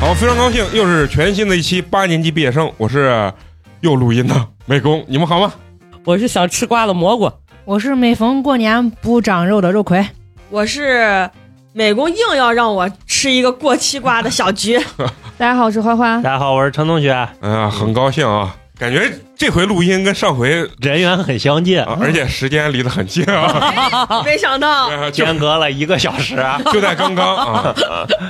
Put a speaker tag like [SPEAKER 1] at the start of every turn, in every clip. [SPEAKER 1] 后非常高兴，又是全新的一期八年级毕业生，我是又录音的美工，你们好吗？
[SPEAKER 2] 我是想吃瓜的蘑菇，
[SPEAKER 3] 我是每逢过年不长肉的肉葵，
[SPEAKER 4] 我是美工硬要让我吃一个过期瓜的小菊，
[SPEAKER 5] 大家好，我是欢欢
[SPEAKER 6] 大。家好，我是陈同学，
[SPEAKER 1] 哎呀，很高兴啊，感觉这回录音跟上回
[SPEAKER 6] 人员很相近，
[SPEAKER 1] 啊，而且时间离得很近啊，
[SPEAKER 4] 没想到
[SPEAKER 1] 哎就
[SPEAKER 6] 间隔了一个小时 啊。
[SPEAKER 1] 就在刚刚啊，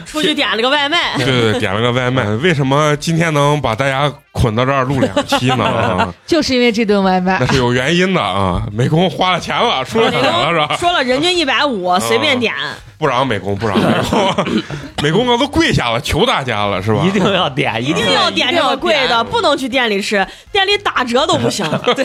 [SPEAKER 4] 出去点了个外卖。
[SPEAKER 1] 对对，对点了个外卖。为什么今天能把大家捆到这儿录两期呢？啊，
[SPEAKER 5] 就是因为这顿外卖
[SPEAKER 1] 那，是有原因的啊，美工花了钱了，出了
[SPEAKER 4] 美
[SPEAKER 1] 钱 了是吧嗯
[SPEAKER 4] 工？说了人均一百五，随便点。
[SPEAKER 1] 不嚷美工，不嚷美工，美工哥啊都跪下了，求大家了是吧？
[SPEAKER 6] 一定要点，一
[SPEAKER 4] 一定要点这个贵的，不能去店里吃，店里打折都不行。对，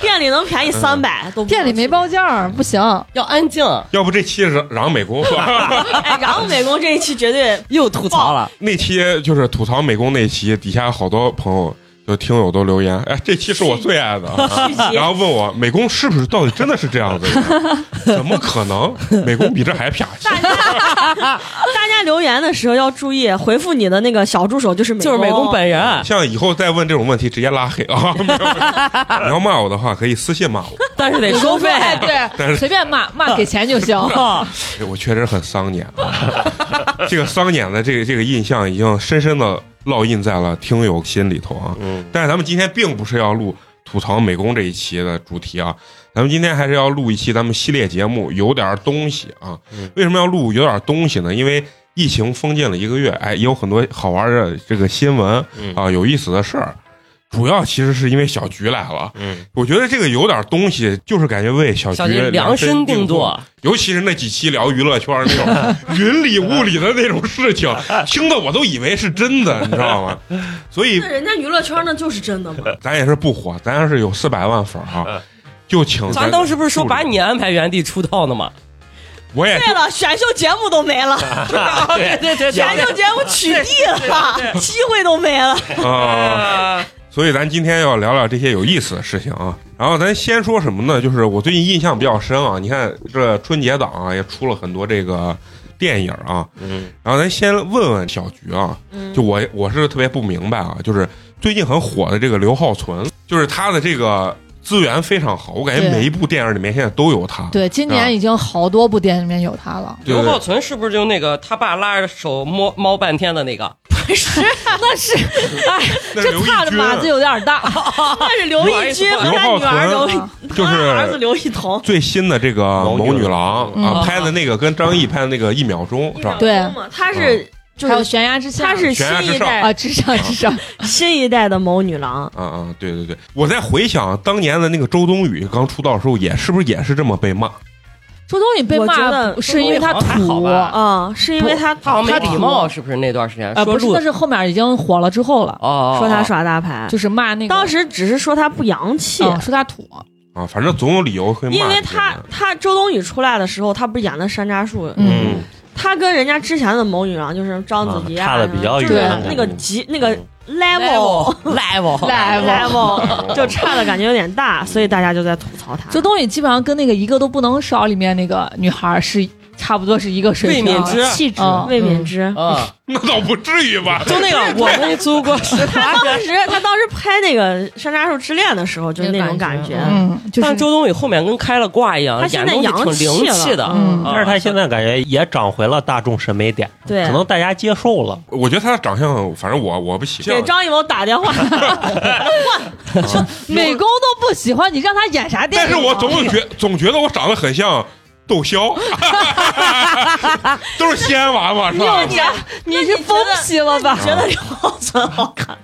[SPEAKER 4] 店里能便宜三百都不能去。
[SPEAKER 5] 店里没报价，不行。
[SPEAKER 2] 要安静。
[SPEAKER 1] 要不这期嚷嚷美工吧，
[SPEAKER 4] 哎，然后美工这一期绝对
[SPEAKER 2] 又吐槽了，
[SPEAKER 1] 那期就是吐槽美工那期，底下好多朋友就听友都留言，哎，这期是我最爱的 啊。
[SPEAKER 4] 续集
[SPEAKER 1] 然。后问我美工是不是到底真的是这样子 的？怎么可能？美工比这还撇气
[SPEAKER 4] 大家大家留言的时候要注意，回复你的那个小助手就是美
[SPEAKER 2] 就是美工本人，
[SPEAKER 1] 像以后再问这种问题，直接拉黑啊！ 没有你要骂我的话，可以私信骂我。
[SPEAKER 2] 但是得收费。
[SPEAKER 5] 哎，
[SPEAKER 1] 但是
[SPEAKER 5] 对，随便骂骂给钱就行。
[SPEAKER 2] 啊，
[SPEAKER 1] 哎我确实很丧眼啊！这个丧眼的这个这个印象已经深深的烙印在了听友心里头啊。
[SPEAKER 6] 嗯，
[SPEAKER 1] 但是咱们今天并不是要录吐槽美工这一期的主题啊，咱们今天还是要录一期咱们系列节目，有点东西啊
[SPEAKER 6] 嗯。
[SPEAKER 1] 为什么要录有点东西呢？因为疫情封禁了一个月，哎，也有很多好玩的这个新闻
[SPEAKER 6] 嗯
[SPEAKER 1] 啊，有意思的事儿。主要其实是因为小菊来了，
[SPEAKER 6] 嗯，
[SPEAKER 1] 我觉得这个有点东西，就是感觉为小菊
[SPEAKER 2] 小菊量身定
[SPEAKER 1] 做，
[SPEAKER 2] 做，
[SPEAKER 1] 尤其是那几期聊娱乐圈那种云里雾里的那种事情，听的我都以为是真的，你知道吗？所以
[SPEAKER 4] 那人家娱乐圈那就是真的吗？
[SPEAKER 1] 咱也是不火，咱要是有四百万粉儿啊，就请
[SPEAKER 2] 咱当时不是说把你安排原地出道呢吗？
[SPEAKER 1] 我也
[SPEAKER 4] 对了，选秀节目都没了，
[SPEAKER 2] 对对对
[SPEAKER 4] 选秀节目取缔了，机会都没了。
[SPEAKER 1] 啊、
[SPEAKER 2] 啊，
[SPEAKER 1] 所以咱今天要聊聊这些有意思的事情啊。然后咱先说什么呢？就是我最近印象比较深啊，你看这春节档啊也出了很多这个电影啊，
[SPEAKER 6] 嗯，
[SPEAKER 1] 然后咱先问问小菊啊，
[SPEAKER 5] 嗯
[SPEAKER 1] 就我我是特别不明白啊，就是最近很火的这个刘浩存，就是他的这个资源非常好，我感觉
[SPEAKER 5] 对
[SPEAKER 1] 每一部电影里面现在都有他。
[SPEAKER 5] 对，今年已经好多部电影里面有他了。
[SPEAKER 1] 对
[SPEAKER 2] 刘
[SPEAKER 1] 对
[SPEAKER 2] 浩存是不是就那个他爸拉着手摸猫半天的那个？
[SPEAKER 5] 那是，哎，
[SPEAKER 1] 那是刘
[SPEAKER 5] 这差的码
[SPEAKER 1] 奕
[SPEAKER 5] 子
[SPEAKER 1] 君，啊
[SPEAKER 5] 有点大。
[SPEAKER 4] 但是刘奕君和他女儿刘
[SPEAKER 5] 刘浩
[SPEAKER 1] 就
[SPEAKER 4] 和他儿子
[SPEAKER 1] 是
[SPEAKER 4] 刘一彤，
[SPEAKER 1] 最新的这个《
[SPEAKER 6] 谋
[SPEAKER 1] 谋
[SPEAKER 6] 女
[SPEAKER 1] 女郎》
[SPEAKER 5] 嗯
[SPEAKER 1] 啊，拍的那个跟张译拍的那个《一秒钟》是吧？嗯
[SPEAKER 5] 对
[SPEAKER 4] 他是就
[SPEAKER 5] 还有
[SPEAKER 4] 是
[SPEAKER 5] 悬崖之下，
[SPEAKER 4] 他是
[SPEAKER 1] 悬崖之
[SPEAKER 4] 新一
[SPEAKER 1] 上
[SPEAKER 4] 代
[SPEAKER 5] 啊，智商智商，
[SPEAKER 4] 新一代的谋女郎，
[SPEAKER 1] 啊啊，对对对，我在回想当年的那个周冬雨刚出道的时候，也是不是也是这么被骂？
[SPEAKER 5] 周冬雨被
[SPEAKER 4] 我觉
[SPEAKER 5] 骂
[SPEAKER 4] 得
[SPEAKER 5] 不是因为她
[SPEAKER 2] 周冬雨好像还好
[SPEAKER 5] 土，
[SPEAKER 2] 吧
[SPEAKER 4] 啊，是因为他
[SPEAKER 2] 他好像没礼貌，是不是那段时间
[SPEAKER 5] 呃，
[SPEAKER 2] 说
[SPEAKER 5] 不是，
[SPEAKER 2] 录
[SPEAKER 5] 那是后面已经火了之后了，
[SPEAKER 2] 哦，
[SPEAKER 4] 说他
[SPEAKER 2] 耍
[SPEAKER 4] 耍大牌，
[SPEAKER 5] 就是骂那个
[SPEAKER 4] 嗯当时只是说他不洋气。
[SPEAKER 5] 嗯说他土，
[SPEAKER 1] 啊，反正总有理由会骂这个
[SPEAKER 4] 因
[SPEAKER 1] 人。
[SPEAKER 4] 为他他周冬雨出来的时候，他不是演的山楂树，
[SPEAKER 1] 嗯
[SPEAKER 5] 嗯，
[SPEAKER 4] 他跟人家之前的谋女郎就是章子怡
[SPEAKER 6] 啊差得
[SPEAKER 4] 什么
[SPEAKER 6] 比较
[SPEAKER 4] 就是
[SPEAKER 5] 远
[SPEAKER 4] 那个级那个
[SPEAKER 6] 嗯
[SPEAKER 2] 哦
[SPEAKER 4] level
[SPEAKER 2] level level
[SPEAKER 5] level
[SPEAKER 4] level 就差的感觉有点大，所以大家就在吐槽他。
[SPEAKER 5] 周冬雨基本上跟那个《一个都不能少》里面那个女孩是差不多是一个水
[SPEAKER 2] 魏
[SPEAKER 5] 平。
[SPEAKER 2] 敏之
[SPEAKER 5] 气质嗯、
[SPEAKER 4] 魏敏啊之，
[SPEAKER 2] 啊，
[SPEAKER 1] 那倒不至于吧？
[SPEAKER 2] 就那个我们祖国是
[SPEAKER 4] 他当时他当时拍那个《山楂树之恋》的时候，就是那种感觉。
[SPEAKER 5] 嗯，嗯，就是
[SPEAKER 2] 但周冬雨后面跟开了挂一样，
[SPEAKER 4] 他
[SPEAKER 2] 演
[SPEAKER 4] 现在
[SPEAKER 2] 东西
[SPEAKER 4] 洋
[SPEAKER 2] 挺
[SPEAKER 4] 气
[SPEAKER 2] 灵
[SPEAKER 4] 了
[SPEAKER 2] 气的。
[SPEAKER 5] 嗯
[SPEAKER 6] 但是他现在感觉也长回了大众审美点，
[SPEAKER 4] 对
[SPEAKER 6] 可，能大家接受了。
[SPEAKER 1] 我觉得他的长相，反正我我不喜
[SPEAKER 4] 给
[SPEAKER 1] 欢。
[SPEAKER 4] 张艺谋打 电话，
[SPEAKER 5] 美工都不喜欢你，让他演啥电
[SPEAKER 1] 但
[SPEAKER 5] 影？
[SPEAKER 1] 是我总觉总觉得我长得很像窦骁， 都是西安娃娃是吧？
[SPEAKER 5] 你是疯批了吧？
[SPEAKER 4] 觉得刘浩存好看。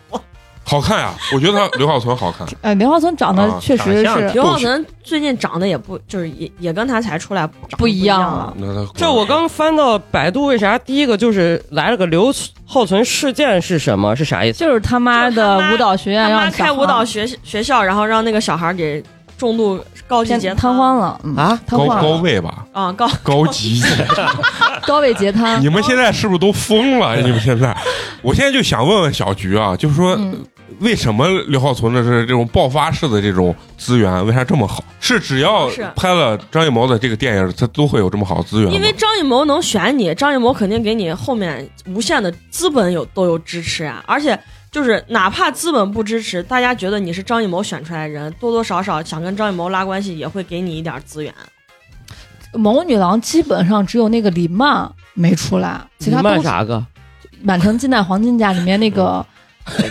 [SPEAKER 1] 好看呀，我觉得他刘浩存好看。
[SPEAKER 5] 呃，刘浩存长
[SPEAKER 1] 啊
[SPEAKER 5] 得确实
[SPEAKER 6] 长相
[SPEAKER 5] 是
[SPEAKER 4] 刘浩存最近长得也不，就是也也跟他才出来长
[SPEAKER 5] 不
[SPEAKER 4] 得不
[SPEAKER 5] 一
[SPEAKER 4] 一
[SPEAKER 5] 样
[SPEAKER 4] 了
[SPEAKER 5] 了。
[SPEAKER 1] 那他
[SPEAKER 2] 这我刚翻到百度，为啥第一个就是来了个刘浩存事件是什么？是啥意思？
[SPEAKER 5] 就是他妈的舞蹈学院
[SPEAKER 4] 他
[SPEAKER 5] 让
[SPEAKER 4] 妈开舞蹈学学校，然后让那个小孩给重度高级
[SPEAKER 5] 变
[SPEAKER 4] 截
[SPEAKER 5] 瘫
[SPEAKER 4] 了
[SPEAKER 5] 痪了嗯
[SPEAKER 2] 啊
[SPEAKER 5] 瘫
[SPEAKER 1] 高
[SPEAKER 5] 痪
[SPEAKER 1] 高
[SPEAKER 5] 了，
[SPEAKER 1] 位吧，
[SPEAKER 4] 啊，高
[SPEAKER 1] 高级。
[SPEAKER 5] 高位截瘫
[SPEAKER 1] 你。们现在是不是都疯了？你们现在，我现在就想问问小菊啊，就是说
[SPEAKER 5] 嗯
[SPEAKER 1] 为什么刘浩存的是这种爆发式的这种资源，为啥这么好？是只要
[SPEAKER 4] 是
[SPEAKER 1] 拍了张艺谋的这个电影，他都会有这么好的资源吗？
[SPEAKER 4] 因为张艺谋能选你，张艺谋肯定给你后面无限的资本有都有支持啊，而且就是哪怕资本不支持，大家觉得你是张艺谋选出来的人，多多少少想跟张艺谋拉关系，也会给你一点资源。
[SPEAKER 5] 谋女郎基本上只有那个李曼没出来，其他
[SPEAKER 2] 你
[SPEAKER 5] 都
[SPEAKER 2] 卖
[SPEAKER 5] 是《
[SPEAKER 2] 啥个？
[SPEAKER 5] 满城尽带黄金甲》里面那个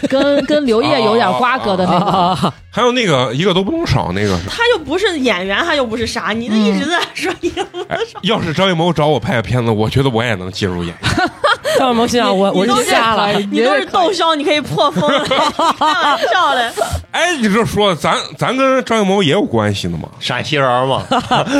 [SPEAKER 5] 跟跟刘烨有点瓜葛的那个，
[SPEAKER 2] 啊，
[SPEAKER 1] 还有那个一个都不能少那个是，
[SPEAKER 4] 他又不是演员，他又不是啥，你这一直在说你，
[SPEAKER 1] 哎要是张艺谋找我拍个片子，我觉得我也能进入演 员。
[SPEAKER 2] 张艺谋心想啊我我是
[SPEAKER 4] 你都是
[SPEAKER 2] 瞎了，
[SPEAKER 4] 你都是窦骁，你可以破风 了，开玩笑嘞。
[SPEAKER 1] 哎，你这说咱咱跟张艺谋也有关系呢嘛？
[SPEAKER 6] 陕西人 嘛，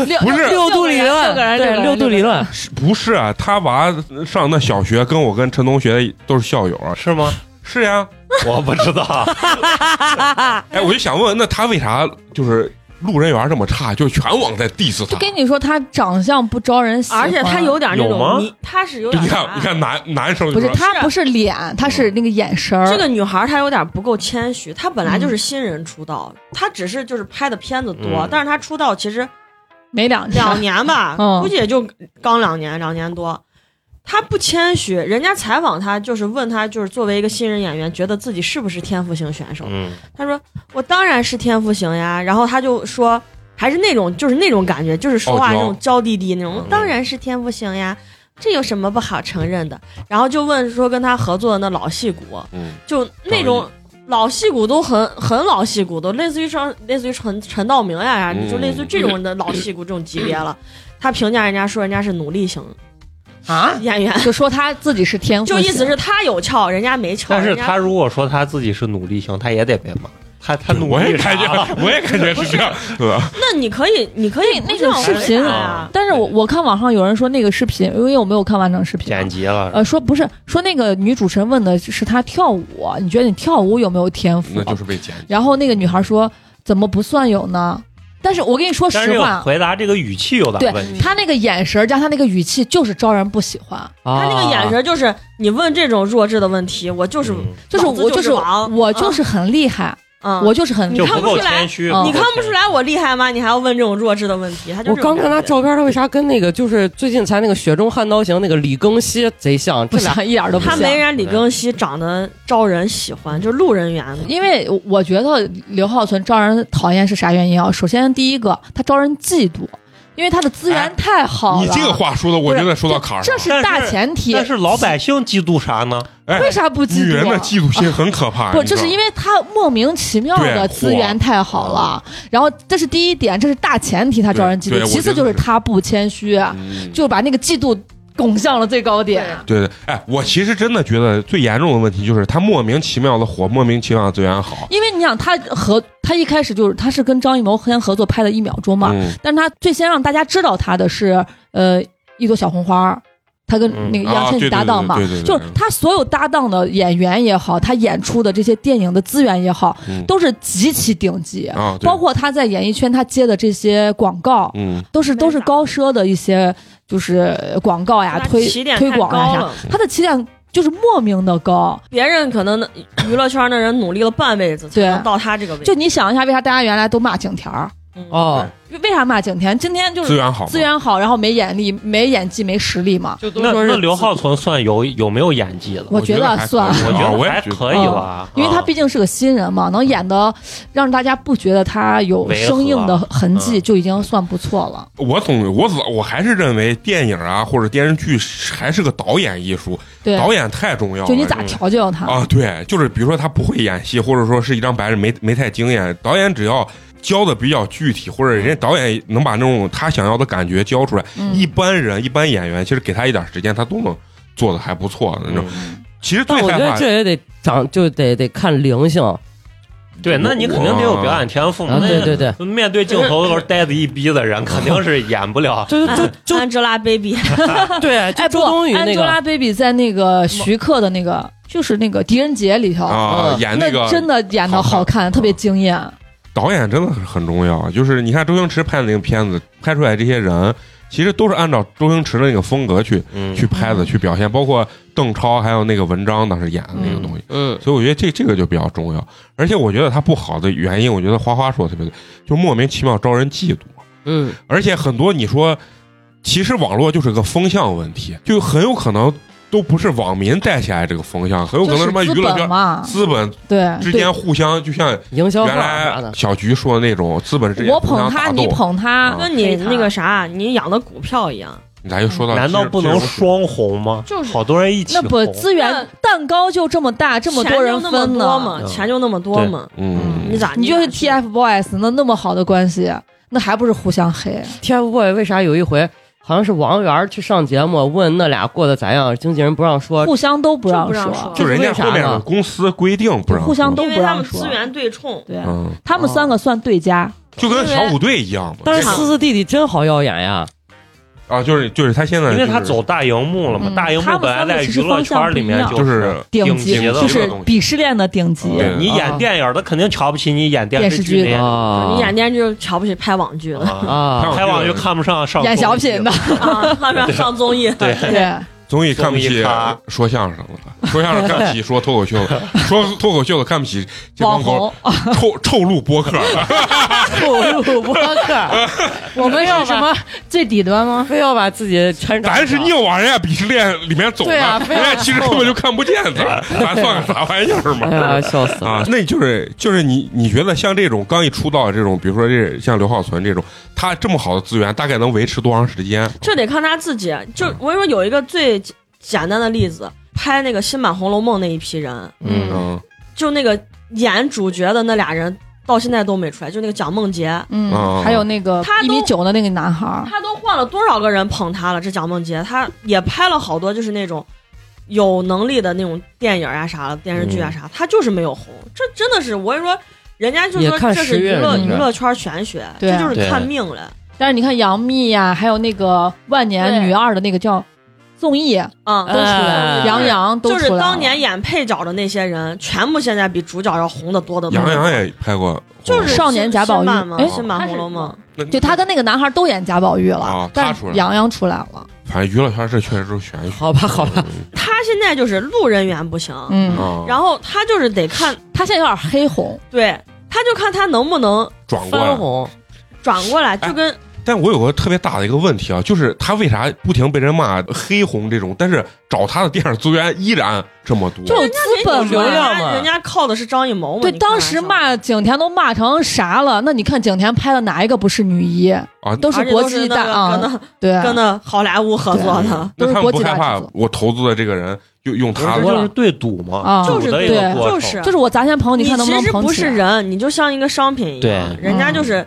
[SPEAKER 5] 六
[SPEAKER 1] 不是
[SPEAKER 2] 六度理论，
[SPEAKER 5] 个人六个
[SPEAKER 2] 对
[SPEAKER 5] 人
[SPEAKER 2] 六度理论，
[SPEAKER 1] 是不是啊？他娃上那小学，跟我跟陈同学都是校友啊。
[SPEAKER 6] 是吗？
[SPEAKER 1] 是呀，
[SPEAKER 6] 我不知道，
[SPEAKER 5] 啊
[SPEAKER 1] 哎，我就想问，那他为啥就是路人缘这么差，就全网在 diss 他
[SPEAKER 5] 就？跟你说他长相不招人喜欢，
[SPEAKER 4] 而且他有点那
[SPEAKER 6] 有吗
[SPEAKER 4] 种，你他是有
[SPEAKER 1] 就
[SPEAKER 4] 点
[SPEAKER 1] 你
[SPEAKER 4] 啥
[SPEAKER 1] 看，你看男男生
[SPEAKER 5] 啊不
[SPEAKER 1] 就是说
[SPEAKER 5] 他不是脸，他是那个眼神儿。
[SPEAKER 4] 这个女孩她有点不够谦虚，她本来就是新人出道，她只是就是拍的片子多，
[SPEAKER 6] 嗯
[SPEAKER 4] 但是她出道其实
[SPEAKER 5] 没两天，
[SPEAKER 4] 两年吧，
[SPEAKER 5] 嗯
[SPEAKER 4] 估计也就刚两年，两年多。她不谦虚，人家采访她就是问她，就是作为一个新人演员，觉得自己是不是天赋型选手？
[SPEAKER 6] 嗯，
[SPEAKER 4] 她说我当然是天赋型呀。然后她就说还是那种就是那种感觉，就是说
[SPEAKER 1] 傲
[SPEAKER 4] 话
[SPEAKER 1] 娇
[SPEAKER 4] 那种娇滴滴那种，
[SPEAKER 6] 嗯
[SPEAKER 4] 当然是天赋型呀。这有什么不好承认的？然后就问说跟她合作的那老戏骨，
[SPEAKER 1] 嗯，
[SPEAKER 4] 就那种老戏骨都很很老戏骨，都类似于像类似于陈陈道明呀、啥，
[SPEAKER 1] 嗯
[SPEAKER 4] 就类似于这种的老戏骨这种级别了。他评价人家说人家是努力型
[SPEAKER 2] 啊，
[SPEAKER 4] 演员，
[SPEAKER 5] 就说他自己是天赋
[SPEAKER 4] 就
[SPEAKER 5] 型，
[SPEAKER 4] 意思是他有窍，人家没窍。
[SPEAKER 6] 但是
[SPEAKER 4] 人家
[SPEAKER 6] 他如果说他自己是努力型，他也得被骂。他他努
[SPEAKER 1] 我也
[SPEAKER 6] 力
[SPEAKER 1] 感
[SPEAKER 6] 啥了？
[SPEAKER 1] 觉，我也感觉是这样，对吧？
[SPEAKER 4] 那你可以，你可以
[SPEAKER 5] 那那个视频
[SPEAKER 4] 啊，
[SPEAKER 5] 但是我我看网上有人说那个视频，因为我没有看完整视频啊，
[SPEAKER 6] 剪辑了，
[SPEAKER 5] 呃，说不是说那个女主持人问的是她跳舞，你觉得你跳舞有没有天赋
[SPEAKER 1] 那？就是被剪。
[SPEAKER 5] 然后那个女孩说怎么不算有呢？但是我跟你说
[SPEAKER 6] 但是
[SPEAKER 5] 实
[SPEAKER 6] 这个
[SPEAKER 5] 话，
[SPEAKER 6] 回答这个语气有点问题。
[SPEAKER 5] 她那个眼神儿加她那个语气就是招人不喜欢，
[SPEAKER 2] 啊
[SPEAKER 4] 他那个眼神就是你问这种弱智的问题，我就是
[SPEAKER 6] 嗯
[SPEAKER 5] 就是
[SPEAKER 4] 老子
[SPEAKER 5] 我
[SPEAKER 4] 就是
[SPEAKER 5] 是
[SPEAKER 4] 王
[SPEAKER 5] 我就是很厉害，
[SPEAKER 4] 嗯，
[SPEAKER 5] 我就是很
[SPEAKER 4] 你
[SPEAKER 6] 就
[SPEAKER 4] 看
[SPEAKER 6] 不
[SPEAKER 4] 不
[SPEAKER 6] 够
[SPEAKER 4] 出来哦
[SPEAKER 6] 谦虚，
[SPEAKER 5] 嗯
[SPEAKER 4] 你看不
[SPEAKER 6] 够谦虚
[SPEAKER 4] 出来我厉害吗？你还要问这种弱智的问题？他就
[SPEAKER 2] 我
[SPEAKER 4] 这种
[SPEAKER 2] 刚看他
[SPEAKER 4] 感觉
[SPEAKER 2] 照片，他为啥跟那个就是最近才那个雪中悍刀行那个李庚希贼像？
[SPEAKER 5] 不
[SPEAKER 2] 这俩
[SPEAKER 5] 想一点儿都不
[SPEAKER 4] 他
[SPEAKER 5] 想。
[SPEAKER 4] 没人家李庚希长得招人喜欢，就路人缘嘛。
[SPEAKER 5] 因为我觉得刘浩存招人讨厌是啥原因啊？首先第一个，他招人嫉妒，因为他的资源太好了。
[SPEAKER 1] 你这个话说的，我觉得说到坎儿上
[SPEAKER 5] 这
[SPEAKER 1] 了。
[SPEAKER 5] 是大前提。
[SPEAKER 6] 但是老百姓嫉妒啥呢？
[SPEAKER 1] 哎，
[SPEAKER 5] 为啥不嫉妒啊？
[SPEAKER 1] 女人的嫉妒心很可怕。
[SPEAKER 5] 不，
[SPEAKER 1] 你知
[SPEAKER 5] 这
[SPEAKER 1] 道
[SPEAKER 5] 是因
[SPEAKER 1] 吗
[SPEAKER 5] 为他莫名其妙
[SPEAKER 1] 对嗯
[SPEAKER 5] 的资源太好了，然后这是第一点，这是大前提，他招人嫉
[SPEAKER 1] 对对
[SPEAKER 5] 妒。
[SPEAKER 1] 我
[SPEAKER 5] 其次
[SPEAKER 1] 觉
[SPEAKER 5] 就
[SPEAKER 1] 得
[SPEAKER 5] 是他不谦虚，啊
[SPEAKER 1] 嗯
[SPEAKER 5] 就把那个嫉妒拱向了最高点。
[SPEAKER 1] 对对，哎，我其实真的觉得最严重的问题就是他莫名其妙的火，莫名其妙的资源好。
[SPEAKER 5] 因为你想，他和他一开始就是他是跟张艺谋先合作拍的《一秒钟》嘛，
[SPEAKER 1] 嗯，
[SPEAKER 5] 但是他最先让大家知道他的是呃一朵小红花儿，他跟
[SPEAKER 6] 嗯
[SPEAKER 5] 那个
[SPEAKER 1] 啊
[SPEAKER 5] 杨
[SPEAKER 1] 对
[SPEAKER 5] 千玺
[SPEAKER 1] 对
[SPEAKER 5] 搭档嘛
[SPEAKER 1] 对对对对，
[SPEAKER 5] 就是他所有搭档的演员也好，他演出的这些电影的资源也好，
[SPEAKER 1] 嗯
[SPEAKER 5] 都是极其顶级。
[SPEAKER 1] 啊，对
[SPEAKER 5] 包括他在演艺圈他接的这些广告，
[SPEAKER 1] 嗯，
[SPEAKER 5] 都是都是高奢的一些就是呃广告呀、
[SPEAKER 4] 他
[SPEAKER 5] 推
[SPEAKER 4] 起点
[SPEAKER 5] 推
[SPEAKER 4] 太
[SPEAKER 5] 广呀啥，
[SPEAKER 4] 高了，
[SPEAKER 5] 他的起点就是莫名的高。
[SPEAKER 4] 别人可能娱乐圈的人努力了半辈子才
[SPEAKER 5] 对
[SPEAKER 4] 能到他这个
[SPEAKER 1] 嗯
[SPEAKER 4] 位置，嗯
[SPEAKER 5] 就你想一下，为啥大家原来都骂景甜儿？
[SPEAKER 2] 哦，
[SPEAKER 5] 为啥骂景甜？今天就
[SPEAKER 1] 资
[SPEAKER 5] 是
[SPEAKER 1] 源好嘛，
[SPEAKER 5] 资源好，然后没眼力、没演技、没实力嘛。
[SPEAKER 2] 就都
[SPEAKER 6] 那
[SPEAKER 2] 说
[SPEAKER 6] 那
[SPEAKER 2] 是
[SPEAKER 6] 刘浩存算有有没有演技了？
[SPEAKER 5] 我
[SPEAKER 1] 觉
[SPEAKER 5] 觉得
[SPEAKER 1] 还
[SPEAKER 5] 算
[SPEAKER 1] 可以
[SPEAKER 6] 我
[SPEAKER 1] 啊
[SPEAKER 6] 觉
[SPEAKER 1] 我
[SPEAKER 6] 得
[SPEAKER 1] 也
[SPEAKER 6] 还
[SPEAKER 1] 觉得
[SPEAKER 6] 可以了，
[SPEAKER 5] 嗯因为他
[SPEAKER 6] 啊
[SPEAKER 5] 毕竟是个新人嘛，能演的让大家不觉得他有
[SPEAKER 6] 违和
[SPEAKER 5] 生硬的痕迹，
[SPEAKER 6] 嗯
[SPEAKER 5] 就已经算不错了。
[SPEAKER 1] 我总我总我还是认为电影啊或者电视剧是还是个导演艺术，
[SPEAKER 5] 对，
[SPEAKER 1] 导演太重要了。
[SPEAKER 5] 就你咋调教他？
[SPEAKER 1] 啊？对，就是比如说他不会演戏，或者说是一张白纸没没太经验，导演只要教的比较具体，或者人家导演能把那种他想要的感觉教出来，
[SPEAKER 5] 嗯
[SPEAKER 1] 一般人一般演员其实给他一点时间，他都能做的还不错的那种。其实最
[SPEAKER 2] 嗯但我
[SPEAKER 1] 害
[SPEAKER 2] 觉得
[SPEAKER 1] 怕
[SPEAKER 2] 这也得长，就得得看灵性。
[SPEAKER 6] 对，那你肯定得有表演天赋
[SPEAKER 5] 嗯
[SPEAKER 6] 嘛。
[SPEAKER 2] 啊
[SPEAKER 6] 那
[SPEAKER 2] 对对对。
[SPEAKER 6] 面对镜头的时候呆子一逼的人，肯定是演 不了
[SPEAKER 2] 就就就
[SPEAKER 4] 安 Angelababy
[SPEAKER 5] 哦
[SPEAKER 2] 对，就
[SPEAKER 5] 哎，
[SPEAKER 2] 周
[SPEAKER 5] 不
[SPEAKER 2] 冬雨那个，
[SPEAKER 5] ，Angelababy 在那个徐克的那个，就是那个《狄仁杰》里头，
[SPEAKER 1] 啊，
[SPEAKER 2] 嗯
[SPEAKER 1] 演那个
[SPEAKER 5] 那真的演的
[SPEAKER 1] 好嗯
[SPEAKER 5] 好看，特别惊艳。
[SPEAKER 1] 导演真的很重要，就是你看周星驰拍的那个片子，拍出来这些人，其实都是按照周星驰的那个风格去
[SPEAKER 6] 嗯
[SPEAKER 1] 去拍的、
[SPEAKER 5] 嗯
[SPEAKER 1] 去表现，包括邓超还有那个文章当时演的那个东西。
[SPEAKER 2] 嗯，
[SPEAKER 1] 所以我觉得这这个就比较重要，而且我觉得它不好的原因，我觉得花花说的特别对，就莫名其妙招人嫉妒，
[SPEAKER 2] 嗯，
[SPEAKER 1] 而且很多你说，其实网络就是个风向问题，就很有可能都不是网民带起来这个风向，很有可能什么
[SPEAKER 5] 就
[SPEAKER 1] 娱
[SPEAKER 5] 是资
[SPEAKER 1] 乐
[SPEAKER 5] 本
[SPEAKER 1] 圈。
[SPEAKER 5] 嘛，
[SPEAKER 1] 资本
[SPEAKER 5] 对，
[SPEAKER 1] 之
[SPEAKER 5] 对
[SPEAKER 1] 间互相，就像
[SPEAKER 2] 营销号啊
[SPEAKER 1] 原
[SPEAKER 2] 啥
[SPEAKER 1] 来
[SPEAKER 2] 的，
[SPEAKER 1] 小菊说的那种，资本之间
[SPEAKER 5] 我
[SPEAKER 1] 互
[SPEAKER 5] 捧
[SPEAKER 1] 相
[SPEAKER 5] 他，
[SPEAKER 1] 打
[SPEAKER 5] 你
[SPEAKER 1] 斗，啊
[SPEAKER 5] 捧他，
[SPEAKER 4] 跟你
[SPEAKER 5] 黑他
[SPEAKER 4] 那个啥，你养的股票一样，
[SPEAKER 1] 咱就说到，
[SPEAKER 6] 嗯难道不能
[SPEAKER 1] 其实？
[SPEAKER 6] 双红吗？
[SPEAKER 5] 就是
[SPEAKER 6] 好多人一起
[SPEAKER 5] 那
[SPEAKER 6] 红。
[SPEAKER 5] 不资
[SPEAKER 4] 那
[SPEAKER 5] 源蛋糕就这么大，这么
[SPEAKER 4] 钱
[SPEAKER 5] 多
[SPEAKER 4] 就
[SPEAKER 5] 人
[SPEAKER 4] 那么
[SPEAKER 5] 分
[SPEAKER 4] 多
[SPEAKER 5] 呢，
[SPEAKER 4] 嘛，
[SPEAKER 6] 嗯
[SPEAKER 4] 钱就那么多嘛，
[SPEAKER 1] 嗯，
[SPEAKER 4] 你咋
[SPEAKER 5] 你就是
[SPEAKER 4] 咋去
[SPEAKER 5] TFBOYS 那那么好的关系，那还不是互相黑？
[SPEAKER 2] TFBOY 为啥有一回好像是王源去上节目问那俩过得咋样，经纪人不让
[SPEAKER 1] 呃
[SPEAKER 2] 说，
[SPEAKER 5] 互相都不
[SPEAKER 4] 就
[SPEAKER 5] 让
[SPEAKER 4] 不让
[SPEAKER 5] 说
[SPEAKER 4] 说，
[SPEAKER 1] 就人家后
[SPEAKER 2] 为
[SPEAKER 1] 面
[SPEAKER 2] 啥
[SPEAKER 1] 有
[SPEAKER 2] 呢
[SPEAKER 1] 公司规定不让
[SPEAKER 5] 互相
[SPEAKER 1] 说
[SPEAKER 5] 都
[SPEAKER 4] 因为
[SPEAKER 5] 不
[SPEAKER 4] 他
[SPEAKER 5] 让
[SPEAKER 4] 们
[SPEAKER 5] 说
[SPEAKER 4] 资源对冲，
[SPEAKER 5] 对，
[SPEAKER 1] 嗯，哦
[SPEAKER 5] 他们三个算对家，
[SPEAKER 1] 就跟小虎队一样嘛。
[SPEAKER 2] 但是
[SPEAKER 1] 这个
[SPEAKER 2] 四四弟弟真好耀眼呀，
[SPEAKER 1] 啊，就是就是他现在、
[SPEAKER 6] 因
[SPEAKER 1] 就是，
[SPEAKER 6] 为他走大荧幕了嘛，
[SPEAKER 5] 嗯
[SPEAKER 6] 大荧幕本来在娱乐圈里面
[SPEAKER 1] 就是是
[SPEAKER 5] 顶
[SPEAKER 6] 级
[SPEAKER 5] 级
[SPEAKER 1] 顶
[SPEAKER 6] 的
[SPEAKER 5] 就
[SPEAKER 1] 这
[SPEAKER 5] 是嗯
[SPEAKER 1] 个东西哦
[SPEAKER 5] 鄙视链的顶级。
[SPEAKER 1] 对
[SPEAKER 6] 你演电影的肯定瞧不起你演电视剧的呀，
[SPEAKER 2] 啊，
[SPEAKER 4] 你演电视剧就瞧不起拍网剧的
[SPEAKER 6] 啊
[SPEAKER 2] 啊，
[SPEAKER 6] 拍网就看不上上
[SPEAKER 5] 嗯演小
[SPEAKER 6] 综艺
[SPEAKER 5] 品的，
[SPEAKER 4] 啊，那边上综艺，
[SPEAKER 6] 对
[SPEAKER 5] 对，
[SPEAKER 1] 综艺看不起
[SPEAKER 6] 综艺咖
[SPEAKER 1] 说相声的，说相声看不起说脱口 秀的，说脱口秀的看不起这
[SPEAKER 5] 网
[SPEAKER 1] 帮狗
[SPEAKER 5] 红， 哦
[SPEAKER 1] 臭臭路播 客。
[SPEAKER 2] 录录播 客，
[SPEAKER 3] 我们是什么最底端吗？
[SPEAKER 2] 非要把自己掺上，
[SPEAKER 1] 咱是硬往人家鄙视链里面走的，
[SPEAKER 2] 对啊非
[SPEAKER 1] 人
[SPEAKER 2] 要
[SPEAKER 1] 家其实根本就看不见咱，咱算个啥玩意儿
[SPEAKER 2] 哎呀，
[SPEAKER 1] 嘛？
[SPEAKER 2] 笑死了，
[SPEAKER 1] 啊，那就是就是你你觉得像这种刚一出道的这种，比如说这像刘浩存这种，他这么好的资源，大概能维持多长时间？
[SPEAKER 4] 这得看他自己。就
[SPEAKER 1] 嗯
[SPEAKER 4] 我跟你说，有一个最简简单的例子，拍那个新版《红楼梦》那一批人，
[SPEAKER 5] 嗯
[SPEAKER 1] 嗯
[SPEAKER 4] 就那个演主角的那俩人，到现在都没出来。就那个蒋梦婕，
[SPEAKER 1] 嗯
[SPEAKER 5] 嗯，还有那个
[SPEAKER 4] 他
[SPEAKER 5] 一
[SPEAKER 4] 都
[SPEAKER 5] 米九的那个男孩儿，
[SPEAKER 4] 他都换了多少个人捧他了？这蒋梦婕，他也拍了好多，就是那种。有能力的那种电影啊啥的，电视剧啊啥，他就是没有红。这真的是我跟你说，人家就
[SPEAKER 2] 也
[SPEAKER 4] 说
[SPEAKER 2] 看
[SPEAKER 4] 这是
[SPEAKER 2] 时
[SPEAKER 4] 娱
[SPEAKER 2] 运
[SPEAKER 4] 乐
[SPEAKER 5] 你
[SPEAKER 4] 娱
[SPEAKER 5] 知道
[SPEAKER 4] 乐圈玄学，
[SPEAKER 5] 对
[SPEAKER 4] 这
[SPEAKER 5] 啊
[SPEAKER 4] 就是
[SPEAKER 6] 对
[SPEAKER 4] 看命了
[SPEAKER 5] 但是你看杨幂呀，还有那个万年女二的那个叫宋轶、
[SPEAKER 4] 啊。
[SPEAKER 2] 都出来了
[SPEAKER 5] 杨洋都
[SPEAKER 4] 就是
[SPEAKER 5] 出来了
[SPEAKER 4] 当年演配角的那些人，全部现在比主角要红的多的。
[SPEAKER 1] 杨洋也拍过，
[SPEAKER 4] 就是
[SPEAKER 5] 少年贾宝玉
[SPEAKER 4] 新版嘛
[SPEAKER 5] 哎
[SPEAKER 4] 新版《
[SPEAKER 5] 他是
[SPEAKER 4] 红楼梦
[SPEAKER 1] 那
[SPEAKER 5] 对他跟那个男孩都演贾宝玉了，
[SPEAKER 1] 啊他
[SPEAKER 5] 但
[SPEAKER 1] 出
[SPEAKER 5] 是
[SPEAKER 1] 来了
[SPEAKER 5] 杨洋出来了，
[SPEAKER 1] 反正娱乐圈这确实都是玄学
[SPEAKER 2] 好吧好吧，》，
[SPEAKER 4] 他现在就是路人缘不行，
[SPEAKER 5] 嗯，
[SPEAKER 1] 啊，
[SPEAKER 4] 然后他就是得看，
[SPEAKER 5] 他现在有点黑红，
[SPEAKER 4] 对，他就看他能不能
[SPEAKER 1] 转过
[SPEAKER 2] 翻
[SPEAKER 1] 来。
[SPEAKER 2] 红，
[SPEAKER 4] 转过来，就跟
[SPEAKER 1] 但我有个特别大的一个问题啊，就是他为啥不停被人骂黑红这种，但是找他的电影资源依然这么多？
[SPEAKER 5] 就有资本
[SPEAKER 4] 哎人家
[SPEAKER 2] 流
[SPEAKER 5] 嘛。
[SPEAKER 2] 量嘛
[SPEAKER 4] 人家靠的是张艺谋嘛。
[SPEAKER 5] 对，
[SPEAKER 4] 你开玩
[SPEAKER 5] 当时
[SPEAKER 4] 笑
[SPEAKER 5] 骂景甜都骂成啥了？那你看景甜拍的哪一个不是女一？
[SPEAKER 1] 啊
[SPEAKER 5] 都是国际大
[SPEAKER 4] 而且都是那个
[SPEAKER 5] 啊，对，
[SPEAKER 4] 跟那好莱坞合作的，
[SPEAKER 1] 那他们不
[SPEAKER 5] 都是国际大
[SPEAKER 1] 害怕
[SPEAKER 5] 制作
[SPEAKER 1] 我投资的这个人就用他的
[SPEAKER 6] 这就是对赌嘛，
[SPEAKER 5] 啊
[SPEAKER 6] 赌
[SPEAKER 4] 就是
[SPEAKER 6] 的一个
[SPEAKER 5] 对
[SPEAKER 6] 过
[SPEAKER 4] 就
[SPEAKER 6] 程，
[SPEAKER 4] 是
[SPEAKER 5] 就是我砸钱捧你，看能不
[SPEAKER 4] 其
[SPEAKER 5] 能
[SPEAKER 4] 实
[SPEAKER 5] 捧
[SPEAKER 4] 不
[SPEAKER 5] 起
[SPEAKER 4] 是
[SPEAKER 5] 来？嗯
[SPEAKER 4] 人，你就像一个商品一样，
[SPEAKER 6] 对
[SPEAKER 4] 人家就是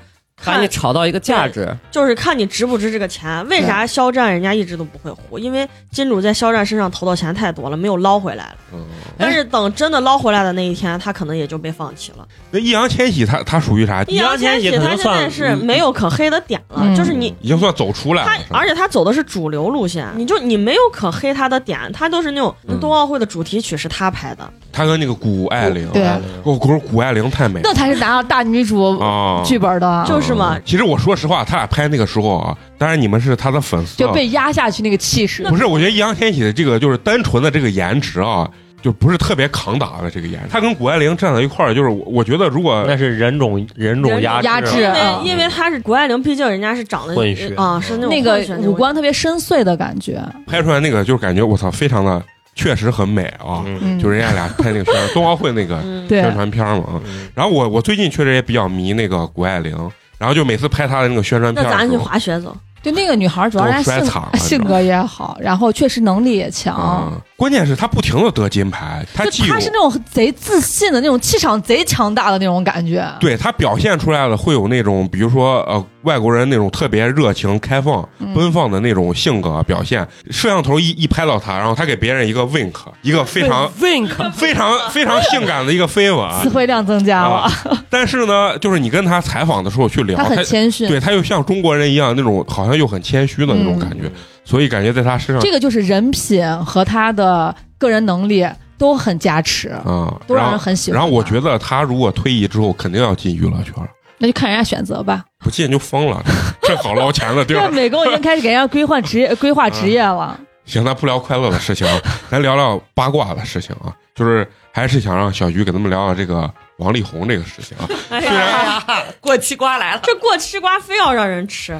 [SPEAKER 2] 把
[SPEAKER 4] 看
[SPEAKER 2] 你炒到一个价值，
[SPEAKER 4] 就是看你值不值这个钱。为啥肖战人家一直都不会火？因为金主在肖战身上投的钱太多了，没有捞回来了。
[SPEAKER 1] 嗯
[SPEAKER 4] 但是等真的捞回来的那一天，他可能也就被放弃了。
[SPEAKER 1] 那易烊千玺他他属于啥？
[SPEAKER 4] 易烊千玺他现在是没有可黑的点了，
[SPEAKER 5] 嗯
[SPEAKER 4] 就是你
[SPEAKER 1] 已经算走出来
[SPEAKER 4] 他
[SPEAKER 1] 了，是，吧
[SPEAKER 4] 而且他走的是主流路线，你就你没有可黑他的点，他都是那种
[SPEAKER 1] 嗯
[SPEAKER 4] 冬奥会的主题曲是他拍的，
[SPEAKER 1] 他跟那个谷爱凌，
[SPEAKER 5] 对啊
[SPEAKER 1] 我我说谷爱凌太美了
[SPEAKER 5] 那才是拿到大女主
[SPEAKER 1] 啊，
[SPEAKER 5] 剧本的，
[SPEAKER 4] 就是嘛。
[SPEAKER 1] 其实我说实话，他俩拍那个时候啊，当然你们是他的粉丝啊，
[SPEAKER 5] 就被压下去那个气势。
[SPEAKER 1] 不是，我觉得易烊千玺的这个就是单纯的这个颜值啊，就不是特别扛打的这个颜值。他跟谷爱凌站在一块儿，就是我我觉得如果
[SPEAKER 6] 那是人种人种压
[SPEAKER 5] 压制
[SPEAKER 4] 因为、
[SPEAKER 5] 啊
[SPEAKER 4] 因为他是谷爱凌，毕竟人家是长得
[SPEAKER 6] 嗯混血
[SPEAKER 4] 啊，是那种
[SPEAKER 5] 那个
[SPEAKER 4] 混血
[SPEAKER 5] 五官特别深邃的感觉，
[SPEAKER 1] 拍出来那个，就是感觉我操，非常的确实很美啊。
[SPEAKER 6] 嗯
[SPEAKER 5] 嗯，
[SPEAKER 1] 就人家俩拍那个片儿， 冬奥会那个
[SPEAKER 4] 嗯，
[SPEAKER 5] 对
[SPEAKER 1] 宣传片儿嘛。啊
[SPEAKER 6] 嗯
[SPEAKER 1] 然后我我最近确实也比较迷那个谷爱凌，然后就每次拍她的那个宣传
[SPEAKER 4] 那
[SPEAKER 1] 片儿
[SPEAKER 4] 咱
[SPEAKER 1] 的
[SPEAKER 4] 去
[SPEAKER 1] 时候，
[SPEAKER 4] 滑雪走，
[SPEAKER 5] 对那个女孩，主要
[SPEAKER 1] 都
[SPEAKER 5] 人家
[SPEAKER 1] 摔
[SPEAKER 5] 性
[SPEAKER 1] 惨了
[SPEAKER 5] 性格也好，然后确实能力也强，
[SPEAKER 1] 啊，关键是她不停的得金牌，她
[SPEAKER 5] 就
[SPEAKER 1] 既有
[SPEAKER 5] 她是那种贼自信的那种气场贼强大的那种感觉。
[SPEAKER 1] 对她表现出来了，会有那种比如说呃外国人那种特别热情、开放、
[SPEAKER 5] 嗯
[SPEAKER 1] 奔放的那种性格表现。摄像头一一拍到她，然后她给别人一个 wink，一个非常
[SPEAKER 2] wink，
[SPEAKER 1] 非常非常性感的一个飞吻。
[SPEAKER 5] 词汇量增加了
[SPEAKER 1] 啊，，但是呢，就是你跟她采访的时候去聊，
[SPEAKER 5] 她
[SPEAKER 1] 她
[SPEAKER 5] 很谦逊，
[SPEAKER 1] 对她又像中国人一样那种，好像又很谦虚的那种感觉，所以感觉在她身上
[SPEAKER 5] 嗯这个就是人品和她的个人能力都很加持，
[SPEAKER 1] 啊，
[SPEAKER 5] 都让
[SPEAKER 1] 然
[SPEAKER 5] 人
[SPEAKER 1] 后
[SPEAKER 5] 很喜欢
[SPEAKER 1] 然
[SPEAKER 5] 她。
[SPEAKER 1] 后我觉得她如果退役之后，肯定要进娱乐圈了，
[SPEAKER 5] 那就看人家选择吧。
[SPEAKER 1] 不进就疯了。这好捞钱的地
[SPEAKER 5] 这
[SPEAKER 1] 儿。
[SPEAKER 5] 美工已经开始给人家规划职业规划职业了。
[SPEAKER 1] 行，咱不聊快乐的事情，啊，咱聊聊八卦的事情啊，就是还是想让小菊给他们聊聊这个王力宏这个事情啊。
[SPEAKER 4] 哎
[SPEAKER 1] 虽然
[SPEAKER 4] 呀，
[SPEAKER 7] 过期瓜来了。
[SPEAKER 4] 这过吃瓜非要让人吃，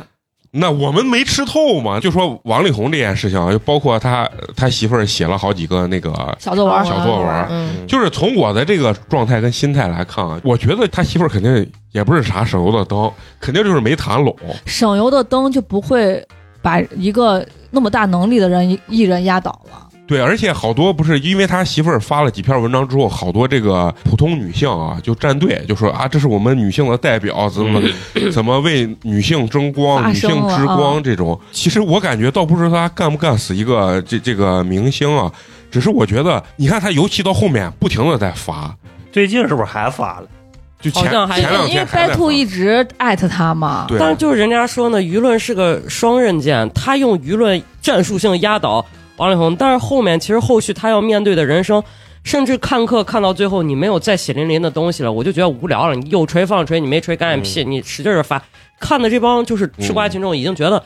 [SPEAKER 1] 那我们没吃透嘛，就说王力宏这件事情，啊，就包括他他媳妇儿写了好几个那个
[SPEAKER 5] 小作文儿，
[SPEAKER 1] 小作文儿，
[SPEAKER 7] 嗯，
[SPEAKER 1] 就是从我的这个状态跟心态来看啊，我觉得他媳妇儿肯定也不是啥省油的灯，肯定就是没谈拢。
[SPEAKER 5] 省油的灯就不会把一个那么大能力的人艺人压倒了。
[SPEAKER 1] 对，而且好多不是因为他媳妇儿发了几篇文章之后，好多这个普通女性啊就站队，就说啊，这是我们女性的代表，怎么 怎么为女性争光、
[SPEAKER 5] 发
[SPEAKER 1] 女性
[SPEAKER 5] 声了嗯
[SPEAKER 1] 之光这种。其实我感觉倒不是他干不干死一个这这个明星啊，只是我觉得，你看他尤其到后面不停的在发，
[SPEAKER 6] 最近是不是还发了？
[SPEAKER 1] 就前
[SPEAKER 2] 好像还
[SPEAKER 1] 前两
[SPEAKER 5] 因为
[SPEAKER 1] 天还在
[SPEAKER 5] Bad
[SPEAKER 1] 发
[SPEAKER 5] Two 一直艾特他嘛，
[SPEAKER 1] 对，
[SPEAKER 2] 但是就是人家说呢，舆论是个双刃剑，他用舆论战术性压倒王力宏，但是后面其实后续他要面对的人生，甚至看客看到最后，你没有再血淋淋的东西了，我就觉得无聊了。你有锤放锤，你没锤干眼屁，你使劲的发，看的这帮就是吃瓜群众已经觉得。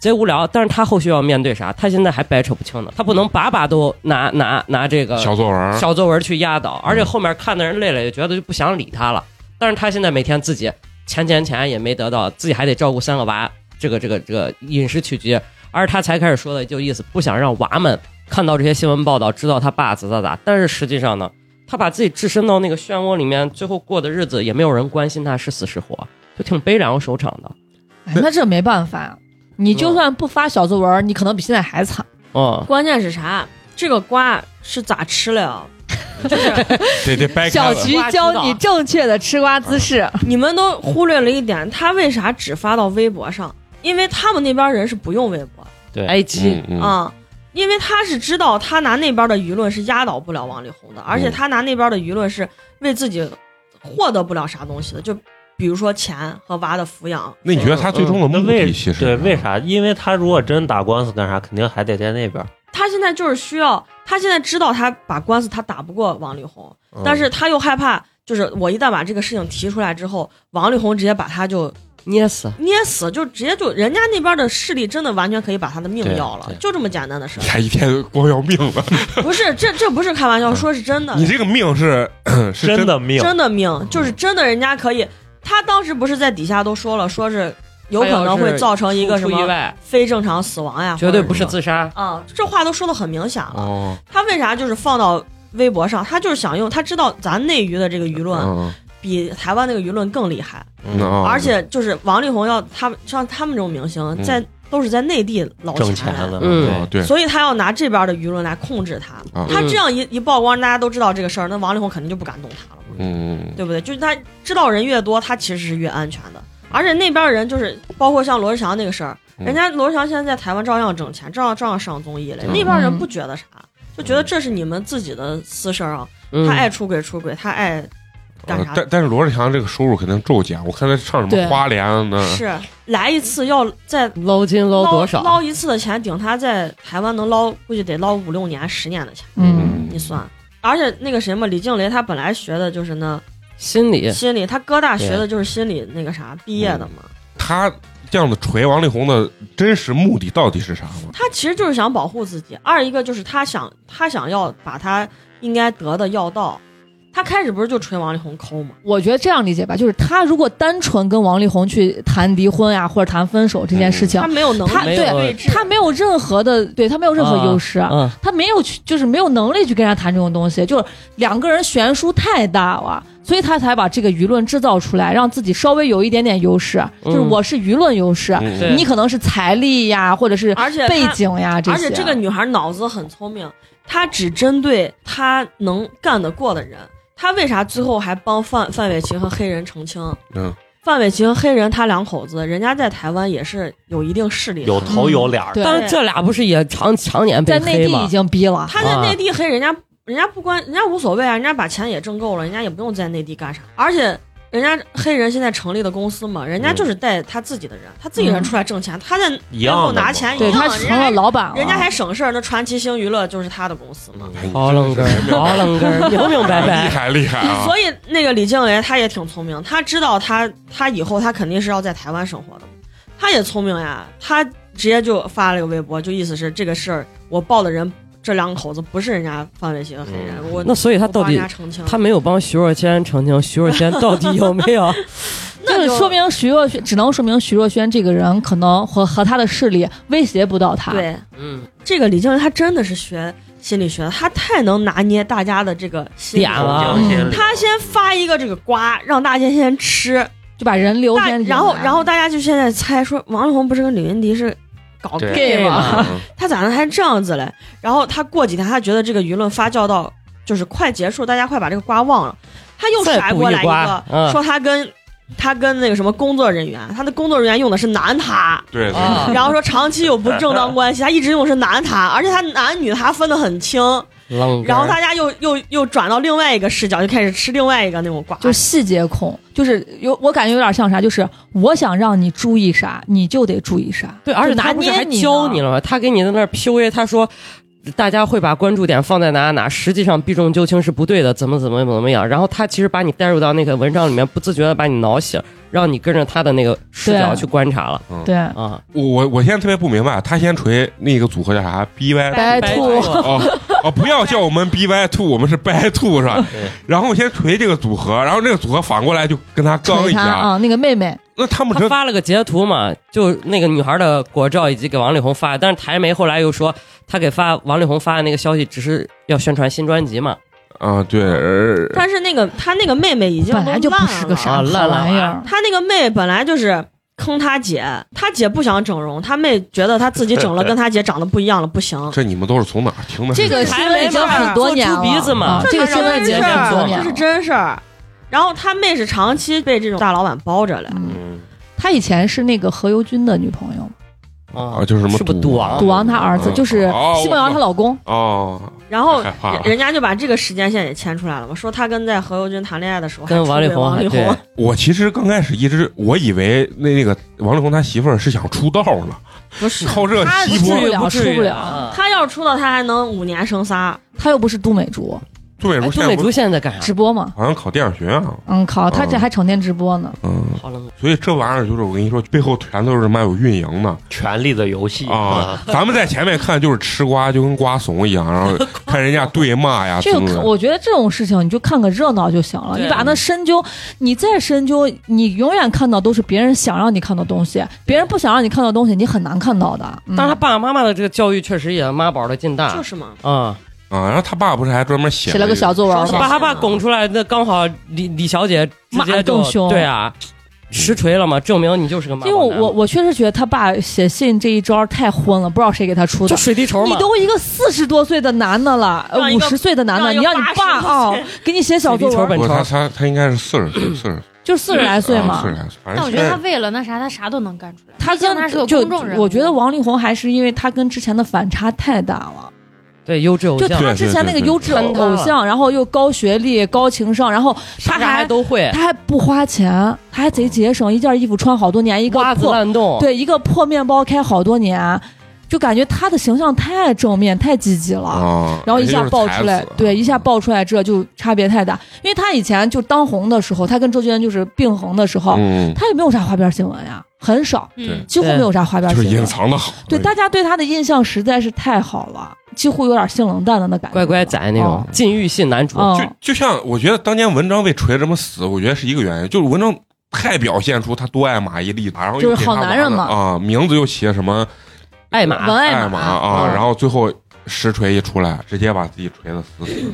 [SPEAKER 2] 贼无聊，但是他后续要面对啥？他现在还掰扯不清呢，他不能把把都拿拿拿这个
[SPEAKER 1] 小作文儿，
[SPEAKER 2] 小作文去压倒，而且后面看的人累了，也觉得就不想理他了。但是他现在每天自己钱钱钱也没得到，自己还得照顾三个娃，这个这个这个饮食起居。而他才开始说的就意思不想让娃们看到这些新闻报道，知道他爸咋咋咋。但是实际上呢，他把自己置身到那个漩涡里面，最后过的日子也没有人关心他是死是活，就挺悲凉收场的。
[SPEAKER 5] 哎那这没办法。你就算不发小作文儿，你可能比现在还惨。
[SPEAKER 2] 嗯，
[SPEAKER 4] 关键是啥？这个瓜是咋吃了呀？
[SPEAKER 1] 得得掰开
[SPEAKER 5] 小
[SPEAKER 1] 了。
[SPEAKER 5] 菊教你正确的吃瓜姿势，
[SPEAKER 4] 你们都忽略了一点，他为啥只发到微博上？因为他们那边人是不用微博
[SPEAKER 6] 对
[SPEAKER 2] 埃及，
[SPEAKER 1] 嗯嗯
[SPEAKER 4] 啊、因为他是知道他拿那边的舆论是压倒不了王力宏的，而且他拿那边的舆论是为自己获得不了啥东西的，就比如说钱和娃的抚养。
[SPEAKER 1] 那你觉得他最终的
[SPEAKER 6] 嗯那
[SPEAKER 1] 目
[SPEAKER 6] 为
[SPEAKER 1] 的其实
[SPEAKER 6] 对为啥？因为他如果真打官司干啥，肯定还得在那边。
[SPEAKER 4] 他现在就是需要，他现在知道他把官司他打不过王力宏，
[SPEAKER 6] 嗯
[SPEAKER 4] 但是他又害怕，就是我一旦把这个事情提出来之后，王力宏直接把他就
[SPEAKER 2] 捏死。
[SPEAKER 4] 捏死，就直接就人家那边的势力真的完全可以把他的命
[SPEAKER 6] 对
[SPEAKER 4] 要了
[SPEAKER 6] 对，
[SPEAKER 4] 就这么简单的事儿。
[SPEAKER 1] 他一天光要命了，
[SPEAKER 4] 不是，这这不是开玩笑，说是真 的
[SPEAKER 1] 你，这个命 是是
[SPEAKER 6] 真的命，
[SPEAKER 4] 真的命就是真的，人家可以。他当时不是在底下都说了，说是有可能会造成一个什
[SPEAKER 2] 出意
[SPEAKER 4] 么
[SPEAKER 2] 外，
[SPEAKER 4] 非正常死亡呀，
[SPEAKER 2] 绝对
[SPEAKER 4] 或者
[SPEAKER 2] 不是
[SPEAKER 4] 什么
[SPEAKER 2] 自杀。
[SPEAKER 4] 啊，这话都说的很明显了。
[SPEAKER 1] 哦，
[SPEAKER 4] 他为啥就是放到微博上？他就是想用，他知道咱内娱的这个舆论
[SPEAKER 1] 嗯，
[SPEAKER 4] 比台湾那个舆论更厉害，
[SPEAKER 1] 嗯哦
[SPEAKER 4] 而且就是王力宏要他们像他们这种明星在都是在内地捞
[SPEAKER 6] 挣
[SPEAKER 4] 钱
[SPEAKER 6] 钱
[SPEAKER 4] 来
[SPEAKER 6] 的，
[SPEAKER 2] 嗯
[SPEAKER 1] 哦对，
[SPEAKER 4] 所以他要拿这边的舆论来控制他。
[SPEAKER 1] 啊
[SPEAKER 4] 他这样一一曝光，大家都知道这个事儿，那王力宏肯定就不敢动他了嘛，
[SPEAKER 1] 嗯，
[SPEAKER 4] 对不对？就是他知道人越多，他其实是越安全的。而且那边人就是，包括像罗志祥那个事儿，
[SPEAKER 1] 嗯
[SPEAKER 4] 人家罗志祥现在在台湾照样挣钱，照样照样上综艺了。
[SPEAKER 1] 嗯
[SPEAKER 4] 那边人不觉得啥，就觉得这是你们自己的私事儿啊。
[SPEAKER 2] 嗯
[SPEAKER 4] 他爱出轨出轨，他爱干
[SPEAKER 1] 呃
[SPEAKER 4] 啥？
[SPEAKER 1] 但但是罗志祥这个收入肯定骤减，我看他上什
[SPEAKER 5] 对
[SPEAKER 1] 么花莲啊呢？
[SPEAKER 4] 是来一次要再
[SPEAKER 2] 捞金捞多少？
[SPEAKER 4] 捞一次的钱，顶他在台湾能捞，估计得捞五六年、十年的钱，
[SPEAKER 5] 嗯，
[SPEAKER 4] 你算。而且那个谁嘛，李静蕾她本来学的就是那
[SPEAKER 2] 心理
[SPEAKER 4] 心理，她哥大学的就是心理那个啥毕业的嘛。
[SPEAKER 1] 他这样子锤王力宏的真实目的到底是啥
[SPEAKER 5] 嗯
[SPEAKER 1] 吗？
[SPEAKER 4] 她其实就是想保护自己，二一个就是她想她想要把她应该得的要到。她开始不是就吹王力宏抠嘛，
[SPEAKER 5] 我觉得这样理解吧，就是他如果单纯跟王力宏去谈离婚呀、或者谈分手这件事情
[SPEAKER 4] 她，没有能
[SPEAKER 5] 他
[SPEAKER 4] 力
[SPEAKER 2] 没
[SPEAKER 5] 对
[SPEAKER 2] 有
[SPEAKER 4] 对峙，
[SPEAKER 5] 他没有任何的，对他没有任何优势，啊
[SPEAKER 2] 嗯，
[SPEAKER 5] 他没有去，就是没有能力去跟人家谈这种东西，就是两个人悬殊太大了，所以他才把这个舆论制造出来，让自己稍微有一点点优势，啊就
[SPEAKER 4] 嗯
[SPEAKER 5] 是我是舆论优势，
[SPEAKER 1] 嗯
[SPEAKER 2] 对
[SPEAKER 5] 你可能是财力呀，或者是
[SPEAKER 4] 而且她
[SPEAKER 5] 背景呀这些。啊
[SPEAKER 4] 而且这个女孩脑子很聪明，她只针对她能干得过的人。她为啥最后还帮范范玮琪和黑人澄清？
[SPEAKER 1] 嗯，
[SPEAKER 4] 范玮琪和黑人他两口子，人家在台湾也是有一定势力的。
[SPEAKER 6] 有头有脸儿。
[SPEAKER 5] 对
[SPEAKER 2] 但是这俩不是也常常年被
[SPEAKER 5] 在内
[SPEAKER 2] 黑
[SPEAKER 5] 地已
[SPEAKER 2] 吗？
[SPEAKER 5] 经逼了，
[SPEAKER 4] 他
[SPEAKER 2] 啊
[SPEAKER 4] 在内地黑人家，人家不关，人家无所谓啊，人家把钱也挣够了，人家也不用在内地干啥。而且人家黑人现在成立的公司嘛，人家
[SPEAKER 2] 嗯
[SPEAKER 4] 就是带他自己的人，他自己人出来挣钱，他在
[SPEAKER 2] 哦
[SPEAKER 6] 一
[SPEAKER 4] 背
[SPEAKER 6] 样的
[SPEAKER 4] 后
[SPEAKER 6] 嘛
[SPEAKER 4] 拿钱一
[SPEAKER 5] 对
[SPEAKER 4] 样，
[SPEAKER 5] 他
[SPEAKER 4] 人
[SPEAKER 5] 成
[SPEAKER 4] 家
[SPEAKER 5] 了
[SPEAKER 4] 还
[SPEAKER 5] 老板了，
[SPEAKER 4] 人家还省事儿，那传奇星娱乐就是他的公司嘛。
[SPEAKER 1] 哎你
[SPEAKER 6] 嗯
[SPEAKER 2] 好冷
[SPEAKER 1] 真
[SPEAKER 2] 根儿
[SPEAKER 1] 是，
[SPEAKER 2] 好冷根 儿，明明白
[SPEAKER 1] 厉
[SPEAKER 2] 白。
[SPEAKER 1] 害厉害啊！
[SPEAKER 4] 嗯所以那个李静蕾她也挺聪明，她知道她她以后她肯定是要在台湾生活的，他也聪明呀，他直接就发了个微博，就意思是这个事儿我报的人这两口子不是人家范玮琪和黑人，
[SPEAKER 6] 嗯
[SPEAKER 4] 我
[SPEAKER 2] 那所以他
[SPEAKER 4] 我
[SPEAKER 2] 到
[SPEAKER 4] 帮人
[SPEAKER 2] 底
[SPEAKER 4] 家澄清，
[SPEAKER 2] 他没有帮徐若瑄澄清，徐若瑄到底有没有？
[SPEAKER 5] 就
[SPEAKER 4] 那
[SPEAKER 5] 是说明徐若瑄，只能说明徐若瑄这个人可能和和他的势力威胁不到他。，
[SPEAKER 4] 对
[SPEAKER 2] 嗯，
[SPEAKER 4] 这个李静他真的是学心理学的，他太能拿捏大家的这个心理
[SPEAKER 6] 哎
[SPEAKER 2] 点了
[SPEAKER 4] 嗯
[SPEAKER 6] 嗯
[SPEAKER 4] 他先发一个这个瓜，让大家先吃，
[SPEAKER 5] 就把人留
[SPEAKER 4] 大
[SPEAKER 5] 先
[SPEAKER 4] 然后然后大家就现在猜说王力宏不是跟李云迪是搞
[SPEAKER 6] 对
[SPEAKER 4] gay 吗？
[SPEAKER 2] 啊
[SPEAKER 6] 嗯
[SPEAKER 4] 他咋能还这样子嘞？然后他过几天他觉得这个舆论发酵到就是快结束，大家快把这个瓜忘了，他又
[SPEAKER 2] 再
[SPEAKER 4] 甩
[SPEAKER 2] 补
[SPEAKER 4] 过
[SPEAKER 2] 一
[SPEAKER 4] 来一
[SPEAKER 2] 瓜
[SPEAKER 4] 个、
[SPEAKER 2] 嗯
[SPEAKER 4] 说他跟他跟那个什么工作人员，他的工作人员用的是男他。
[SPEAKER 1] 对对
[SPEAKER 2] 啊
[SPEAKER 4] 然后说长期有不正当关系，他一直用的是男他，而且他男女他分得很清，
[SPEAKER 2] 浪
[SPEAKER 4] 然后大家又又又转到另外一个视角，就开始吃另外一个那种瓜，
[SPEAKER 5] 就细节控，就是有我感觉有点像啥，就是我想让你注意啥，你就得注意啥。
[SPEAKER 2] 对，而且他
[SPEAKER 5] 拿
[SPEAKER 2] 不是
[SPEAKER 5] 捏
[SPEAKER 2] 还
[SPEAKER 5] 你
[SPEAKER 2] 教
[SPEAKER 5] 呢
[SPEAKER 2] 你了吗？他给你在那儿 PUA，他说。大家会把关注点放在哪哪，实际上避重就轻是不对的，怎么怎么怎么样。然后他其实把你带入到那个文章里面，不自觉的把你挠醒，让你跟着他的那个视
[SPEAKER 5] 对
[SPEAKER 2] 角去观察了
[SPEAKER 5] 对，
[SPEAKER 2] 啊。
[SPEAKER 1] 我我我现在特别不明白，他先锤那个组合叫啥 BY
[SPEAKER 5] 白兔
[SPEAKER 1] 哦哦，不要叫我们 BY two，我们是 BY two 是吧
[SPEAKER 6] 对？
[SPEAKER 1] 然后先锤这个组合，然后这个组合反过来就跟他刚
[SPEAKER 5] 捶
[SPEAKER 1] 一
[SPEAKER 5] 他
[SPEAKER 1] 下，
[SPEAKER 5] 啊，那个妹妹，
[SPEAKER 1] 那他们
[SPEAKER 2] 他
[SPEAKER 1] 这
[SPEAKER 2] 发了个截图嘛，就那个女孩的国照以及给王力宏发的，但是台媒后来又说他给发王力宏发的那个消息只是要宣传新专辑嘛，
[SPEAKER 1] 啊对，呃
[SPEAKER 4] 但是那个他那个妹妹已经
[SPEAKER 5] 本来就
[SPEAKER 4] 都烂
[SPEAKER 5] 不是个
[SPEAKER 4] 了
[SPEAKER 5] 啥
[SPEAKER 2] 啊烂
[SPEAKER 5] 好
[SPEAKER 2] 了
[SPEAKER 5] 玩意儿，
[SPEAKER 4] 他那个妹本来就是坑他姐，他姐不想整容，他妹觉得他自己 整了跟他姐长得不一样了，不行。
[SPEAKER 1] 呃这你们都是从哪儿听的？
[SPEAKER 5] 这个
[SPEAKER 2] 台
[SPEAKER 5] 新
[SPEAKER 2] 媒
[SPEAKER 5] 闻已经
[SPEAKER 2] 嘛
[SPEAKER 5] 很多
[SPEAKER 2] 做
[SPEAKER 5] 年
[SPEAKER 2] 猪
[SPEAKER 5] 了，
[SPEAKER 2] 鼻子嘛
[SPEAKER 5] 啊这个新闻已经
[SPEAKER 2] 是
[SPEAKER 4] 这
[SPEAKER 5] 很多
[SPEAKER 2] 做
[SPEAKER 5] 年
[SPEAKER 4] 这
[SPEAKER 5] 了
[SPEAKER 4] 是。真事儿。然后他妹是长期被这种大老板包着嘞，
[SPEAKER 5] 嗯，
[SPEAKER 6] 嗯
[SPEAKER 5] 他以前是那个何猷君的女朋友，
[SPEAKER 2] 啊
[SPEAKER 1] 啊，就是什么
[SPEAKER 2] 是不是赌王
[SPEAKER 5] 赌王他儿子，
[SPEAKER 1] 嗯
[SPEAKER 5] 就是
[SPEAKER 1] 哦
[SPEAKER 5] 奚梦瑶她老公。
[SPEAKER 1] 哦，
[SPEAKER 4] 然后
[SPEAKER 1] 太怕了
[SPEAKER 4] 人家就把这个时间线也牵出来了嘛，说他跟在何猷君谈恋爱的时候还
[SPEAKER 2] 跟王力
[SPEAKER 4] 出轨
[SPEAKER 2] 宏
[SPEAKER 4] 王力
[SPEAKER 2] 对
[SPEAKER 4] 宏，
[SPEAKER 1] 我其实刚开始一直我以为那那个王力宏他媳妇儿是想出道呢，
[SPEAKER 2] 不是
[SPEAKER 1] 靠这
[SPEAKER 4] 他
[SPEAKER 1] 西
[SPEAKER 5] 不
[SPEAKER 1] 坡
[SPEAKER 5] 至于
[SPEAKER 2] 不
[SPEAKER 5] 出不了
[SPEAKER 2] 啊
[SPEAKER 4] 他要是出道，他还能五年生仨。
[SPEAKER 5] 她又不是杜美竹，
[SPEAKER 1] 杜美
[SPEAKER 2] 哎
[SPEAKER 1] 竹
[SPEAKER 2] 杜
[SPEAKER 1] 现在
[SPEAKER 2] 美
[SPEAKER 1] 不
[SPEAKER 2] 竹
[SPEAKER 1] 是
[SPEAKER 2] 现在在干啥？
[SPEAKER 5] 直播嘛。
[SPEAKER 1] 好像考电影学院啊，
[SPEAKER 5] 嗯，靠，她这
[SPEAKER 1] 嗯
[SPEAKER 5] 还成天直播呢。
[SPEAKER 1] 嗯，
[SPEAKER 2] 好冷
[SPEAKER 1] 所以这玩意儿就是我跟你说，背后全都是妈有运营的
[SPEAKER 6] 权力的游戏嗯
[SPEAKER 1] 啊！，咱们在前面看就是吃瓜，就跟瓜怂一样，然后看人家对骂呀，
[SPEAKER 5] 这
[SPEAKER 1] 怎
[SPEAKER 5] 个
[SPEAKER 1] 么怎
[SPEAKER 5] 看
[SPEAKER 1] 么。
[SPEAKER 5] 我觉得这种事情你就看个热闹就行了。
[SPEAKER 2] 对
[SPEAKER 5] 你把那深究，你再深究，你永远看到都是别人想让你看到东西，别人不想让你看到东西，你很难看到的。嗯
[SPEAKER 2] 但是他爸爸妈妈的这个教育确实也妈宝的劲大
[SPEAKER 4] 就是嘛，
[SPEAKER 2] 啊！
[SPEAKER 1] 啊，然后他爸不是还专门写
[SPEAKER 5] 写了个
[SPEAKER 1] 一
[SPEAKER 5] 小作文
[SPEAKER 4] 说
[SPEAKER 2] 把
[SPEAKER 5] 吗
[SPEAKER 4] 实？
[SPEAKER 2] 他爸拱出来，那刚好李李小姐直
[SPEAKER 5] 啊骂
[SPEAKER 2] 接
[SPEAKER 5] 得
[SPEAKER 2] 就
[SPEAKER 5] 更凶
[SPEAKER 2] 对啊，
[SPEAKER 1] 嗯
[SPEAKER 2] 实锤了嘛，证明你就是个妈
[SPEAKER 5] 因
[SPEAKER 2] 宝
[SPEAKER 5] 为
[SPEAKER 2] 男。
[SPEAKER 5] 我我我确实觉得他爸写信这一招太昏了，不知道谁给他出
[SPEAKER 2] 就
[SPEAKER 5] 的。
[SPEAKER 2] 水滴筹
[SPEAKER 5] 你
[SPEAKER 2] 嘛，
[SPEAKER 5] 都一个四十多岁的男的了，呃
[SPEAKER 4] 让一
[SPEAKER 5] 五
[SPEAKER 4] 个
[SPEAKER 5] 十岁的男的，
[SPEAKER 4] 让一
[SPEAKER 5] 你
[SPEAKER 4] 个
[SPEAKER 5] 让你爸啊、
[SPEAKER 4] 80
[SPEAKER 5] 哦给你写小
[SPEAKER 2] 水
[SPEAKER 5] 作
[SPEAKER 2] 滴筹
[SPEAKER 5] 文，
[SPEAKER 2] 本
[SPEAKER 1] 不，他
[SPEAKER 2] 超
[SPEAKER 1] 他他应该是四十岁，四十啊
[SPEAKER 5] 就四十来岁嘛。
[SPEAKER 1] 四十来岁，反
[SPEAKER 3] 但
[SPEAKER 1] 正
[SPEAKER 3] 我
[SPEAKER 1] 现
[SPEAKER 3] 觉得他
[SPEAKER 1] 在
[SPEAKER 3] 为了那啥，他啥都能干出来。
[SPEAKER 5] 他
[SPEAKER 3] 毕竟
[SPEAKER 5] 跟
[SPEAKER 3] 他是个
[SPEAKER 5] 就
[SPEAKER 3] 公众人物，
[SPEAKER 5] 我觉得王力宏还是因为他跟之前的反差太大了，
[SPEAKER 2] 对优质偶
[SPEAKER 5] 就
[SPEAKER 2] 像，
[SPEAKER 5] 他之前那个优质偶
[SPEAKER 2] 对对对对
[SPEAKER 5] 偶像，然后又高学历、高情商，然后他
[SPEAKER 2] 啥啥
[SPEAKER 5] 还
[SPEAKER 2] 都会，
[SPEAKER 5] 他还不花钱，他还贼节省，一件衣服穿好多年，一个
[SPEAKER 2] 瓜子
[SPEAKER 5] 破
[SPEAKER 2] 烂冻，
[SPEAKER 5] 对一个破面包开好多年，就感觉他的形象太正面、太积极了。
[SPEAKER 1] 啊，
[SPEAKER 5] 然后一下
[SPEAKER 1] 人家
[SPEAKER 5] 爆
[SPEAKER 1] 就是才
[SPEAKER 5] 出来
[SPEAKER 1] 子，
[SPEAKER 5] 对，一下爆出来，这就差别太大。因为他以前就当红的时候，他跟周杰伦就是并横的时候，
[SPEAKER 1] 嗯，
[SPEAKER 5] 他也没有啥花边新闻呀，很少，
[SPEAKER 1] 对
[SPEAKER 3] 嗯，
[SPEAKER 5] 几乎
[SPEAKER 2] 对
[SPEAKER 5] 没有啥花边
[SPEAKER 1] 就是
[SPEAKER 5] 新闻
[SPEAKER 1] 隐。藏的好，
[SPEAKER 5] 对，大家对他的印象实在是太好了，几乎有点性冷淡的那感觉。
[SPEAKER 2] 乖乖仔那种禁欲系男主，
[SPEAKER 5] 哦，
[SPEAKER 1] 就
[SPEAKER 5] 嗯，
[SPEAKER 1] 就像我觉得当年文章被锤这么死，我觉得是一个原因，就是文章太表现出他多爱马伊琍了，然后又
[SPEAKER 5] 就是
[SPEAKER 1] 给他
[SPEAKER 5] 好男人
[SPEAKER 1] 娃
[SPEAKER 5] 嘛
[SPEAKER 1] 了啊，名字又起什么
[SPEAKER 2] 爱
[SPEAKER 5] 文
[SPEAKER 2] 玛
[SPEAKER 5] 爱
[SPEAKER 1] 爱马
[SPEAKER 5] 嗯
[SPEAKER 1] 啊，然后最后实锤一出来，直接把自己锤的死死的。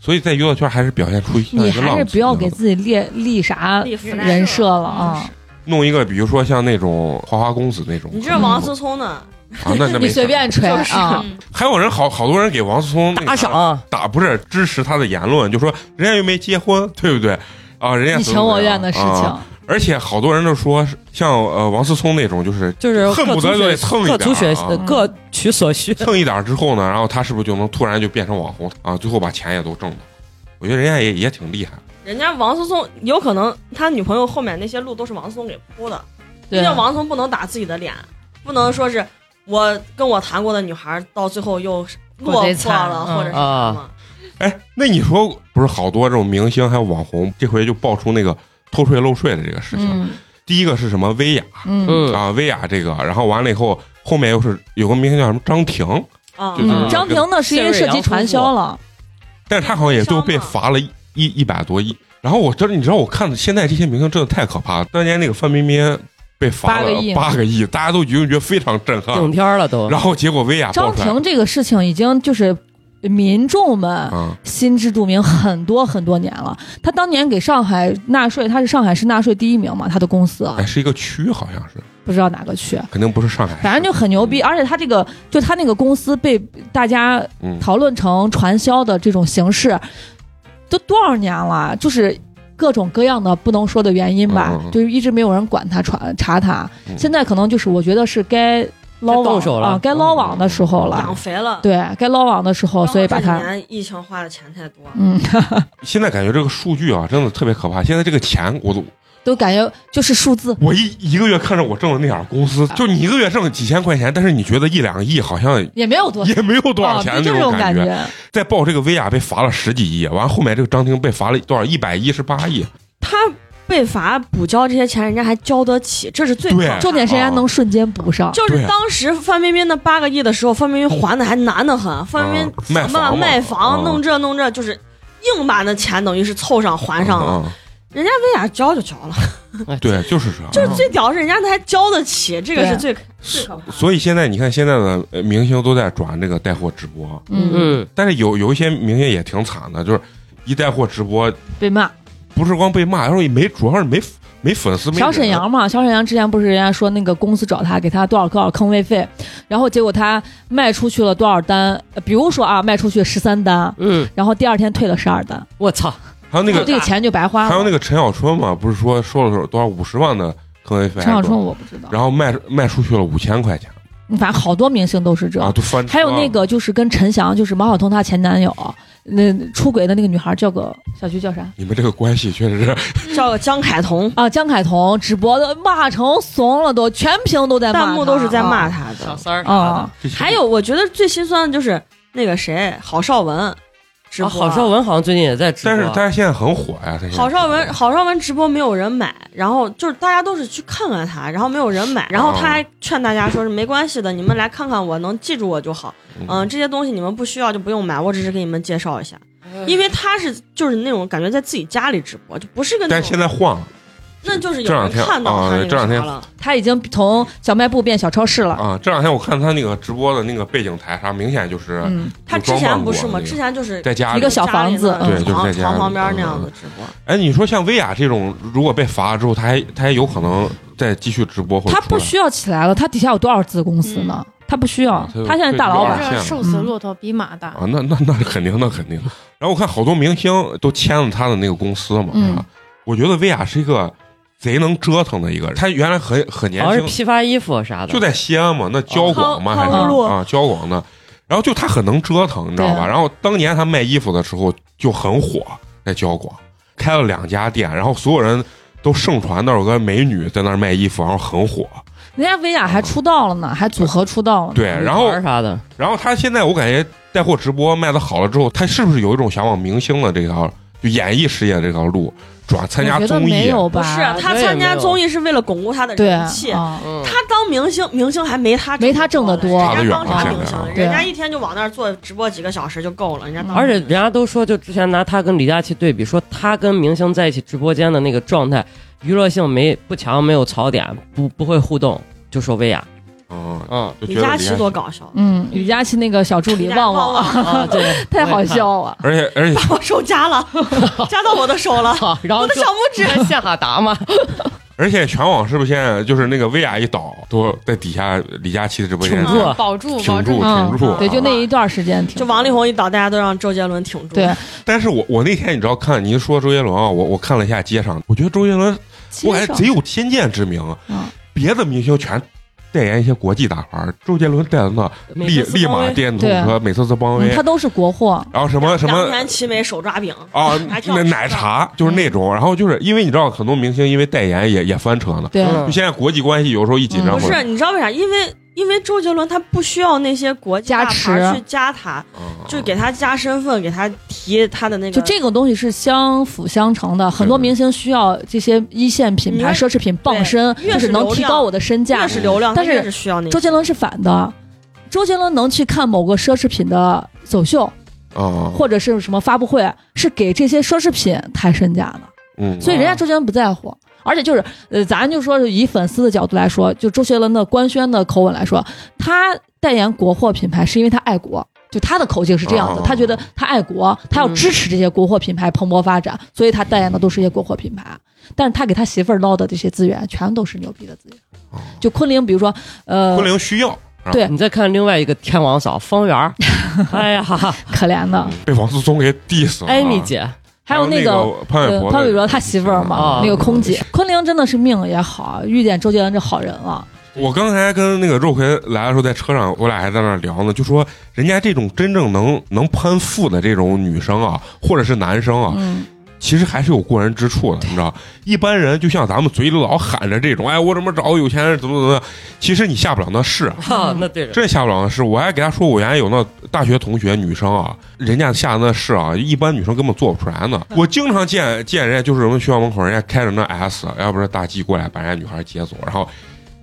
[SPEAKER 1] 所以在娱乐圈还是表现出像
[SPEAKER 5] 你
[SPEAKER 1] 一个
[SPEAKER 5] 还
[SPEAKER 1] 浪
[SPEAKER 5] 是
[SPEAKER 1] 子
[SPEAKER 5] 不
[SPEAKER 1] 一
[SPEAKER 5] 要
[SPEAKER 1] 样嗯
[SPEAKER 5] 给自己立立啥
[SPEAKER 4] 立 flag
[SPEAKER 5] 人设了啊！
[SPEAKER 1] 弄一个，比如说像那种花花公子那种。
[SPEAKER 4] 你这是王思聪呢？
[SPEAKER 1] 啊，那那没
[SPEAKER 5] 你随
[SPEAKER 1] 事
[SPEAKER 5] 便吹
[SPEAKER 4] 就是
[SPEAKER 5] 啊，
[SPEAKER 1] 还有人好好多人给王思聪那个
[SPEAKER 2] 打赏，
[SPEAKER 1] 打不是支持他的言论，就说人家又没结婚，对不对？啊，人家
[SPEAKER 5] 你
[SPEAKER 1] 怎
[SPEAKER 5] 情
[SPEAKER 1] 么怎
[SPEAKER 5] 我
[SPEAKER 1] 么
[SPEAKER 5] 愿
[SPEAKER 1] 样
[SPEAKER 5] 的事
[SPEAKER 1] 啊
[SPEAKER 5] 情。
[SPEAKER 1] 而且好多人都说是，像呃王思聪那种，就是
[SPEAKER 2] 就是
[SPEAKER 1] 恨
[SPEAKER 2] 各
[SPEAKER 1] 不
[SPEAKER 2] 族
[SPEAKER 1] 得就得
[SPEAKER 2] 选
[SPEAKER 1] 蹭一
[SPEAKER 2] 各
[SPEAKER 1] 点
[SPEAKER 2] 族选
[SPEAKER 1] 啊
[SPEAKER 2] 呃各取所需，
[SPEAKER 1] 蹭一点儿之后呢，然后他是不是就能突然就变成网红啊？最后把钱也都挣了。我觉得人家也也挺厉害，
[SPEAKER 4] 人家王思聪有可能他女朋友后面那些路都是王思聪给铺的，毕
[SPEAKER 5] 对
[SPEAKER 4] 竟王思聪不能打自己的脸，不能说是我跟我谈过的女孩到最后又落
[SPEAKER 3] 我贼
[SPEAKER 4] 魄
[SPEAKER 3] 惨
[SPEAKER 4] 了
[SPEAKER 3] 嗯
[SPEAKER 4] 或者是什么。啊
[SPEAKER 1] 哎，那你啊说不是好多这种明星还有网红，这回就爆出那个偷税漏税的这个事情，
[SPEAKER 5] 嗯，
[SPEAKER 1] 第一个是什么？薇娅
[SPEAKER 5] 嗯
[SPEAKER 2] 嗯
[SPEAKER 1] 啊，薇娅这个，然后完了以后，后面又是有个明星叫什么张婷，
[SPEAKER 4] 啊
[SPEAKER 1] 就，是
[SPEAKER 5] 嗯，张婷呢是因为涉及传销了，
[SPEAKER 1] 但是她好像也最后被罚了一一一百多亿。然后我真的，你知道，我看现在这些明星真的太可怕了。当年那个范冰冰被罚了
[SPEAKER 5] 八个亿嗯
[SPEAKER 1] 八个亿，大家都觉得觉得非常震撼。
[SPEAKER 2] 顶天儿了都。
[SPEAKER 1] 然后结果薇娅爆
[SPEAKER 5] 张
[SPEAKER 1] 出来
[SPEAKER 5] 婷这个事情已经就是民众们
[SPEAKER 1] 啊，
[SPEAKER 5] 心知肚明很多很多年了。他当年给上海纳税，他是上海市纳税第一名嘛，他的公司啊
[SPEAKER 1] 哎，是一个区，好像是，
[SPEAKER 5] 不知道哪个区，
[SPEAKER 1] 肯定不是上海市。
[SPEAKER 5] 反正就很牛逼。而且他这个就他那个公司被大家
[SPEAKER 1] 嗯，
[SPEAKER 5] 讨论成传销的这种形式，都多少年了，就是。各种各样的不能说的原因吧，
[SPEAKER 1] 嗯嗯嗯
[SPEAKER 5] 就是一直没有人管他、传查他。
[SPEAKER 1] 嗯
[SPEAKER 5] 现在可能就是我觉得是该捞
[SPEAKER 2] 动
[SPEAKER 5] 网
[SPEAKER 2] 手了
[SPEAKER 5] 啊，该捞网的时候了，
[SPEAKER 4] 养
[SPEAKER 1] 嗯
[SPEAKER 4] 肥 了。
[SPEAKER 5] 对该捞网的时候，
[SPEAKER 4] 刚好
[SPEAKER 5] 所以把
[SPEAKER 4] 这几
[SPEAKER 5] 他
[SPEAKER 4] 年疫情花的钱太多了，
[SPEAKER 5] 嗯，
[SPEAKER 1] 现在感觉这个数据啊，真的特别可怕。现在这个钱，我都
[SPEAKER 5] 都感觉就是数字
[SPEAKER 1] 我一一个月看着我挣的那点儿工
[SPEAKER 5] 啊
[SPEAKER 1] 资，就你一个月挣几千块钱，但是你觉得一两亿好像
[SPEAKER 5] 也没有多
[SPEAKER 1] 也没有多少
[SPEAKER 5] 哦
[SPEAKER 1] 钱
[SPEAKER 5] 就
[SPEAKER 1] 那
[SPEAKER 5] 这种
[SPEAKER 1] 感
[SPEAKER 5] 觉。
[SPEAKER 1] 再报这个薇娅被罚了十几亿，完后面这个张婷被罚了多少？一百一十八
[SPEAKER 5] 啊
[SPEAKER 1] 亿。
[SPEAKER 4] 他被罚补交这些钱，人家还交得起，这是最
[SPEAKER 1] 对
[SPEAKER 4] 可怕的
[SPEAKER 5] 重点是人家
[SPEAKER 1] 哦
[SPEAKER 5] 能瞬间补上。
[SPEAKER 4] 就是
[SPEAKER 1] 对啊
[SPEAKER 4] 当时范冰冰那八个亿的时候，范冰冰还的还难得很，范冰
[SPEAKER 1] 啊
[SPEAKER 4] 冰想办
[SPEAKER 1] 卖
[SPEAKER 4] 法
[SPEAKER 1] 房嘛
[SPEAKER 4] 卖房，
[SPEAKER 1] 啊
[SPEAKER 4] 弄这弄这，就是硬把那钱等于是凑上还上了。
[SPEAKER 1] 嗯，
[SPEAKER 4] 为啥交就交了？
[SPEAKER 2] 哎，
[SPEAKER 1] 对，就是这样。嗯
[SPEAKER 4] 就是最屌是人家还交得起，这个
[SPEAKER 5] 对
[SPEAKER 4] 是最最可
[SPEAKER 1] 所
[SPEAKER 4] 怕的。
[SPEAKER 1] 所以现在你看，现在的呃明星都在转这个带货直播，
[SPEAKER 5] 嗯，
[SPEAKER 2] 嗯，
[SPEAKER 1] 但是有有一些明星也挺惨的，就是一带货直播，
[SPEAKER 5] 被骂。
[SPEAKER 1] 不是光被骂，然后也没主要是没没粉丝。没
[SPEAKER 5] 小
[SPEAKER 1] 人
[SPEAKER 5] 沈阳嘛，小沈阳之前不是人家说那个公司找他给他多少多少坑位费，然后结果他卖出去了多少单，呃比如说啊卖出去十三单，
[SPEAKER 2] 嗯，
[SPEAKER 5] 然后第二天退了十二单，
[SPEAKER 2] 我操，
[SPEAKER 1] 还有那
[SPEAKER 5] 就
[SPEAKER 1] 个
[SPEAKER 5] 这个钱就白花
[SPEAKER 1] 还有那
[SPEAKER 5] 了。
[SPEAKER 1] 个陈小春嘛，不是说收了多少五十万的坑 A 费？
[SPEAKER 5] 陈小春我不知道，
[SPEAKER 1] 然后卖卖出去了五千块钱
[SPEAKER 5] 反正好多明星都是这
[SPEAKER 1] 啊，。都翻车了。
[SPEAKER 5] 还有那个就是跟陈翔，就是毛晓彤她前男友，那出轨的那个女孩叫个小区叫啥？
[SPEAKER 1] 你们这个关系确实 是，
[SPEAKER 4] 叫个江凯彤，
[SPEAKER 5] 啊，江凯彤直播的骂成怂了都，全屏都在骂他，
[SPEAKER 4] 弹幕都是在骂他
[SPEAKER 2] 小
[SPEAKER 4] 的。
[SPEAKER 2] 三儿
[SPEAKER 5] 啊。啊，
[SPEAKER 4] 还有，我觉得最心酸的就是那个谁，郝邵文直播。
[SPEAKER 2] 郝邵文好像最近也在直播，
[SPEAKER 1] 但是但是现在很火呀。这些
[SPEAKER 4] 郝邵文，郝邵文直播没有人买，然后就是大家都是去看看他，然后没有人买，然后他还劝大家说是没关系的，你们来看看我，能记住我就好。嗯、这些东西你们不需要就不用买，我只是给你们介绍一下。因为他是就是那种感觉在自己家里直播，就不是个那
[SPEAKER 1] 但是现
[SPEAKER 4] 种，
[SPEAKER 1] 在换了
[SPEAKER 4] 那就是有
[SPEAKER 1] 这两
[SPEAKER 4] 人
[SPEAKER 1] 天
[SPEAKER 4] 看到
[SPEAKER 1] 啊
[SPEAKER 4] 他那
[SPEAKER 1] 这两
[SPEAKER 4] 个
[SPEAKER 1] 天
[SPEAKER 4] 啥了。
[SPEAKER 5] 他已经从小卖部变小超市了。
[SPEAKER 1] 啊。这两天我看他那个直播的那个背景台啥，明显就是
[SPEAKER 5] 嗯，
[SPEAKER 4] 他之前不是吗？之前就是
[SPEAKER 1] 在家
[SPEAKER 5] 一个
[SPEAKER 1] 里。
[SPEAKER 5] 小房子嗯
[SPEAKER 4] 家里
[SPEAKER 1] 对
[SPEAKER 4] 那
[SPEAKER 1] 就是在
[SPEAKER 4] 床
[SPEAKER 1] 家
[SPEAKER 4] 床
[SPEAKER 1] 里
[SPEAKER 4] 旁边那样
[SPEAKER 1] 嗯
[SPEAKER 4] 子直播。
[SPEAKER 1] 哎，你说像薇娅这种，如果被罚了之后，他还他还有可能再继续直播或者
[SPEAKER 5] 他
[SPEAKER 1] 出
[SPEAKER 5] 不
[SPEAKER 1] 来
[SPEAKER 5] 需要起来了，他底下有多少子公司
[SPEAKER 4] 嗯
[SPEAKER 5] 呢？他不需要
[SPEAKER 1] 啊他有，
[SPEAKER 5] 他现在大老
[SPEAKER 1] 这
[SPEAKER 5] 板
[SPEAKER 1] 个。
[SPEAKER 3] 这瘦死骆驼比马大。
[SPEAKER 1] 啊，那那那肯定，那肯定。然后我看好多明星都签了他的那个公司嘛，
[SPEAKER 5] 嗯
[SPEAKER 1] 是吧我觉得薇娅是一个贼能折腾的一个人。她原来很很年
[SPEAKER 2] 好像是哦
[SPEAKER 1] 轻，
[SPEAKER 2] 批发衣服啥的，
[SPEAKER 1] 就在西安嘛，那交广嘛
[SPEAKER 4] 康
[SPEAKER 1] 还是
[SPEAKER 5] 康
[SPEAKER 4] 路
[SPEAKER 1] 啊交广的，然后就他很能折腾，你知道
[SPEAKER 5] 对
[SPEAKER 1] 吧？
[SPEAKER 5] 啊
[SPEAKER 1] 然后当年他卖衣服的时候就很火，在交广开了两家店，然后所有人都盛传那儿有个美女在那儿卖衣服，然后很火。
[SPEAKER 5] 嗯人家薇娅还出道了呢，还组合出道了呢。
[SPEAKER 1] 对，
[SPEAKER 2] 女
[SPEAKER 1] 然后
[SPEAKER 2] 孩儿啥的，
[SPEAKER 1] 然后他现在我感觉带货直播卖的好了之后，他是不是有一种想往明星的这条就演艺事业这条路转，参加
[SPEAKER 5] 我觉得
[SPEAKER 1] 综
[SPEAKER 5] 没
[SPEAKER 1] 艺？啊
[SPEAKER 5] 有
[SPEAKER 4] 不
[SPEAKER 5] 吧？
[SPEAKER 4] 是
[SPEAKER 2] 我觉
[SPEAKER 4] 他
[SPEAKER 2] 得也
[SPEAKER 4] 参
[SPEAKER 2] 没
[SPEAKER 4] 加
[SPEAKER 2] 有
[SPEAKER 4] 综艺是为了巩固他的
[SPEAKER 5] 对
[SPEAKER 4] 人
[SPEAKER 5] 啊，
[SPEAKER 4] 气，
[SPEAKER 5] 啊
[SPEAKER 2] 嗯
[SPEAKER 4] 他当明星，明星还没他
[SPEAKER 5] 没他挣得多啊
[SPEAKER 4] 人家当啥明
[SPEAKER 1] 差得
[SPEAKER 4] 星？
[SPEAKER 5] 远了
[SPEAKER 4] 人家一天就往那儿坐直播几个小时就够了，人家当
[SPEAKER 2] 而且人家都说，就之前拿他跟李佳琦对比，说他跟明星在一起直播间的那个状态，娱乐性没不强，没有槽点，不不会互动，就说薇娅，
[SPEAKER 1] 嗯，
[SPEAKER 2] 嗯
[SPEAKER 1] 就
[SPEAKER 4] 李
[SPEAKER 1] 觉得
[SPEAKER 4] 佳
[SPEAKER 1] 李
[SPEAKER 4] 琦多搞笑，
[SPEAKER 5] 嗯，李佳琦那个小助 理 旺旺， ，
[SPEAKER 4] 旺
[SPEAKER 2] 啊， 对
[SPEAKER 5] 太好笑了。
[SPEAKER 1] 哎而且而且
[SPEAKER 4] 把我手 夹了，夹到我的 手了，
[SPEAKER 2] 我也看。然后
[SPEAKER 4] 我的
[SPEAKER 2] 就
[SPEAKER 4] 小拇指。
[SPEAKER 2] 是夏哈达嘛，
[SPEAKER 1] 而且全网是不是现在就是那个薇娅一倒，都在底下李佳琦的直播间
[SPEAKER 2] 挺住
[SPEAKER 3] 嗯保 住，
[SPEAKER 1] 挺
[SPEAKER 3] 保
[SPEAKER 1] 住
[SPEAKER 3] 住！
[SPEAKER 1] 挺
[SPEAKER 5] 嗯
[SPEAKER 1] 住，
[SPEAKER 5] 对，就那一段时间挺。
[SPEAKER 4] 就王力宏一倒，大家都让周杰伦挺住。
[SPEAKER 5] 对，
[SPEAKER 1] 但是我我那天你知道看你一说周杰伦啊，我我看了一下街上，我觉得周杰伦我感觉贼有先见之明啊
[SPEAKER 5] 嗯，
[SPEAKER 1] 别的明星全代言一些国际大牌儿，周杰伦代言的
[SPEAKER 2] 美
[SPEAKER 1] 立
[SPEAKER 2] 特斯邦
[SPEAKER 1] 立马
[SPEAKER 2] 威
[SPEAKER 1] 电动车、美特斯邦
[SPEAKER 5] 嗯
[SPEAKER 1] 威
[SPEAKER 5] 他，都是国货。
[SPEAKER 1] 然后什么什
[SPEAKER 4] 两
[SPEAKER 1] 么
[SPEAKER 4] 全其美手抓饼，
[SPEAKER 1] 啊
[SPEAKER 4] 还，挺好
[SPEAKER 1] 那
[SPEAKER 4] 吃的
[SPEAKER 1] 奶茶就是
[SPEAKER 5] 嗯
[SPEAKER 1] 那种，然后就是因为你知道很多明星因为代言也也翻车呢，
[SPEAKER 5] 对，
[SPEAKER 2] 嗯
[SPEAKER 1] 就现在国际关系有时候一紧张
[SPEAKER 4] 不
[SPEAKER 5] 嗯
[SPEAKER 1] 嘛，
[SPEAKER 4] 是你知道为啥？因为因为周杰伦他不需要那些国际
[SPEAKER 5] 加
[SPEAKER 4] 大
[SPEAKER 5] 持
[SPEAKER 4] 牌去加他，
[SPEAKER 2] 哦
[SPEAKER 1] 啊
[SPEAKER 4] 就给他加身份，给他提他的那个。
[SPEAKER 5] 就这个东西是相辅相成的，很多明星需要这些一线品牌、
[SPEAKER 4] 你
[SPEAKER 5] 奢侈品傍身，
[SPEAKER 4] 对越
[SPEAKER 5] 就是
[SPEAKER 4] 是
[SPEAKER 5] 能
[SPEAKER 4] 流
[SPEAKER 5] 提
[SPEAKER 4] 量
[SPEAKER 5] 高我的身价
[SPEAKER 4] 越。是流量，
[SPEAKER 5] 但
[SPEAKER 4] 他
[SPEAKER 5] 是
[SPEAKER 4] 越是需要那
[SPEAKER 5] 周
[SPEAKER 4] 个。
[SPEAKER 5] 杰伦是反的，周杰伦能去看某个奢侈品的走秀
[SPEAKER 1] 啊，
[SPEAKER 5] 或者是什么发布会，是给这些奢侈品抬身价的，
[SPEAKER 1] 嗯，
[SPEAKER 5] 所以人家周杰伦不在乎。而且就是，呃，咱就说是以粉丝的角度来说，就周杰伦的官宣的口吻来说，他代言国货品牌是因为他爱国，就他的口径是这样子，
[SPEAKER 1] 哦
[SPEAKER 5] 他觉得他爱国，他要支持这些国货品牌蓬勃发展，所以他代言的都是一些国货品牌。但是他给他媳妇儿捞的这些资源，全都是牛逼的资源。就昆凌，比如说，呃
[SPEAKER 1] 哦嗯昆，凌需要
[SPEAKER 5] 嗯
[SPEAKER 2] 你再看另外一个天王嫂方圆儿， 哎呀，
[SPEAKER 5] 可怜的，
[SPEAKER 1] 被王思聪给 diss 了啊，
[SPEAKER 2] 艾米姐，
[SPEAKER 5] 哎还有那
[SPEAKER 1] 那
[SPEAKER 5] 个
[SPEAKER 1] 潘玮
[SPEAKER 5] 呃
[SPEAKER 1] 柏，嗯
[SPEAKER 5] 潘玮柏他媳妇儿嘛，
[SPEAKER 1] 哦
[SPEAKER 2] 啊
[SPEAKER 5] 那个空姐，昆凌真的是命也好，遇见周杰伦这好人了。
[SPEAKER 1] 我刚才跟那个肉葵来的时候，在车上，我俩还在那儿聊呢，就说人家这种真正能能攀附的这种女生啊，或者是男生啊，
[SPEAKER 5] 嗯，
[SPEAKER 1] 其实还是有过人之处的，你知道？一般人就像咱们嘴里老喊着这种，哎，我怎么找个有钱人，怎么怎么样，其实你下不了那市，
[SPEAKER 2] 啊，那对了，
[SPEAKER 1] 真下不了那市。我还给他说，我原来有那大学同学女生啊，人家下那市啊，一般女生根本做不出来呢。我经常见见人家就是我们学校门口人家开着那 S，要啊不是大 G 过来把人家女孩接走，然后。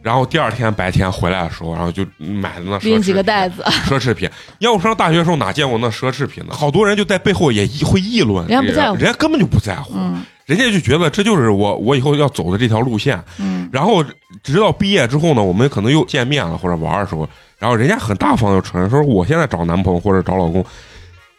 [SPEAKER 1] 然后第二天白天回来的时候，然后就买的那奢侈品
[SPEAKER 5] 拎几个袋子，
[SPEAKER 1] 奢侈品。要我上大学的时候哪见过那奢侈品呢？好多人就在背后也议会议论，
[SPEAKER 5] 人家不在乎
[SPEAKER 1] 人家根本就不在乎，
[SPEAKER 5] 嗯
[SPEAKER 1] 人家就觉得这就是我我以后要走的这条路线。
[SPEAKER 5] 嗯，
[SPEAKER 1] 然后直到毕业之后呢，我们可能又见面了或者玩的时候，然后人家很大方的承认说，我现在找男朋友或者找老公，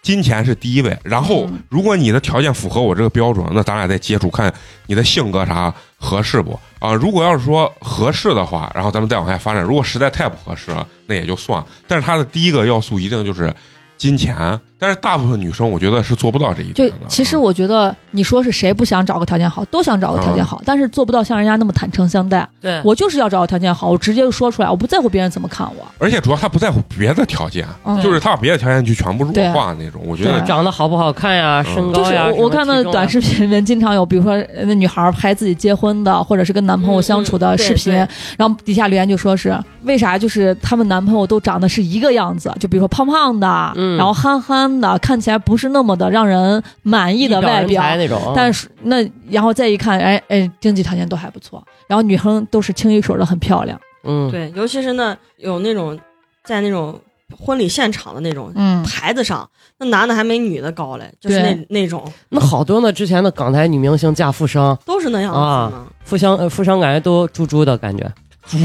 [SPEAKER 1] 金钱是第一位。然后
[SPEAKER 5] 嗯
[SPEAKER 1] 如果你的条件符合我这个标准，那咱俩再接触看你的性格啥合适不啊？如果要是说合适的话，然后咱们再往下发展。如果实在太不合适了，那也就算了。但是他的第一个要素一定就是金钱，但是大部分女生我觉得是做嗯不到这一点
[SPEAKER 5] 就
[SPEAKER 1] 的。
[SPEAKER 5] 其实我觉得，你说是谁不想找个条件好，都想找个条
[SPEAKER 1] 嗯
[SPEAKER 5] 件好，但是做不到像人家那么坦诚相待。
[SPEAKER 2] 对，
[SPEAKER 5] 我就是要找个条件好，我直接就说出来，我不在乎别人怎么看我。
[SPEAKER 1] 而且主要他不在乎别的条件，啊
[SPEAKER 5] 嗯
[SPEAKER 1] 就是他把别的条件就全部弱化那种。我觉
[SPEAKER 5] 对
[SPEAKER 1] 得
[SPEAKER 2] 长得好不好看呀，
[SPEAKER 1] 嗯
[SPEAKER 2] 身
[SPEAKER 5] 就
[SPEAKER 2] 高
[SPEAKER 5] 是
[SPEAKER 2] 呀，
[SPEAKER 5] 我我看
[SPEAKER 2] 那
[SPEAKER 5] 那短视频里面经常有，比如说呃那女孩儿拍自己结婚的，或者是跟男朋友相处的
[SPEAKER 4] 嗯嗯
[SPEAKER 5] 视频，
[SPEAKER 4] 对对
[SPEAKER 5] 然后底下留言就说是为啥就是他们男朋友都长得是一个样子，就比如说胖胖的，
[SPEAKER 2] 嗯
[SPEAKER 5] 然后憨憨的，看起来不是那么的让人满意的外
[SPEAKER 2] 人
[SPEAKER 5] 表，
[SPEAKER 2] 才那种，
[SPEAKER 5] 但
[SPEAKER 2] 是
[SPEAKER 5] 是那然后再一看，哎哎，经济条件都还不错，然后女生都是清一水的很漂亮，
[SPEAKER 2] 嗯，
[SPEAKER 4] 对，尤其是那有那种在那种婚礼现场的那种
[SPEAKER 5] 嗯，
[SPEAKER 4] 牌子上，那男的还没女的高嘞，就是
[SPEAKER 5] 对
[SPEAKER 4] 那那种
[SPEAKER 2] 那好多呢，之前的港台女明星嫁富商，
[SPEAKER 4] 都是那样子
[SPEAKER 2] 啊
[SPEAKER 4] 嘛。
[SPEAKER 2] 富商呃富商感觉都猪猪的 感觉，
[SPEAKER 1] 猪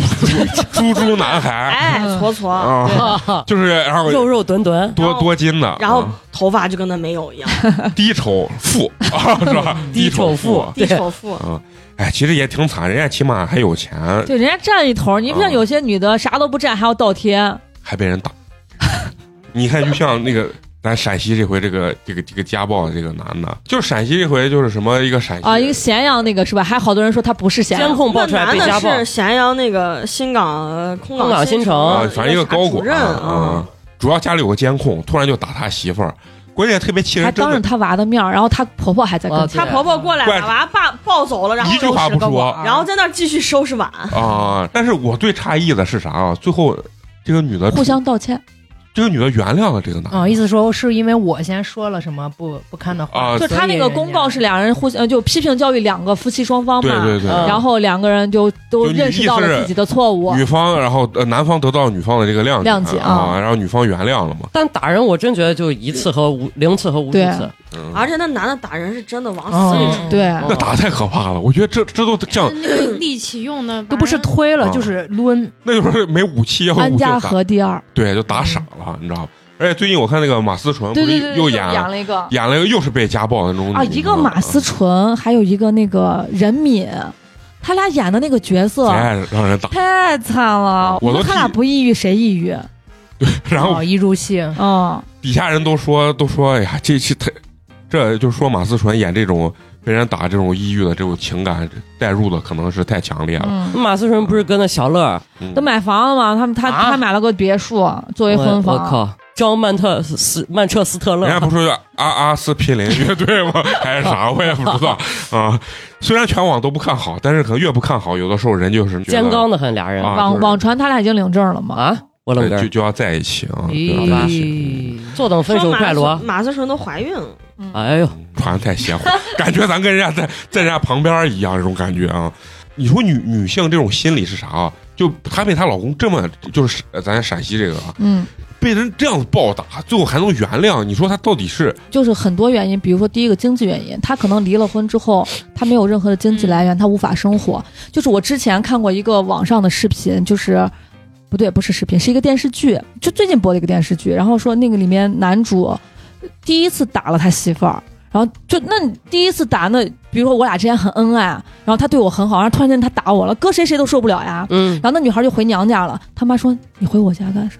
[SPEAKER 1] 猪猪猪男孩
[SPEAKER 4] 哎，
[SPEAKER 5] 嗯
[SPEAKER 4] 矬矬，
[SPEAKER 1] 啊，就是然后
[SPEAKER 2] 肉肉墩 墩，
[SPEAKER 1] 多
[SPEAKER 4] 然后
[SPEAKER 1] 多金的，
[SPEAKER 4] 然后
[SPEAKER 1] 啊
[SPEAKER 4] 头发就跟那没有一 样，
[SPEAKER 1] 低丑富啊，是吧？
[SPEAKER 2] 低
[SPEAKER 1] 丑
[SPEAKER 2] 丑富
[SPEAKER 1] 啊
[SPEAKER 4] 低首富。
[SPEAKER 1] 哎，其实也挺惨，人家起码还有钱，
[SPEAKER 5] 对，人家占一头，你不像
[SPEAKER 1] 嗯
[SPEAKER 5] 有些女的啥都不占还要倒贴，
[SPEAKER 1] 还被人打。你看，就像那个咱陕西这回这个这个这个家暴的这个男的，就是陕西这回就是什么一个陕西
[SPEAKER 5] 啊，
[SPEAKER 1] 人
[SPEAKER 5] 一个咸阳那个是吧？还好多人说他不是咸
[SPEAKER 2] 监
[SPEAKER 5] 阳，
[SPEAKER 2] 控爆
[SPEAKER 4] 那
[SPEAKER 2] 出来
[SPEAKER 4] 男
[SPEAKER 2] 被
[SPEAKER 4] 的
[SPEAKER 2] 家暴，
[SPEAKER 4] 是咸阳那个新港呃
[SPEAKER 2] 空
[SPEAKER 4] 空
[SPEAKER 2] 港
[SPEAKER 4] 港
[SPEAKER 2] 新城
[SPEAKER 1] 啊，
[SPEAKER 4] 城，
[SPEAKER 1] 反正一个
[SPEAKER 4] 啥
[SPEAKER 1] 高
[SPEAKER 4] 主
[SPEAKER 1] 管
[SPEAKER 4] 任
[SPEAKER 1] 啊
[SPEAKER 4] 啊，，
[SPEAKER 1] 主要家里有个监控，突然就打他媳妇儿，关键特别气
[SPEAKER 5] 还
[SPEAKER 1] 人，真
[SPEAKER 5] 当
[SPEAKER 1] 的
[SPEAKER 5] 着他娃的面儿，然后他婆婆还在
[SPEAKER 2] 啊
[SPEAKER 5] 跟
[SPEAKER 2] 对
[SPEAKER 5] 前
[SPEAKER 4] 她婆婆过来
[SPEAKER 1] 怪
[SPEAKER 4] 把娃爸抱走了，然后
[SPEAKER 1] 一句话不说
[SPEAKER 4] 然后在那儿继续收拾碗。
[SPEAKER 1] 啊、但是我最诧异的是啥啊？最后这个女的
[SPEAKER 5] 互相道歉，
[SPEAKER 1] 这个女的原谅了这个男
[SPEAKER 5] 嗯
[SPEAKER 1] 的
[SPEAKER 7] 啊，意思说是因为我先说了什么不不堪的
[SPEAKER 1] 啊
[SPEAKER 7] 话，
[SPEAKER 5] 就
[SPEAKER 7] 所
[SPEAKER 5] 他
[SPEAKER 7] 以
[SPEAKER 5] 那个公告
[SPEAKER 7] 人家
[SPEAKER 5] 是两人互相呃就批评教育两个夫妻双方
[SPEAKER 1] 对
[SPEAKER 5] 嘛，
[SPEAKER 1] 对对，
[SPEAKER 2] 嗯
[SPEAKER 5] 然后两个人就都
[SPEAKER 1] 就你
[SPEAKER 5] 认识到
[SPEAKER 1] 意思
[SPEAKER 5] 了
[SPEAKER 1] 是
[SPEAKER 5] 自己的错误，
[SPEAKER 1] 女方然后呃男方得到女方的这个谅
[SPEAKER 5] 谅
[SPEAKER 1] 解
[SPEAKER 5] 解
[SPEAKER 1] 啊
[SPEAKER 5] 啊
[SPEAKER 1] 然后女方原谅了嘛，
[SPEAKER 2] 但打人我真觉得就一次和无零次和无数
[SPEAKER 5] 对
[SPEAKER 2] 次，
[SPEAKER 1] 嗯、
[SPEAKER 4] 而且那男的打人是真的往死里
[SPEAKER 7] 哦
[SPEAKER 4] 打，
[SPEAKER 5] 对，
[SPEAKER 1] 那打太可怕了，我觉得这这都像
[SPEAKER 3] 那个力气用的
[SPEAKER 7] 都不是
[SPEAKER 3] 把人
[SPEAKER 7] 推
[SPEAKER 1] 啊
[SPEAKER 7] 了，就是抡。
[SPEAKER 1] 那就是没武器要有
[SPEAKER 5] 安
[SPEAKER 1] 武器
[SPEAKER 5] 家
[SPEAKER 1] 打，
[SPEAKER 5] 和第二，
[SPEAKER 1] 对，就打傻了，你知道吧？而且最近我看那个马思纯不
[SPEAKER 5] 对对
[SPEAKER 1] 是
[SPEAKER 5] 对，
[SPEAKER 1] 又
[SPEAKER 5] 对
[SPEAKER 1] 演
[SPEAKER 5] 养
[SPEAKER 1] 了
[SPEAKER 5] 了一个
[SPEAKER 1] 演了一个又是被家暴的那种
[SPEAKER 5] 啊，
[SPEAKER 1] 女
[SPEAKER 5] 一个
[SPEAKER 1] 的
[SPEAKER 5] 马思纯，还有一个那个任敏，他俩演的那个角色
[SPEAKER 1] 才哎让人打，
[SPEAKER 5] 太惨了，
[SPEAKER 1] 我都
[SPEAKER 5] 哎啊我们他俩
[SPEAKER 1] 替
[SPEAKER 5] 不抑郁谁抑郁？
[SPEAKER 1] 然后
[SPEAKER 7] 哦一入戏，
[SPEAKER 5] 嗯，
[SPEAKER 1] 底下人都说都说，哎呀，这期他这就说马思纯演这种被人打这种抑郁的这种情感代入的可能是太强烈了。
[SPEAKER 5] 嗯
[SPEAKER 2] 马思纯不是跟那小乐儿
[SPEAKER 1] 嗯
[SPEAKER 5] 都买房了嘛，他们他
[SPEAKER 2] 啊
[SPEAKER 5] 他买了个别墅作为婚
[SPEAKER 2] 我
[SPEAKER 5] 房，
[SPEAKER 2] 我靠，张曼特斯曼彻斯特勒
[SPEAKER 1] 人，家不是有阿阿斯匹林乐队吗？还是啥？我也不知道啊。虽然全网都不看好，但是可能越不看好，有的时候人就是觉得
[SPEAKER 2] 尖刚的很，俩人
[SPEAKER 1] 啊
[SPEAKER 5] 网
[SPEAKER 1] 就是
[SPEAKER 5] 网传他俩已经领证了嘛？
[SPEAKER 2] 啊，我冷
[SPEAKER 1] 对就
[SPEAKER 2] 根，
[SPEAKER 1] 就要在一起啊，就要在一起。
[SPEAKER 7] 咦，
[SPEAKER 2] 坐等分手快
[SPEAKER 4] 说
[SPEAKER 2] 罗。
[SPEAKER 4] 马思纯都怀孕了，
[SPEAKER 2] 哎
[SPEAKER 5] 嗯
[SPEAKER 2] 呦，
[SPEAKER 1] 传得太邪乎，感觉咱跟人家在在人家旁边一样，这种感觉啊。你说女女性这种心理是啥啊？就她被她老公这么就是呃咱陕西这个啊，
[SPEAKER 5] 嗯，
[SPEAKER 1] 被人这样暴打，最后还能原谅，你说她到底是
[SPEAKER 5] 就是很多原因，比如说第一个经济原因，他可能离了婚之后，他没有任何的经济来源，他无法生活。就是我之前看过一个网上的视频，就是不对，不是视频，是一个电视剧，就最近播的一个电视剧，然后说那个里面男主第一次打了他媳妇儿。然后就那你第一次打那，比如说我俩之间很恩爱，然后他对我很好，然后突然间他打我了，搁谁谁都受不了呀。
[SPEAKER 2] 嗯，
[SPEAKER 5] 然后那女孩就回娘家了。他妈说：“你回我家干啥？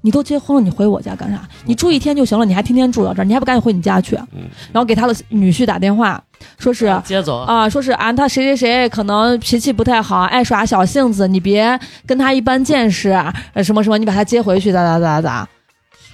[SPEAKER 5] 你都结婚了，你回我家干啥？你住一天就行了，你还天天住到这儿，你还不赶紧回你家去？”啊
[SPEAKER 1] 嗯
[SPEAKER 5] 然后给他的女婿打电话，说是啊、
[SPEAKER 2] 接走，
[SPEAKER 5] 说是啊，他谁谁谁可能脾气不太好，爱耍小性子，你别跟他一般见识，呃，什么什么，你把他接回去，咋咋咋咋咋。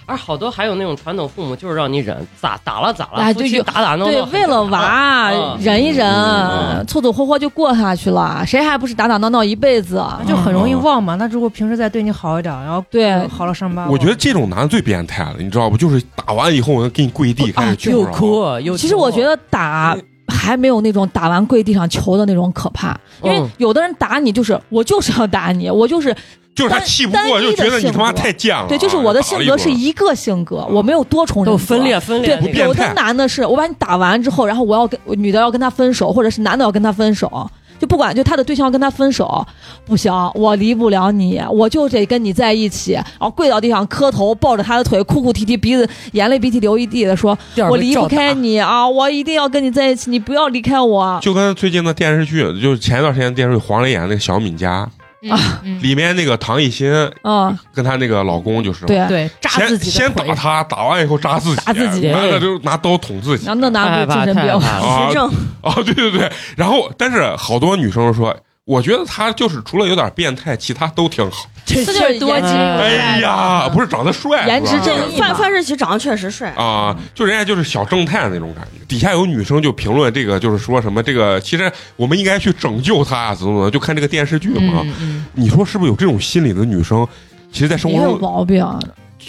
[SPEAKER 2] 而好多还有那种传统父母就是让你忍，咋打了咋了，
[SPEAKER 5] 哎
[SPEAKER 2] 夫
[SPEAKER 5] 对
[SPEAKER 2] 妻
[SPEAKER 5] 有
[SPEAKER 2] 打打闹闹
[SPEAKER 5] 对，
[SPEAKER 2] 很
[SPEAKER 5] 为了
[SPEAKER 2] 正常
[SPEAKER 5] 娃、
[SPEAKER 2] 嗯
[SPEAKER 5] 忍一忍，
[SPEAKER 1] 嗯
[SPEAKER 5] 凑凑合合就过下去了，谁还不是打打闹闹一辈子？啊
[SPEAKER 7] 那就很容易忘嘛。他如果平时再对你好一点，然后哎
[SPEAKER 5] 对
[SPEAKER 7] 好了伤
[SPEAKER 5] 啊
[SPEAKER 7] 疤，
[SPEAKER 1] 我觉得这种男的最变态了，你知道不？就是打完以后，我给你跪
[SPEAKER 5] 哦
[SPEAKER 1] 地
[SPEAKER 5] 啊
[SPEAKER 1] 开始求
[SPEAKER 2] 又
[SPEAKER 1] 饶。
[SPEAKER 2] 哭又
[SPEAKER 5] 其实我觉得打还没有那种打完跪地上求的那种可怕，因为
[SPEAKER 2] 嗯
[SPEAKER 5] 有的人打你就是我就是要打你，我就是
[SPEAKER 1] 就是他气不过，
[SPEAKER 5] 单
[SPEAKER 1] 就觉得你他妈
[SPEAKER 5] 单一的性格
[SPEAKER 1] 太贱了。
[SPEAKER 5] 对，就是我的性格是
[SPEAKER 1] 一嗯
[SPEAKER 5] 一个性格，我没有多重
[SPEAKER 2] 都
[SPEAKER 5] 人格
[SPEAKER 2] 分。裂分裂
[SPEAKER 5] 对
[SPEAKER 2] 那种，，
[SPEAKER 1] 变
[SPEAKER 5] 有的
[SPEAKER 1] 态
[SPEAKER 5] 男的是我把你打完之后，然后我要跟女的要跟他分手，或者是男的要跟他分手，就不管就他的对象要跟他分手，不行，我离不了你，我就得跟你在一起，然后跪到地上磕头，抱着他的腿，哭哭啼啼，鼻子眼泪鼻涕流一地的说，
[SPEAKER 2] 第二
[SPEAKER 5] 我
[SPEAKER 2] 个
[SPEAKER 5] 离不
[SPEAKER 2] 照打
[SPEAKER 5] 开你啊，我一定要跟你在一起，你不要离开我。
[SPEAKER 1] 就跟最近的电视剧，就是前一段时间电视剧黄磊演的那个《小敏家
[SPEAKER 7] 啊，嗯》，
[SPEAKER 1] 里面那个唐艺昕
[SPEAKER 5] 嗯，
[SPEAKER 1] 跟她那个老公就是，
[SPEAKER 5] 对。啊
[SPEAKER 7] 对，
[SPEAKER 1] 先
[SPEAKER 7] 扎自己的
[SPEAKER 1] 先打
[SPEAKER 7] 腿，
[SPEAKER 1] 她，打完以后扎自己，
[SPEAKER 5] 打自己哎
[SPEAKER 1] 完了就拿刀捅自己
[SPEAKER 5] 然后那
[SPEAKER 2] 太害
[SPEAKER 5] 男的
[SPEAKER 2] 怕
[SPEAKER 5] 精神
[SPEAKER 2] 太害
[SPEAKER 5] 病，
[SPEAKER 2] 怕了。
[SPEAKER 1] 啊
[SPEAKER 4] 实证
[SPEAKER 1] 啊！对对对，然后但是好多女生说。我觉得他就是除了有点变态，其他都挺好。
[SPEAKER 7] 这
[SPEAKER 5] 这
[SPEAKER 7] 事
[SPEAKER 5] 就是
[SPEAKER 7] 儿多
[SPEAKER 5] 颜
[SPEAKER 7] 金。
[SPEAKER 1] 哎
[SPEAKER 5] 啊
[SPEAKER 1] 呀，不
[SPEAKER 7] 是，
[SPEAKER 1] 是长得帅，
[SPEAKER 5] 颜值
[SPEAKER 1] 主要是
[SPEAKER 5] 正义嘛
[SPEAKER 4] 范范世琦长得确实帅，
[SPEAKER 1] 啊，就人家就是小正太那种感觉。底下有女生就评论这个，就是说什么这个，其实我们应该去拯救他啊，怎么怎么，就看这个电视剧嘛。
[SPEAKER 7] 嗯嗯，
[SPEAKER 1] 你说是不是有这种心理的女生？其实，在生
[SPEAKER 5] 也
[SPEAKER 1] 活
[SPEAKER 5] 有
[SPEAKER 1] 中
[SPEAKER 5] 毛病。啊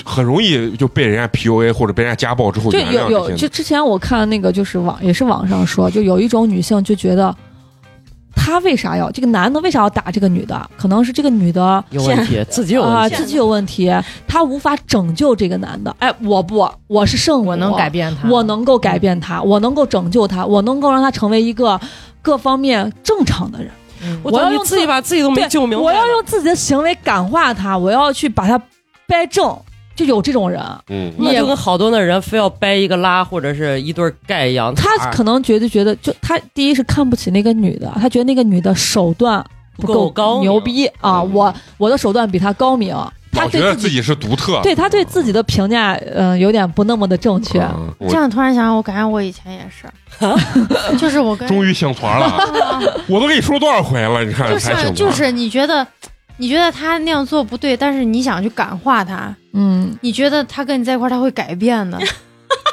[SPEAKER 1] 很容易就被人家 PUA 或者被人家家暴之后
[SPEAKER 5] 就
[SPEAKER 1] 原谅
[SPEAKER 5] 有有，
[SPEAKER 1] 这些
[SPEAKER 5] 就之前我看那个，就是网也是网上说，就有一种女性就觉得，她为啥要这个男的为啥要打这个女的？可能是这个女的
[SPEAKER 2] 有问题，自己有
[SPEAKER 5] 啊
[SPEAKER 2] 问题，
[SPEAKER 5] 自己有问题，她无法拯救这个男的。哎，我不，我是圣母，
[SPEAKER 7] 我能改，变他，
[SPEAKER 5] 我能够改变他，我能够拯救他，我能够让他成为一个各方面正常的人。
[SPEAKER 7] 嗯，
[SPEAKER 5] 我要
[SPEAKER 2] 你
[SPEAKER 5] 用
[SPEAKER 2] 自己
[SPEAKER 5] 自
[SPEAKER 2] 把自己都没
[SPEAKER 5] 对
[SPEAKER 2] 救明白，
[SPEAKER 5] 我要用自己的行为感化他，我要去把他掰正。就有这种人，
[SPEAKER 1] 嗯，
[SPEAKER 2] 那就跟好多的人非要掰一个拉或者是一对儿盖一样，
[SPEAKER 5] 他可能觉得觉得，就他第一是看不起那个女的，他觉得那个女的手段
[SPEAKER 2] 不够高明
[SPEAKER 5] 牛逼啊！
[SPEAKER 1] 嗯
[SPEAKER 5] 我我的手段比她高明，他
[SPEAKER 1] 老觉得
[SPEAKER 5] 对
[SPEAKER 1] 自
[SPEAKER 5] 己
[SPEAKER 1] 己是独特。
[SPEAKER 5] 对啊他对自己的评价，嗯、有点不那么的正确。
[SPEAKER 1] 嗯，
[SPEAKER 3] 这
[SPEAKER 1] 我
[SPEAKER 3] 样突然想想，我感觉我以前 也是，就是我跟
[SPEAKER 1] 终于醒团 了，
[SPEAKER 3] 啊
[SPEAKER 1] 我都跟你说多少回了，你看
[SPEAKER 3] 就
[SPEAKER 1] 才
[SPEAKER 3] 是
[SPEAKER 1] 醒团。
[SPEAKER 3] 就是你觉得你觉得他那样做不对，但是你想去感化他，
[SPEAKER 5] 嗯，
[SPEAKER 3] 你觉得他跟你在一块儿他会改变的，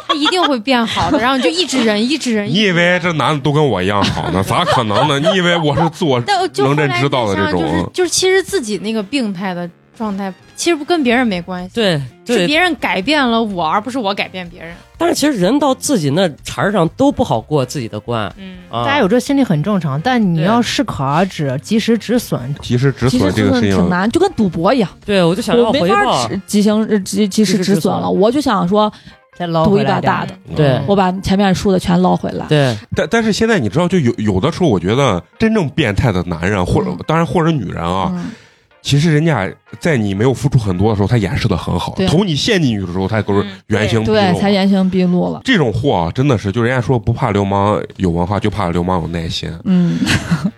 [SPEAKER 3] 他一定会变好的，然后你就一直忍，一直忍。
[SPEAKER 1] 你以为这男的都跟我一样好 呢？咋可能呢？你以为我是自我
[SPEAKER 3] 但就后
[SPEAKER 1] 能
[SPEAKER 3] 来
[SPEAKER 1] 认知到的
[SPEAKER 3] 你想
[SPEAKER 1] 这
[SPEAKER 3] 想
[SPEAKER 1] 种嗯
[SPEAKER 3] 就是就是其实自己那个病态的状态，其实不跟别人没关系，
[SPEAKER 2] 对
[SPEAKER 3] 是
[SPEAKER 2] 对。
[SPEAKER 3] 别人改变了我，而不是我改变别人。
[SPEAKER 2] 但是其实人到自己那茬儿上都不好过自己的关
[SPEAKER 3] 嗯，
[SPEAKER 2] 啊。
[SPEAKER 7] 大家有这心理很正常，但你
[SPEAKER 2] 对
[SPEAKER 7] 要适可而止，及时止损。
[SPEAKER 1] 及时止
[SPEAKER 5] 及时
[SPEAKER 1] 损这
[SPEAKER 5] 止
[SPEAKER 1] 个
[SPEAKER 5] 损
[SPEAKER 1] 事
[SPEAKER 5] 挺
[SPEAKER 1] 情，
[SPEAKER 5] 难，就跟赌博一样，
[SPEAKER 2] 对我就想要
[SPEAKER 5] 我没
[SPEAKER 2] 回
[SPEAKER 5] 法
[SPEAKER 2] 报，
[SPEAKER 5] 止即行呃及及时
[SPEAKER 2] 及时
[SPEAKER 5] 止
[SPEAKER 2] 止
[SPEAKER 5] 损
[SPEAKER 2] 损
[SPEAKER 5] 了。我就想说，
[SPEAKER 7] 再捞
[SPEAKER 5] 赌
[SPEAKER 7] 回
[SPEAKER 5] 一把
[SPEAKER 7] 来点
[SPEAKER 5] 大的，
[SPEAKER 1] 嗯
[SPEAKER 2] 对
[SPEAKER 5] 我把前面输的全捞回来。
[SPEAKER 2] 对
[SPEAKER 1] 但但是现在你知道，就有有的时候，我觉得真正变态的男人，或者、
[SPEAKER 5] 嗯
[SPEAKER 1] 当然或者女人啊，
[SPEAKER 2] 哦
[SPEAKER 5] 嗯
[SPEAKER 1] 其实人家在你没有付出很多的时候，他掩饰的很好
[SPEAKER 5] 对，
[SPEAKER 1] 投你陷进去的时候，他都是
[SPEAKER 3] 嗯
[SPEAKER 1] 原形毕露
[SPEAKER 5] 对，才
[SPEAKER 1] 啊。
[SPEAKER 5] 原形毕露了。
[SPEAKER 1] 这种货啊，真的是，就人家说不怕流氓有文化，就怕流氓有耐心。
[SPEAKER 5] 嗯，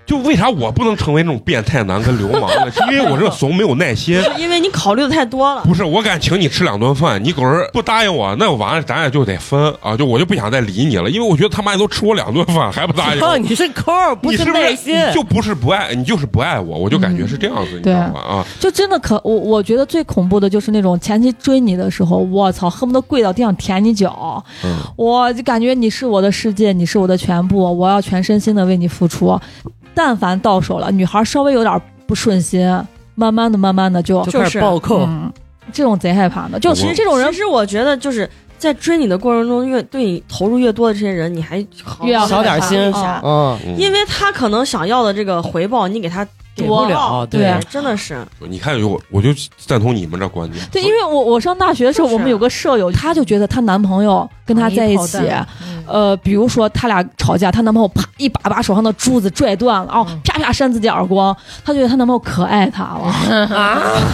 [SPEAKER 1] 就为啥我不能成为那种变态男跟流氓呢？是因为我这怂没有耐心。
[SPEAKER 4] 是因为你考虑的太多 了。
[SPEAKER 1] 不是，我敢请你吃两顿饭，你狗儿不答应我，那完了，咱俩就得分啊！就我就不想再理你了，因为我觉得他妈都吃我两顿饭还不答应我
[SPEAKER 2] 哦，，你是抠儿，不
[SPEAKER 1] 你是
[SPEAKER 2] 耐心
[SPEAKER 1] 你就不是不爱，你就是不爱我，我就感觉是这样子，你知道吗？了啊！
[SPEAKER 5] 就真的可我我觉得最恐怖的就是那种前期追你的时候，我操，恨不得跪到地上舔你脚，
[SPEAKER 1] 嗯
[SPEAKER 5] 我就感觉你是我的世界，你是我的全部，我要全身心的为你付出。但凡到手了，女孩稍微有点不顺心，慢慢的、慢慢的就
[SPEAKER 2] 就开始暴扣，
[SPEAKER 5] 嗯，这种贼害怕的，就
[SPEAKER 1] 我
[SPEAKER 5] 其实这种人
[SPEAKER 4] 其实我觉得就是在追你的过程中，越对你投入越多的这些人，你还好
[SPEAKER 5] 越要
[SPEAKER 2] 小点心
[SPEAKER 4] 一下，
[SPEAKER 2] 嗯，
[SPEAKER 1] 嗯
[SPEAKER 4] 因为他可能想要的这个回报，你给他
[SPEAKER 2] 给
[SPEAKER 5] 多
[SPEAKER 2] 不
[SPEAKER 1] 哦
[SPEAKER 2] 了，
[SPEAKER 5] 对
[SPEAKER 2] 对
[SPEAKER 5] 啊
[SPEAKER 4] 真的是
[SPEAKER 1] 你看，我我就赞同你们这观点。
[SPEAKER 5] 对，因为我我上大学的时候，
[SPEAKER 4] 就是
[SPEAKER 5] 我们有个舍友，她就觉得她男朋友跟她在一起
[SPEAKER 7] 容易炮，
[SPEAKER 5] 呃，比如说她俩吵架，她男朋友啪一把把手上的珠子拽断了，哦
[SPEAKER 7] 嗯，
[SPEAKER 5] 啪啪扇自己耳光，她觉得她男朋友可爱她了，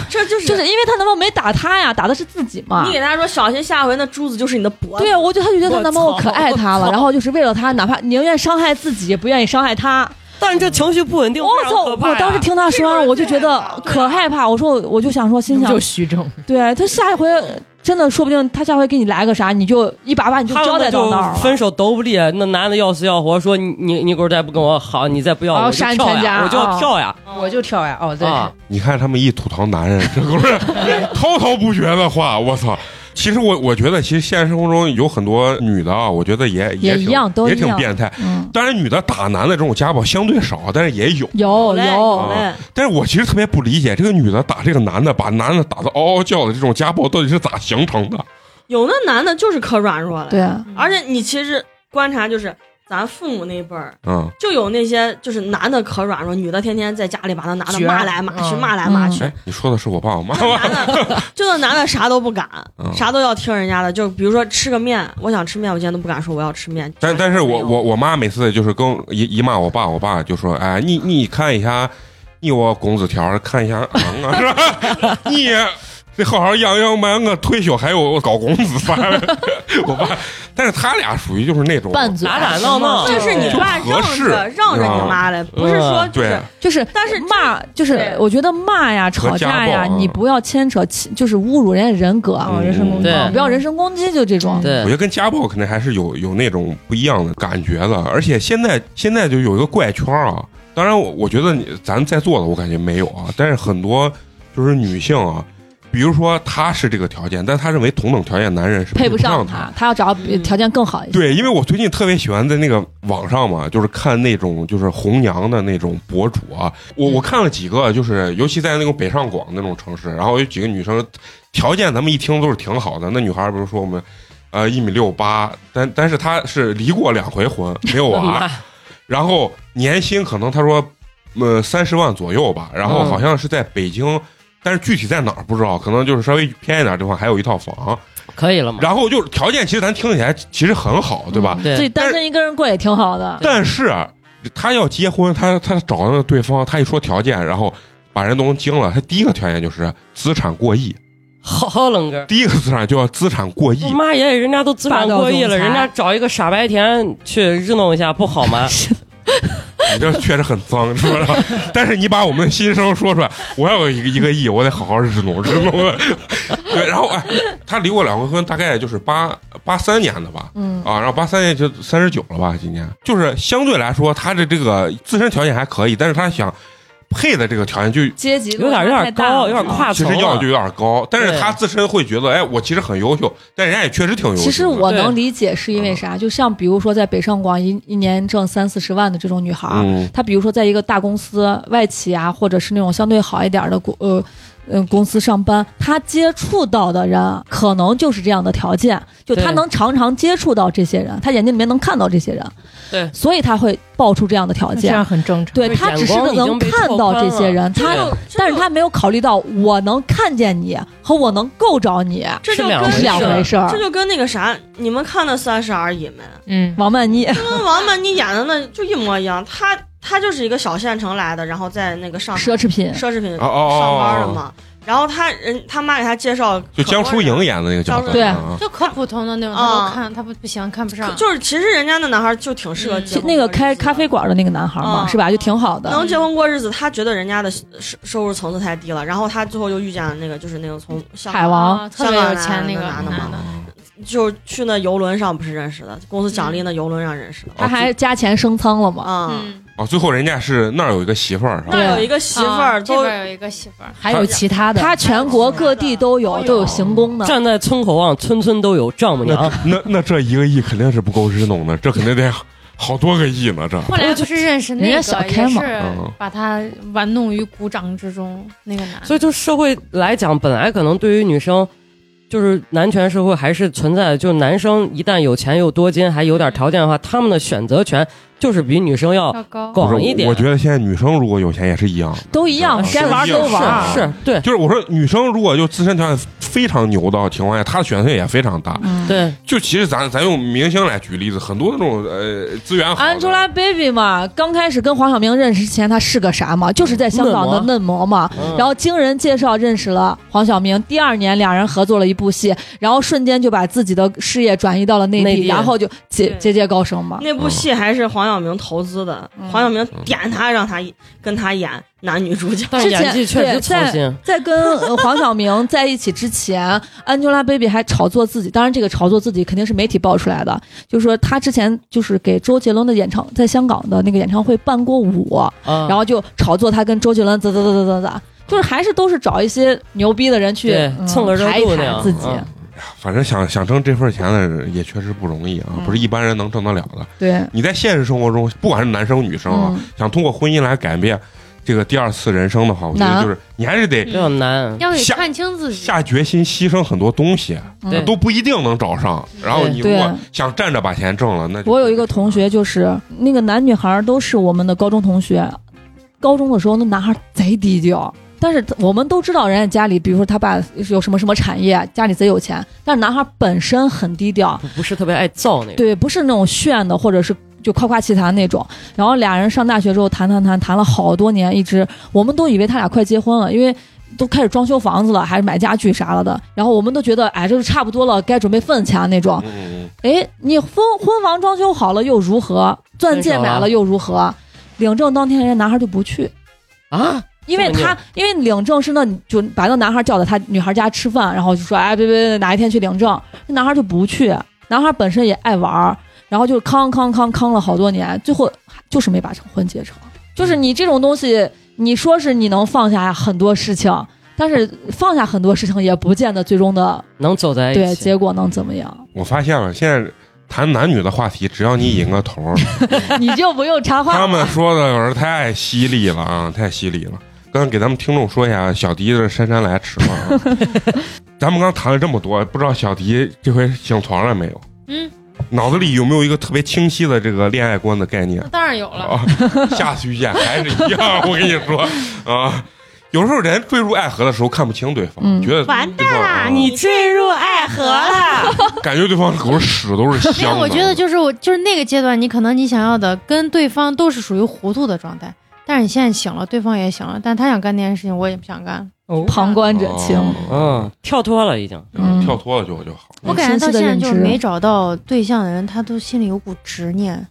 [SPEAKER 4] 这就是
[SPEAKER 5] 就是因为她男朋友没打她呀，打的是自己嘛
[SPEAKER 4] 你。给他说小心下回那珠子就是你的脖子。
[SPEAKER 5] 对，啊我就她就觉得她男朋友可爱她
[SPEAKER 2] 我
[SPEAKER 5] 了，
[SPEAKER 2] 操
[SPEAKER 5] 然后就是为了她，哪怕宁愿伤害自己，也不愿意伤害她。
[SPEAKER 2] 但是这情绪不稳定，
[SPEAKER 5] 我
[SPEAKER 2] 非常
[SPEAKER 5] 操！
[SPEAKER 2] 可怕呀
[SPEAKER 5] 我当时听她说，我就觉得可害怕。我说，嗯我就想说，心想
[SPEAKER 7] 就虚症，
[SPEAKER 5] 对他下一回真的说不定他下回给你来个啥，你就一把把你就
[SPEAKER 2] 他
[SPEAKER 5] 交代
[SPEAKER 2] 们
[SPEAKER 5] 到那儿
[SPEAKER 2] 就
[SPEAKER 5] 了。
[SPEAKER 2] 分手都不离，那男的要死要活，说你你你狗再不跟我好，你再不要
[SPEAKER 7] 哦
[SPEAKER 2] 我就
[SPEAKER 7] 删
[SPEAKER 2] 跳
[SPEAKER 7] 全
[SPEAKER 2] 呀，
[SPEAKER 7] 家
[SPEAKER 2] 我就要
[SPEAKER 7] 哦
[SPEAKER 2] 跳呀
[SPEAKER 7] 我就跳呀，哦对，
[SPEAKER 2] 啊！
[SPEAKER 1] 你看他们一吐槽男人，这不 是滔滔不绝的话，我操！其实我我觉得，其实现实生活中有很多女的啊，我觉得也
[SPEAKER 5] 也
[SPEAKER 1] 挺
[SPEAKER 5] 一样都
[SPEAKER 1] 也
[SPEAKER 5] 一
[SPEAKER 1] 挺
[SPEAKER 5] 样
[SPEAKER 1] 变态。
[SPEAKER 5] 嗯，
[SPEAKER 1] 当然，女的打男的这种家暴相对少，但是也有。
[SPEAKER 5] 有
[SPEAKER 4] 嘞
[SPEAKER 5] 哦有，
[SPEAKER 4] 嘞
[SPEAKER 1] 但是我其实特别不理解，这个女的打这个男的，把男的打得嗷嗷叫的这种家暴到底是咋形成的？
[SPEAKER 4] 有那男的就是可软弱了，
[SPEAKER 5] 对，
[SPEAKER 4] 而且你其实观察就是咱父母那辈儿，
[SPEAKER 1] 嗯，
[SPEAKER 4] 就有那些就是男的可软弱，女的天天在家里把那男的
[SPEAKER 7] 撅
[SPEAKER 4] 骂来骂去，
[SPEAKER 7] 嗯
[SPEAKER 4] 骂来骂去。
[SPEAKER 1] 哎，你说的是我爸我妈
[SPEAKER 4] 这
[SPEAKER 1] 吗？
[SPEAKER 4] 男的，这个男的啥都不敢，
[SPEAKER 1] 嗯
[SPEAKER 4] 啥都要听人家的。就比如说吃个面，我想吃面，我今天都不敢说我要吃面。
[SPEAKER 1] 但但是我
[SPEAKER 4] 没有
[SPEAKER 1] 我我妈每次就是跟我一一骂我爸，我爸就说：“哎，你你看一下，你我工资条看一下昂啊， 是吧？你得好好养养满我退休还有搞工资啥的。” 我爸，但是他俩属于就是那种
[SPEAKER 5] 拌嘴
[SPEAKER 2] 打打闹闹
[SPEAKER 4] 这是你爸
[SPEAKER 1] 就合
[SPEAKER 4] 让
[SPEAKER 1] 适啊嗯
[SPEAKER 4] 着让着你妈了，不是说就
[SPEAKER 1] 对
[SPEAKER 4] 是。
[SPEAKER 5] 就是
[SPEAKER 4] 但是这
[SPEAKER 5] 骂，就是
[SPEAKER 4] 对
[SPEAKER 5] 我觉得骂呀、吵架
[SPEAKER 1] 和家
[SPEAKER 5] 呀
[SPEAKER 1] 暴，啊
[SPEAKER 5] 你不要牵扯起，就是侮辱人家人格，啊
[SPEAKER 1] 嗯
[SPEAKER 7] 哦人身攻击，
[SPEAKER 2] 对
[SPEAKER 5] 不要人身攻击，就这种。
[SPEAKER 1] 我觉
[SPEAKER 2] 对，
[SPEAKER 1] 得跟家暴肯定还是有有那种不一样的感觉的，而且现在现在就有一个怪圈儿啊。当然我，我觉得你咱在座的我感觉没有啊，但是很多就是女性啊，比如说她是这个条件，但她认为同等条件男人是
[SPEAKER 5] 配不
[SPEAKER 1] 不
[SPEAKER 5] 上
[SPEAKER 1] 她
[SPEAKER 5] 他，。他要找比
[SPEAKER 4] 嗯
[SPEAKER 5] 条件更好一些。
[SPEAKER 1] 对，因为我最近特别喜欢在那个网上嘛，就是看那种就是红娘的那种博主啊，我我看了几个，就是尤其在那种北上广那种城市，然后有几个女生条件，咱们一听都是挺好的。那女孩儿比如说我们，呃，一米六八，但但是她是离过两回婚，没有
[SPEAKER 2] 嗯
[SPEAKER 1] 娃，然后年薪可能她说，呃，三十万左右吧，然后
[SPEAKER 2] 嗯
[SPEAKER 1] 好像是在北京。但是具体在哪儿不知道，可能就是稍微偏一点儿地方还有一套房，
[SPEAKER 2] 可以了嘛？
[SPEAKER 1] 然后就是条件，其实咱听起来其实很好，对吧？
[SPEAKER 5] 所以
[SPEAKER 2] 对，
[SPEAKER 5] 单身一个人过也挺好的。
[SPEAKER 1] 但是啊他要结婚，他他找到对方，他一说条件，然后把人都能惊了。他第一个条件就是资产过亿，
[SPEAKER 2] 好好冷哥。
[SPEAKER 1] 第一个资产就要资产过亿。
[SPEAKER 2] 妈耶，人家都资产过亿了，
[SPEAKER 7] 霸道总裁
[SPEAKER 2] 人家找一个傻白甜去日弄一下不好吗？
[SPEAKER 1] 你这确实很脏，是不是？但是你把我们的心声说出来，我要有一个一个亿，我得好好日弄日弄。对，然后哎，他离过两回婚，大概就是八八三年的吧，
[SPEAKER 5] 嗯，
[SPEAKER 1] 啊，然后八三年就三十九了吧，今年就是相对来说，他的这个自身条件还可以，但是他想配的这个条件就
[SPEAKER 5] 阶级
[SPEAKER 2] 有点有点高，有点跨
[SPEAKER 1] 啊其
[SPEAKER 2] 层
[SPEAKER 1] 实要
[SPEAKER 2] 了
[SPEAKER 1] 就。有点高，但是
[SPEAKER 2] 对
[SPEAKER 1] 他自身会觉得，哎，我其实很优秀，但人家也确实挺优秀的。
[SPEAKER 5] 其实我
[SPEAKER 2] 对嗯
[SPEAKER 5] 能理解是因为啥，就像比如说在北上广一一年挣三四十万的这种女孩儿，
[SPEAKER 1] 嗯，
[SPEAKER 5] 她比如说在一个大公司、外企啊，或者是那种相对好一点儿的公呃嗯、公司上班，她接触到的人可能就是这样的条件，就她
[SPEAKER 2] 对
[SPEAKER 5] 能常常接触到这些人，她眼睛里面能看到这些人，
[SPEAKER 2] 对
[SPEAKER 5] 所以她会爆出这样的条
[SPEAKER 7] 那这样
[SPEAKER 5] 件。
[SPEAKER 7] 很正常。
[SPEAKER 5] 对
[SPEAKER 2] 就是
[SPEAKER 5] 她只是
[SPEAKER 2] 眼光已
[SPEAKER 5] 能
[SPEAKER 2] 经被
[SPEAKER 5] 看
[SPEAKER 2] 拓
[SPEAKER 5] 到
[SPEAKER 2] 宽
[SPEAKER 5] 这些
[SPEAKER 2] 了
[SPEAKER 5] 人，她
[SPEAKER 2] 对
[SPEAKER 5] 但是她没有考虑到我能看见你和我能够着你
[SPEAKER 4] 这就是
[SPEAKER 2] 两
[SPEAKER 4] 跟
[SPEAKER 2] 回
[SPEAKER 5] 是两
[SPEAKER 2] 事儿
[SPEAKER 5] 回事儿
[SPEAKER 4] 这。就跟那个啥，你们看那《三十而已》没？
[SPEAKER 7] 嗯，
[SPEAKER 5] 王曼妮，
[SPEAKER 4] 跟王曼妮演的那就一模一样。她她就是一个小县城来的，然后在那个上海
[SPEAKER 5] 奢侈品，
[SPEAKER 4] 奢侈品
[SPEAKER 1] 哦
[SPEAKER 4] 上
[SPEAKER 1] 哦哦哦
[SPEAKER 4] 班的嘛。然后她人她妈给她介绍，
[SPEAKER 1] 就江疏影演的那个角色，
[SPEAKER 4] 对
[SPEAKER 1] 啊
[SPEAKER 3] 就可普通的那种，
[SPEAKER 4] 啊
[SPEAKER 3] 他都看他不不行，看不上。
[SPEAKER 4] 就是其实人家那男孩就挺适合
[SPEAKER 3] 嗯
[SPEAKER 4] 结婚
[SPEAKER 5] 那个
[SPEAKER 4] 过日子
[SPEAKER 5] 开
[SPEAKER 4] 的
[SPEAKER 5] 咖啡馆的那个男孩嘛，
[SPEAKER 4] 嗯
[SPEAKER 5] 是吧？就挺好的。
[SPEAKER 4] 能结婚过日子，他觉得人家的收收入层次太低了，然后他最后就遇见了那个，就是那个从香
[SPEAKER 5] 海王
[SPEAKER 3] 啊特别有钱那个嗯
[SPEAKER 4] 香港
[SPEAKER 3] 男
[SPEAKER 4] 男
[SPEAKER 3] 的，
[SPEAKER 4] 就是
[SPEAKER 5] 嗯
[SPEAKER 4] 去那游轮上不是认识的，公司奖励那游轮上认识的
[SPEAKER 5] 哦他还加钱升舱了嘛？
[SPEAKER 4] 啊。
[SPEAKER 3] 嗯，
[SPEAKER 1] 哦，最后人家是那儿有一个媳妇儿是吧？
[SPEAKER 4] 那儿有一个媳妇儿
[SPEAKER 3] 啊这
[SPEAKER 4] 都
[SPEAKER 3] 边有一个媳妇儿，
[SPEAKER 7] 还有其他的，
[SPEAKER 5] 他全国各地都有都有行宫的，
[SPEAKER 2] 站在村口望，村村都有丈母娘。
[SPEAKER 1] 那那这一个亿肯定是不够支弄的，这肯定得好多个亿呢，这。
[SPEAKER 3] 后来不是认识那
[SPEAKER 5] 人家
[SPEAKER 3] 个，
[SPEAKER 5] 小开嘛
[SPEAKER 3] 也是
[SPEAKER 1] 嗯
[SPEAKER 3] 把他玩弄于股掌之中，那个男的。
[SPEAKER 2] 所以，就社会来讲，本来可能对于女生，就是男权社会还是存在的。就男生一旦有钱又多金，还有点条件的话，他们的选择权就是比女生要
[SPEAKER 3] 要哦高，
[SPEAKER 1] 不是
[SPEAKER 2] 广一点。
[SPEAKER 1] 我觉得现在女生如果有钱也是一样，
[SPEAKER 5] 都一样，
[SPEAKER 1] 是
[SPEAKER 5] 该玩
[SPEAKER 1] 是
[SPEAKER 5] 都玩。
[SPEAKER 2] 是是，对
[SPEAKER 1] 就是我说女生如果就自身条件非常牛的情况下，她的选择也非常大。
[SPEAKER 5] 嗯，
[SPEAKER 2] 对，
[SPEAKER 1] 就其实咱咱用明星来举例子，很多那种呃资源好的
[SPEAKER 5] Angelababy 嘛，刚开始跟黄晓明认识之前，她是个啥嘛？就是在香港的嫩模嘛。
[SPEAKER 2] 嗯
[SPEAKER 5] 然后经人介绍认识了黄晓明，第二年俩人合作了一部戏，然后瞬间就把自己的事业转移到了内
[SPEAKER 2] 内地
[SPEAKER 5] 然后就节
[SPEAKER 4] 对
[SPEAKER 5] 节节高升嘛。
[SPEAKER 4] 那部戏还是黄晓明投资的，
[SPEAKER 5] 嗯
[SPEAKER 4] 黄晓明点他让他跟他演男女 主角，
[SPEAKER 2] 但是演技确实
[SPEAKER 5] 对
[SPEAKER 2] 操心。
[SPEAKER 5] 在跟呃黄晓明在一起之前，Angelababy 还炒作自己，当然这个炒作自己肯定是媒体爆出来的，就是说她之前就是给周杰伦的演唱在香港的那个演唱会伴过舞，
[SPEAKER 2] 然
[SPEAKER 5] 然后就炒作他跟周杰伦咋咋咋咋咋咋，就是还是都是找一些牛逼的人去
[SPEAKER 2] 对
[SPEAKER 5] 嗯
[SPEAKER 2] 蹭个热
[SPEAKER 5] 抬一
[SPEAKER 2] 度那
[SPEAKER 5] 抬
[SPEAKER 2] 样
[SPEAKER 5] 自己，
[SPEAKER 2] 嗯
[SPEAKER 1] 反正想想挣这份钱的人也确实不容易啊，
[SPEAKER 5] 嗯
[SPEAKER 1] 不是一般人能挣得了的。
[SPEAKER 5] 对，
[SPEAKER 1] 你在现实生活中，不管是男生女生啊，
[SPEAKER 5] 嗯，
[SPEAKER 1] 想通过婚姻来改变这个第二次人生的话，我觉得
[SPEAKER 5] 难
[SPEAKER 1] 就是你还是得
[SPEAKER 2] 比较
[SPEAKER 4] 嗯
[SPEAKER 2] 难。
[SPEAKER 3] 要得
[SPEAKER 1] 下
[SPEAKER 3] 看清自己。
[SPEAKER 1] 下决心牺牲很多东西，
[SPEAKER 5] 对
[SPEAKER 1] 都不一定能找上。然后你如
[SPEAKER 5] 对
[SPEAKER 1] 果想站着把钱挣了，那就
[SPEAKER 5] 我有一个同学，就是那个男女孩儿都是我们的高中同学，高中的时候那男孩儿贼低调。但是我们都知道，人家家里，比如说他爸有什么什么产业，家里贼有钱。但是男孩儿本身很低调，
[SPEAKER 2] 不不是特别爱造那个，
[SPEAKER 5] 对，不是那种炫的，或者是就夸夸其谈那种。然后俩人上大学之后谈谈谈谈了好多年，一直我们都以为他俩快结婚了，因为都开始装修房子了，还是买家具啥了的。然后我们都觉得，哎，这就差不多了，该准备分钱啊那种。
[SPEAKER 1] 嗯，嗯
[SPEAKER 5] 哎，你婚婚房装修好了又如何？钻戒买了又如何？领证当天，人家男孩就不去，
[SPEAKER 2] 啊，
[SPEAKER 5] 因为
[SPEAKER 2] 这么
[SPEAKER 5] 他因为领证是那就把那男孩叫到他女孩家吃饭，然后就说哎别别别哪一天去领证，那男孩就不去。男孩本身也爱玩儿，然后就康康康康了好多年，最后就是没把婚结成。就是你这种东西，你说是你能放下很多事情，但是放下很多事情也不见得最终的
[SPEAKER 2] 能走在
[SPEAKER 5] 对
[SPEAKER 2] 一起。
[SPEAKER 5] 结果能怎么样？
[SPEAKER 1] 我发现了，现在谈男女的话题，只要你
[SPEAKER 5] 嗯
[SPEAKER 1] 引个头儿，
[SPEAKER 5] 你就不用插话了。
[SPEAKER 1] 他们说的有时候太犀利了啊，太犀利了。刚才给咱们听众说一下，小迪这姗姗来迟了 啊。咱们刚谈了这么多，不知道小迪这回醒床了没有？
[SPEAKER 3] 嗯，
[SPEAKER 1] 脑子里有没有一个特别清晰的这个恋爱观的概念
[SPEAKER 3] 那？当然有了，
[SPEAKER 1] 啊，下次遇见还是一样，我跟你说啊，有时候人坠入爱河的时候看不清对方，
[SPEAKER 5] 嗯
[SPEAKER 1] 觉得
[SPEAKER 4] 完
[SPEAKER 1] 对方 啊
[SPEAKER 4] 坠入爱河了。
[SPEAKER 1] 感觉对方狗屎都是
[SPEAKER 3] 没
[SPEAKER 1] 香
[SPEAKER 3] 有，
[SPEAKER 1] 的。哦
[SPEAKER 3] 我觉得就是我就是那个阶段，你可能你想要的跟对方都是属于糊涂的状态，但是你现在醒了，对方也醒了，但他想干那件事情，我也不想干。
[SPEAKER 5] 旁观者清。
[SPEAKER 2] 嗯，跳脱了已经。
[SPEAKER 1] 哦嗯，
[SPEAKER 5] 嗯
[SPEAKER 1] 跳脱了就就好。
[SPEAKER 3] 我感觉到
[SPEAKER 5] 清晰的
[SPEAKER 3] 现在
[SPEAKER 5] 认
[SPEAKER 3] 就是
[SPEAKER 5] 知
[SPEAKER 3] 没找到对象的人，他都心里有股执念。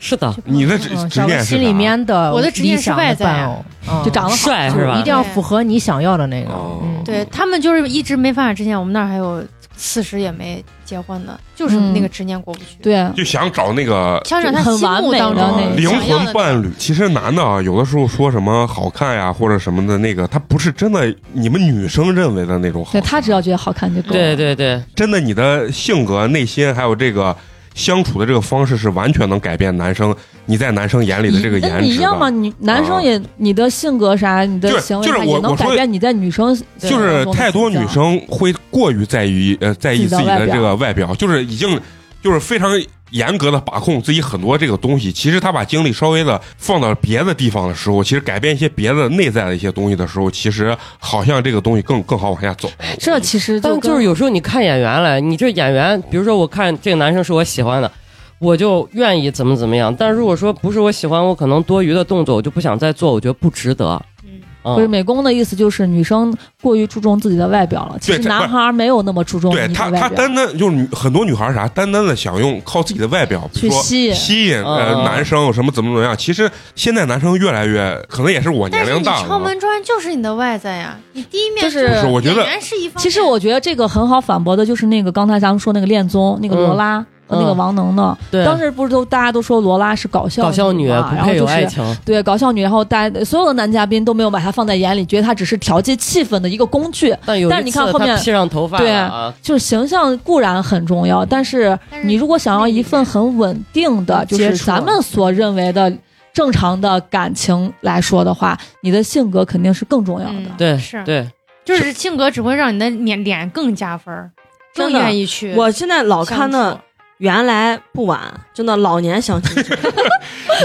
[SPEAKER 2] 是的，
[SPEAKER 3] 就不能
[SPEAKER 1] 啊你的
[SPEAKER 3] 说
[SPEAKER 1] 执
[SPEAKER 7] 嗯
[SPEAKER 1] 执
[SPEAKER 7] 找个
[SPEAKER 1] 念是啥
[SPEAKER 7] 心里面的
[SPEAKER 3] 我的执
[SPEAKER 7] 理
[SPEAKER 3] 念是
[SPEAKER 7] 想
[SPEAKER 3] 外
[SPEAKER 7] 的
[SPEAKER 3] 在啊
[SPEAKER 7] 伴偶，嗯
[SPEAKER 5] 就长得好
[SPEAKER 2] 帅
[SPEAKER 7] 就是
[SPEAKER 2] 吧
[SPEAKER 7] 一定要符合你想要的那个。
[SPEAKER 1] 哦
[SPEAKER 7] 嗯，
[SPEAKER 3] 对他们就是一直没办法。之前我们那儿还有四十也没结婚的，就是那个执念过不去。，
[SPEAKER 5] 嗯对，
[SPEAKER 1] 就想找那个
[SPEAKER 3] 想想他
[SPEAKER 5] 很
[SPEAKER 3] 心
[SPEAKER 5] 完
[SPEAKER 3] 目
[SPEAKER 5] 美
[SPEAKER 3] 当
[SPEAKER 5] 的
[SPEAKER 1] 啊
[SPEAKER 5] 那
[SPEAKER 3] 中
[SPEAKER 5] 个
[SPEAKER 1] 灵
[SPEAKER 3] 想要
[SPEAKER 1] 魂
[SPEAKER 3] 的
[SPEAKER 1] 伴侣。其实男的啊，有的时候说什么好看呀或者什么的那个，他不是真的你们女生认为的那种好
[SPEAKER 5] 对
[SPEAKER 1] 看。
[SPEAKER 5] 他只要觉得好看就够了。
[SPEAKER 2] 对对对，
[SPEAKER 1] 真的你的性格、内心还有这个。相处的这个方式是完全能改变男生，你在男生眼里的这个
[SPEAKER 5] 你
[SPEAKER 1] 颜
[SPEAKER 5] 那
[SPEAKER 1] 值的。嗯
[SPEAKER 5] 你要么你男生也你的性格啥，你
[SPEAKER 1] 就
[SPEAKER 5] 的
[SPEAKER 1] 是
[SPEAKER 5] 行为
[SPEAKER 1] 就是
[SPEAKER 5] 啥
[SPEAKER 1] 我
[SPEAKER 5] 也
[SPEAKER 1] 我
[SPEAKER 5] 能
[SPEAKER 1] 说
[SPEAKER 5] 改变你在女生
[SPEAKER 1] 就
[SPEAKER 5] 对
[SPEAKER 1] 是
[SPEAKER 5] 当中的
[SPEAKER 1] 太多
[SPEAKER 5] 形
[SPEAKER 1] 女
[SPEAKER 5] 象
[SPEAKER 1] 生会过于在意呃在意
[SPEAKER 5] 自己
[SPEAKER 1] 自
[SPEAKER 5] 的
[SPEAKER 1] 己的
[SPEAKER 5] 外
[SPEAKER 1] 这个外表，
[SPEAKER 5] 表
[SPEAKER 1] 就是已经就是非常严格的把控自己很多这个东西。其实她把精力稍微的放到别的地方的时候，其实改变一些别的内在的一些东西的时候，其实好像这个东西更更好往下走。
[SPEAKER 5] 这其实
[SPEAKER 2] 但
[SPEAKER 5] 就
[SPEAKER 2] 就是有时候你看演员来，你这演员，比如说我看这个男生是我喜欢的，我就愿意怎么怎么样。但如果说不是我喜欢，我可能多余的动作我就不想再做，我觉得不值得。
[SPEAKER 4] 嗯
[SPEAKER 2] 嗯，
[SPEAKER 5] 不是美工的意思，就是女生过于注重自己的外表了。其
[SPEAKER 1] 对
[SPEAKER 5] 实
[SPEAKER 1] 这
[SPEAKER 5] 男孩儿没有那么注重
[SPEAKER 1] 对
[SPEAKER 5] 你
[SPEAKER 1] 她，
[SPEAKER 5] 的
[SPEAKER 1] 她
[SPEAKER 5] 外表。
[SPEAKER 1] 单单就是女很多女孩儿啥，单单的想用靠自己的外表比如
[SPEAKER 5] 去
[SPEAKER 1] 说
[SPEAKER 5] 吸引
[SPEAKER 1] 吸引呃
[SPEAKER 2] 嗯
[SPEAKER 1] 男生什么怎么怎么样。其实现在男生越来越可能也是我年
[SPEAKER 3] 但是
[SPEAKER 1] 龄
[SPEAKER 3] 你
[SPEAKER 1] 大了
[SPEAKER 3] 敲
[SPEAKER 1] 啊。
[SPEAKER 3] 门砖就是你的外在呀，你第一面
[SPEAKER 5] 就是
[SPEAKER 1] 不是我觉得
[SPEAKER 3] 演员是一方面，
[SPEAKER 5] 其实我觉得这个很好反驳的，就是那个刚才咱们说那个恋综，那个罗拉和那个
[SPEAKER 2] 嗯
[SPEAKER 5] 王能能，
[SPEAKER 2] 对，
[SPEAKER 5] 当时不是都大家都说罗拉是搞笑
[SPEAKER 2] 搞笑女啊
[SPEAKER 5] 嘛
[SPEAKER 2] 不
[SPEAKER 5] 然后
[SPEAKER 2] 配有
[SPEAKER 5] 就是
[SPEAKER 2] 爱情，
[SPEAKER 5] 对搞笑女，然后大家所有的男嘉宾都没有把她放在眼里，觉得她只是调节气氛的一个工具。
[SPEAKER 2] 但有一
[SPEAKER 5] 但是你看
[SPEAKER 2] 次
[SPEAKER 5] 后
[SPEAKER 2] 她
[SPEAKER 5] 面
[SPEAKER 2] 披上头发
[SPEAKER 5] 对
[SPEAKER 2] 了啊，
[SPEAKER 5] 就是形象固然很重要，但是
[SPEAKER 3] 但是
[SPEAKER 5] 你如果想要一份很稳定的，就
[SPEAKER 7] 接
[SPEAKER 5] 嗯是
[SPEAKER 7] 触
[SPEAKER 5] 咱们所认为的正常的感情来说的话，你的性格肯定是更重要的。
[SPEAKER 3] 嗯
[SPEAKER 2] 对，
[SPEAKER 3] 是
[SPEAKER 2] 对，
[SPEAKER 3] 就是性格只会让你的脸脸更加分儿，更
[SPEAKER 4] 真的
[SPEAKER 3] 愿意去
[SPEAKER 4] 我现在老看
[SPEAKER 3] 相
[SPEAKER 4] 那
[SPEAKER 3] 处
[SPEAKER 4] 原来不晚，真的老年相亲节目，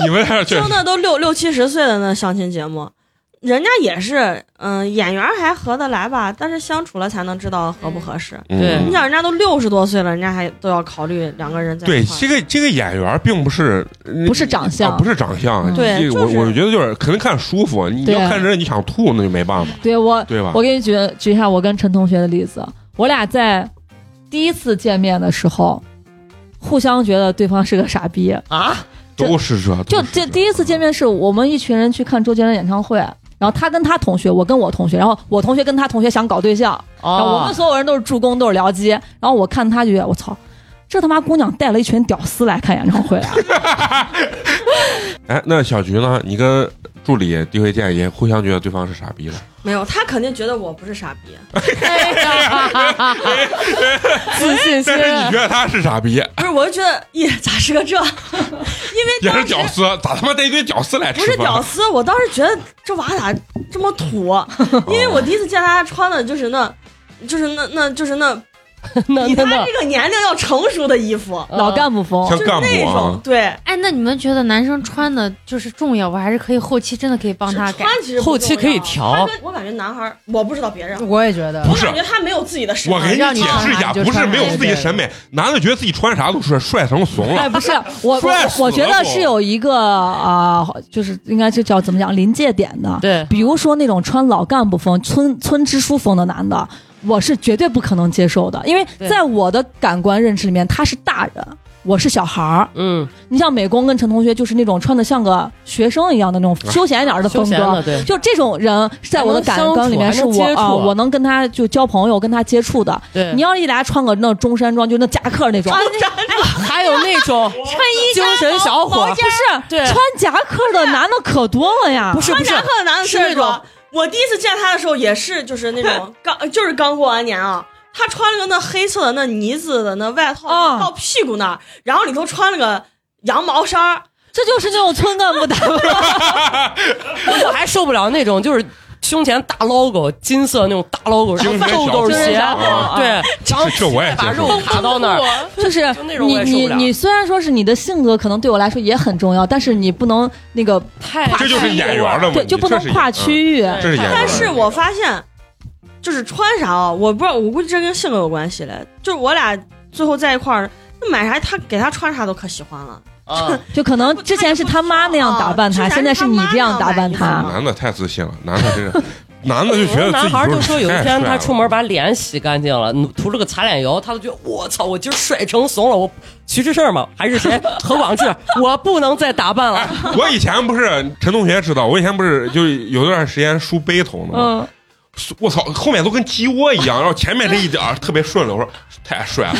[SPEAKER 1] 你们那儿确
[SPEAKER 4] 就
[SPEAKER 1] 实
[SPEAKER 4] 那都六六七十岁的那相亲节目，人家也是，嗯、演员还合得来吧，但是相处了才能知道合不合适。
[SPEAKER 2] 对
[SPEAKER 1] 嗯
[SPEAKER 4] 你想，人家都六十多岁了，人家还都要考虑两个人在
[SPEAKER 1] 对
[SPEAKER 4] 一块
[SPEAKER 1] 这
[SPEAKER 4] 儿。
[SPEAKER 1] 个这个演员并不是呃
[SPEAKER 5] 不是长相
[SPEAKER 1] 啊不是长相，
[SPEAKER 5] 嗯
[SPEAKER 4] 对
[SPEAKER 1] 这
[SPEAKER 4] 就
[SPEAKER 1] 我
[SPEAKER 4] 是
[SPEAKER 1] 我觉得就是可能看舒服，啊你
[SPEAKER 5] 对
[SPEAKER 1] 要看人你想吐那就没办法，
[SPEAKER 5] 对我，
[SPEAKER 1] 对吧
[SPEAKER 5] 我？给你举举一下我跟陈同学的例子，我俩在第一次见面的时候，互相觉得对方是个傻逼。
[SPEAKER 1] 都是这，
[SPEAKER 5] 就
[SPEAKER 1] 都是
[SPEAKER 5] 这第一次见面是我们一群人去看周杰伦演唱会，然后他跟他同学，我跟我同学，然后我同学跟他同学想搞对象，然啊后我
[SPEAKER 2] 哦
[SPEAKER 5] 们，所有人都是助攻，都是僚机，然后我看他就觉得我操。这他妈姑娘带了一群屌丝来看演唱 会啊！
[SPEAKER 1] 哎，那小菊呢？你跟助理第一回见也互相觉得对方是傻逼了，
[SPEAKER 4] 没有，他肯定觉得我不是傻逼，
[SPEAKER 7] 自信心
[SPEAKER 1] 但是你觉得他是傻逼，
[SPEAKER 4] 不是，我就觉得，咦，咋是个这？因为
[SPEAKER 1] 也是
[SPEAKER 4] 当时
[SPEAKER 1] 屌丝，咋他妈带一堆屌丝来
[SPEAKER 4] 不
[SPEAKER 1] 吃
[SPEAKER 4] 是屌
[SPEAKER 1] 饭？
[SPEAKER 4] 丝，我当时觉得这娃咋这么 土？因为我第一次见他穿的就是那，就是那那就是 那
[SPEAKER 2] 那
[SPEAKER 4] 比
[SPEAKER 2] 那
[SPEAKER 4] 他
[SPEAKER 2] 那
[SPEAKER 4] 这个年龄要成熟的衣服，
[SPEAKER 5] 老干部风，
[SPEAKER 1] 像
[SPEAKER 4] 就是
[SPEAKER 1] 干
[SPEAKER 4] 那
[SPEAKER 1] 部
[SPEAKER 4] 种
[SPEAKER 1] 啊，
[SPEAKER 4] 对，
[SPEAKER 3] 哎，那你们觉得男生穿的就是重要，我还是可以后期真的可以帮他改
[SPEAKER 4] 穿。其实不
[SPEAKER 2] 后期可以调
[SPEAKER 4] 重要。他跟我感觉男孩儿，我不知道别人，
[SPEAKER 7] 我也觉得
[SPEAKER 1] 不
[SPEAKER 4] 我
[SPEAKER 1] 是
[SPEAKER 4] 感觉他没有自己的审
[SPEAKER 1] 我给
[SPEAKER 4] 美。
[SPEAKER 7] 让
[SPEAKER 1] 你
[SPEAKER 7] 你
[SPEAKER 1] 解释一下，
[SPEAKER 7] 看就
[SPEAKER 1] 不是
[SPEAKER 7] 穿
[SPEAKER 1] 没有自己的
[SPEAKER 7] 对
[SPEAKER 1] 审美，男的觉得自己穿啥都是帅成怂
[SPEAKER 2] 嗯
[SPEAKER 1] 了
[SPEAKER 5] 哎，，不是我，我
[SPEAKER 1] 帅死
[SPEAKER 5] 我觉
[SPEAKER 1] 了
[SPEAKER 5] 得
[SPEAKER 1] 都
[SPEAKER 5] 是有一个啊、就是应该就叫怎么讲临界点的。
[SPEAKER 2] 对，
[SPEAKER 5] 比如说那种穿老干部风、村村支书风的男的，我是绝对不可能接受的，因为
[SPEAKER 2] 对
[SPEAKER 5] 在我的感官认知里面，他是大人，我是小孩儿。
[SPEAKER 2] 嗯，
[SPEAKER 5] 你像美工跟陈同学，就是那种穿的像个学生一样的那种休闲一点
[SPEAKER 2] 啊
[SPEAKER 5] 的
[SPEAKER 2] 休
[SPEAKER 5] 风
[SPEAKER 2] 闲
[SPEAKER 5] 格
[SPEAKER 2] 了，。对，
[SPEAKER 5] 就这种人，是在我的感官里面
[SPEAKER 2] 还
[SPEAKER 5] 是
[SPEAKER 2] 能
[SPEAKER 5] 我
[SPEAKER 2] 相处还能接
[SPEAKER 5] 啊、
[SPEAKER 2] 触
[SPEAKER 5] 我能跟他就交朋友、跟他接触的。
[SPEAKER 2] 对，
[SPEAKER 5] 你要一来穿个那种中山装，就那夹克那种，
[SPEAKER 4] 啊
[SPEAKER 2] 还有那 种
[SPEAKER 3] 穿衣
[SPEAKER 2] 精神小伙儿
[SPEAKER 5] 不，是
[SPEAKER 2] 对
[SPEAKER 5] 穿夹克的男的可多了呀，
[SPEAKER 2] 不是不
[SPEAKER 4] 穿
[SPEAKER 2] 是
[SPEAKER 4] 夹克的男的
[SPEAKER 2] 是
[SPEAKER 4] 特别
[SPEAKER 2] 那种
[SPEAKER 4] 多。我第一次见他的时候也是，就是 那种刚，就是刚过完年啊。他穿了个那黑色的那呢子的那外套，
[SPEAKER 5] 啊
[SPEAKER 4] 到屁股那儿，然后里头穿了个羊毛衫儿，
[SPEAKER 5] 这就是那种村干部 打扮。
[SPEAKER 2] 我还受不了那种就是胸前大 logo，金色那种大 logo，然
[SPEAKER 1] 精神
[SPEAKER 2] 后
[SPEAKER 1] 小
[SPEAKER 2] 豆豆
[SPEAKER 1] 伙
[SPEAKER 2] 鞋，
[SPEAKER 1] 啊
[SPEAKER 2] 对，然后
[SPEAKER 1] 这这我也
[SPEAKER 2] 把
[SPEAKER 1] 接
[SPEAKER 2] 肉
[SPEAKER 1] 受。
[SPEAKER 2] 卡到那儿，
[SPEAKER 5] 就是
[SPEAKER 2] 就那种
[SPEAKER 5] 你
[SPEAKER 2] 我也受不
[SPEAKER 5] 你
[SPEAKER 2] 了
[SPEAKER 5] 你虽然说是你的性格可能对我来说也很重要，但是你不能那个
[SPEAKER 2] 太
[SPEAKER 1] 这就是演员的问
[SPEAKER 5] 对
[SPEAKER 1] 题，
[SPEAKER 5] 就不能
[SPEAKER 1] 这是
[SPEAKER 5] 跨
[SPEAKER 1] 演
[SPEAKER 5] 区域。
[SPEAKER 1] 嗯这是演员。
[SPEAKER 4] 但是我发现，就是穿啥啊，我不知道，我估计这跟性格有关系嘞。就是我俩最后在一块儿，那买啥他给他穿啥都可喜欢了。
[SPEAKER 2] 啊，
[SPEAKER 5] 就可能之前是他妈那样打扮他，
[SPEAKER 4] 啊
[SPEAKER 5] 现在是你这样打扮
[SPEAKER 4] 之前是他
[SPEAKER 5] 他
[SPEAKER 4] 妈。
[SPEAKER 1] 男的太自信了，男的真是， 男的就觉得
[SPEAKER 2] 有的啊男
[SPEAKER 1] 自己
[SPEAKER 2] 孩
[SPEAKER 1] 就
[SPEAKER 2] 就是说有一
[SPEAKER 1] 太
[SPEAKER 2] 天
[SPEAKER 1] 帅
[SPEAKER 2] 他
[SPEAKER 1] 了
[SPEAKER 2] 出门把脸洗干净了，嗯涂了个擦脸油，他都觉得我操，我今儿帅成怂了。我徐志胜嘛，还是谁何广智，我不能再打扮了。
[SPEAKER 1] 我以前不是陈同学知道，我以前不是就有段时间梳背头呢吗，
[SPEAKER 5] 嗯，
[SPEAKER 1] 我操，后面都跟鸡窝一样，然后前面这一点儿特别顺溜，我说太帅 了。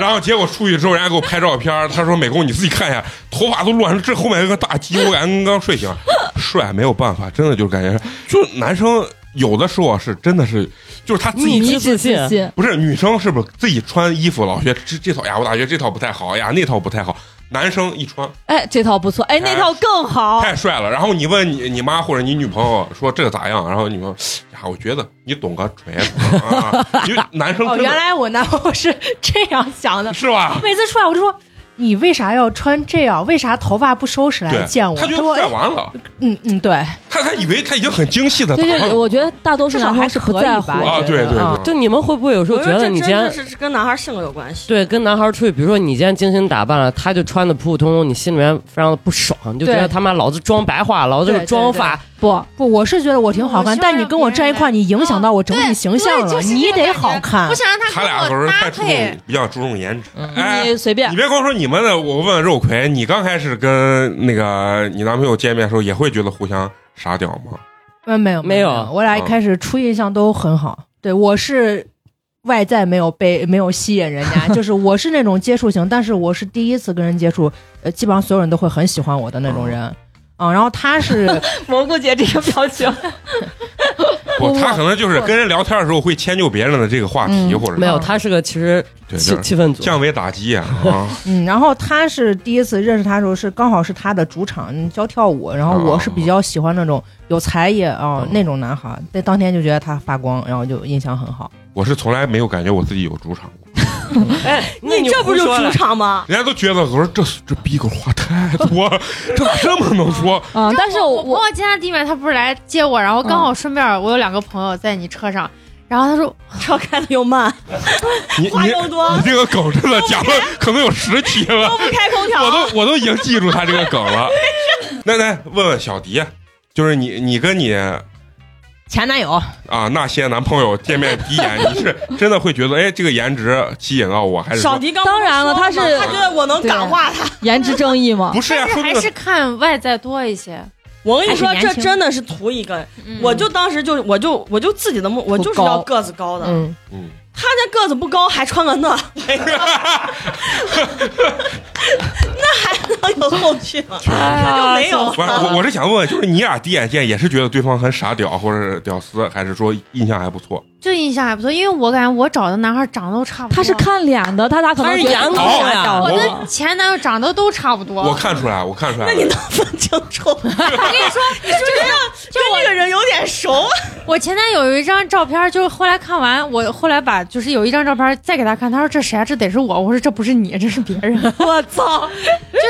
[SPEAKER 1] 然后结果出去之后，人家给我拍照片儿，他说美工你自己看一下，头发都乱成这后面有个大鸡窝，感觉跟刚睡醒。 帅没有办法，真的就是感觉是，就是男生有的时候啊是真的是，就是他自己
[SPEAKER 2] 你
[SPEAKER 5] 迷
[SPEAKER 2] 之自信
[SPEAKER 5] 信。
[SPEAKER 1] 不是女生是不是自己穿衣服老觉得这这套呀，我咋觉得这套不太好哎呀，那套不太好。男生一穿
[SPEAKER 5] 哎，这套不错，哎，那套更好。
[SPEAKER 1] 太帅了，然后你问你你妈或者你女朋友说这个咋样，然后你说呀，我觉得你懂个锤子啊，因为男生
[SPEAKER 7] 哦，
[SPEAKER 1] 真
[SPEAKER 7] 原
[SPEAKER 1] 的
[SPEAKER 7] 来我男朋友是这样想的。
[SPEAKER 1] 是 吧？
[SPEAKER 7] 每次出来我就说，你为啥要穿这样？为啥头发不收拾来
[SPEAKER 1] 对，
[SPEAKER 7] 见我？
[SPEAKER 1] 他觉得
[SPEAKER 7] 说
[SPEAKER 1] 帅
[SPEAKER 7] 哎
[SPEAKER 1] 完了，
[SPEAKER 7] 嗯嗯，对，
[SPEAKER 1] 他他以为他已经很精细的打
[SPEAKER 5] 对
[SPEAKER 1] 扮
[SPEAKER 5] 对，
[SPEAKER 1] 了
[SPEAKER 5] 我觉得大多数
[SPEAKER 7] 至少
[SPEAKER 5] 男生
[SPEAKER 7] 还
[SPEAKER 5] 是
[SPEAKER 7] 可
[SPEAKER 5] 不
[SPEAKER 7] 以
[SPEAKER 5] 在乎
[SPEAKER 7] 吧。
[SPEAKER 1] 啊，
[SPEAKER 7] 我觉
[SPEAKER 1] 对
[SPEAKER 7] 得
[SPEAKER 1] 对
[SPEAKER 7] 啊
[SPEAKER 1] 对，
[SPEAKER 2] 就你们会不会有时候
[SPEAKER 4] 我
[SPEAKER 2] 觉
[SPEAKER 4] 说
[SPEAKER 2] 得
[SPEAKER 4] 这
[SPEAKER 2] 你今
[SPEAKER 4] 真的
[SPEAKER 2] 天
[SPEAKER 4] 是跟男孩性格有关系。
[SPEAKER 2] 对跟男孩出去，比如说你今天精心打扮了，他就穿的普普通通，你心里面非常的不爽，你就觉
[SPEAKER 7] 对
[SPEAKER 2] 得他妈老子装白话，老子
[SPEAKER 7] 对
[SPEAKER 2] 是装
[SPEAKER 7] 对
[SPEAKER 2] 发，
[SPEAKER 5] 不，
[SPEAKER 7] 不，我是觉得我哦挺好
[SPEAKER 3] 我
[SPEAKER 7] 看，
[SPEAKER 3] 希望
[SPEAKER 7] 但你
[SPEAKER 3] 让
[SPEAKER 7] 跟我
[SPEAKER 3] 别人
[SPEAKER 7] 站一块儿，
[SPEAKER 3] 来
[SPEAKER 7] 你影响到我整
[SPEAKER 3] 对
[SPEAKER 7] 体形象
[SPEAKER 3] 对
[SPEAKER 7] 了，
[SPEAKER 3] 就是
[SPEAKER 7] 你
[SPEAKER 3] 这个
[SPEAKER 7] 得
[SPEAKER 3] 感觉
[SPEAKER 7] 好看
[SPEAKER 3] 我。想让
[SPEAKER 1] 他
[SPEAKER 3] 他
[SPEAKER 1] 俩
[SPEAKER 3] 跟
[SPEAKER 1] 都
[SPEAKER 3] 我
[SPEAKER 1] 是
[SPEAKER 3] 搭
[SPEAKER 1] 太注重
[SPEAKER 3] 配，
[SPEAKER 1] 比较注重颜值，哎
[SPEAKER 5] 你随 便
[SPEAKER 1] 你。别光说你们的，我问肉葵，你刚开始跟那个你男朋友见面的时候，也会觉得互相傻屌吗？
[SPEAKER 7] 嗯，没有
[SPEAKER 2] 没有
[SPEAKER 7] 我俩一
[SPEAKER 1] 嗯
[SPEAKER 7] 开始初印象都很好。对我是外在没有被没有吸引人 家，就是我是那种接触型，但是我是第一次跟人接触，呃，基本上所有人都会很喜欢我的那种
[SPEAKER 1] 哦
[SPEAKER 7] 人。啊、然后他是
[SPEAKER 4] 蘑菇姐这个表情，
[SPEAKER 1] 不，
[SPEAKER 5] 我
[SPEAKER 1] 他可能就是跟人聊天的时候会迁就别人的这个话题，
[SPEAKER 5] 嗯
[SPEAKER 1] 或者
[SPEAKER 2] 没有，他是个其实
[SPEAKER 1] 对，
[SPEAKER 2] 气
[SPEAKER 1] 就是
[SPEAKER 2] 气氛组，
[SPEAKER 1] 降维打击啊！啊
[SPEAKER 7] 嗯，然后他是第一次认识他的时候是刚好是他的主场嗯教跳舞，然后我是比较喜欢那种有才艺啊、
[SPEAKER 1] 哦
[SPEAKER 7] 那种男孩，在当天就觉得他发光，然后就印象很好。
[SPEAKER 1] 我是从来没有感觉我自己有主场过，
[SPEAKER 2] 哎，那
[SPEAKER 4] 你这不就
[SPEAKER 2] 胡说
[SPEAKER 4] 主
[SPEAKER 2] 了
[SPEAKER 4] 场吗？
[SPEAKER 1] 人家都觉得我说这这逼狗话太多了，这咋这么能说？
[SPEAKER 5] 嗯，但是
[SPEAKER 3] 我
[SPEAKER 5] 我
[SPEAKER 3] 朋友今天地面他不是来接我，然后
[SPEAKER 7] 嗯
[SPEAKER 3] 刚好顺便我有两个朋友在你车上，然后他 说
[SPEAKER 4] 车开的又慢，
[SPEAKER 1] 你你
[SPEAKER 4] 话 又多
[SPEAKER 1] 你，这个梗真的讲了可能有十期了
[SPEAKER 4] 都，不开空
[SPEAKER 1] 我
[SPEAKER 4] 调。
[SPEAKER 1] 都我都已经记住他这个梗了。那来问问小迪，啊就是你你跟你
[SPEAKER 7] 前男友，
[SPEAKER 1] 啊那些男朋友见面第一眼，你是真的会觉得哎这个颜值吸引到我，还是
[SPEAKER 4] 小
[SPEAKER 1] 说
[SPEAKER 4] 迪刚
[SPEAKER 5] 当然了
[SPEAKER 4] 不说
[SPEAKER 5] 他是
[SPEAKER 4] 吗他觉得我能
[SPEAKER 5] 对
[SPEAKER 4] 感化他。
[SPEAKER 5] 颜值正义嘛，
[SPEAKER 1] 不是呀、
[SPEAKER 3] 但是
[SPEAKER 1] 说明
[SPEAKER 3] 还是看外在多一些。
[SPEAKER 4] 我跟你说，
[SPEAKER 3] 还是
[SPEAKER 4] 这
[SPEAKER 3] 年轻
[SPEAKER 4] 真的是图一个。
[SPEAKER 3] 嗯
[SPEAKER 4] 我就当时就我就我就自己的目，我就是要个子高的。
[SPEAKER 7] 嗯，
[SPEAKER 1] 嗯，
[SPEAKER 4] 他那个子不高，还穿个 那，那还能有后续吗？
[SPEAKER 1] 确实是。
[SPEAKER 4] 他就没有
[SPEAKER 1] 不是我，我是想问问，就是你俩第一眼见也是觉得对方很傻屌或者是屌丝，还是说印象还不错？
[SPEAKER 3] 就印象还不错，因为我感觉我找的男孩长得都差不多。
[SPEAKER 5] 他是看脸的，他咋可能
[SPEAKER 2] 他是
[SPEAKER 5] 觉得
[SPEAKER 2] 颜
[SPEAKER 5] 你
[SPEAKER 2] 值
[SPEAKER 5] 傻
[SPEAKER 2] 呀
[SPEAKER 5] 屌
[SPEAKER 3] 我
[SPEAKER 5] 呢
[SPEAKER 3] 跟前男友长得都差不多。
[SPEAKER 1] 我看出来，我看出来
[SPEAKER 4] 那
[SPEAKER 1] 了。
[SPEAKER 4] 你能分清楚？我跟你说，你说这样跟 这个人有点熟，
[SPEAKER 3] 我前男友有一张照片，就是后来看完，我后来把就是有一张照片再给他看，他说这谁啊？这得是我。我说这不是你，这是别人。 就
[SPEAKER 4] 我操！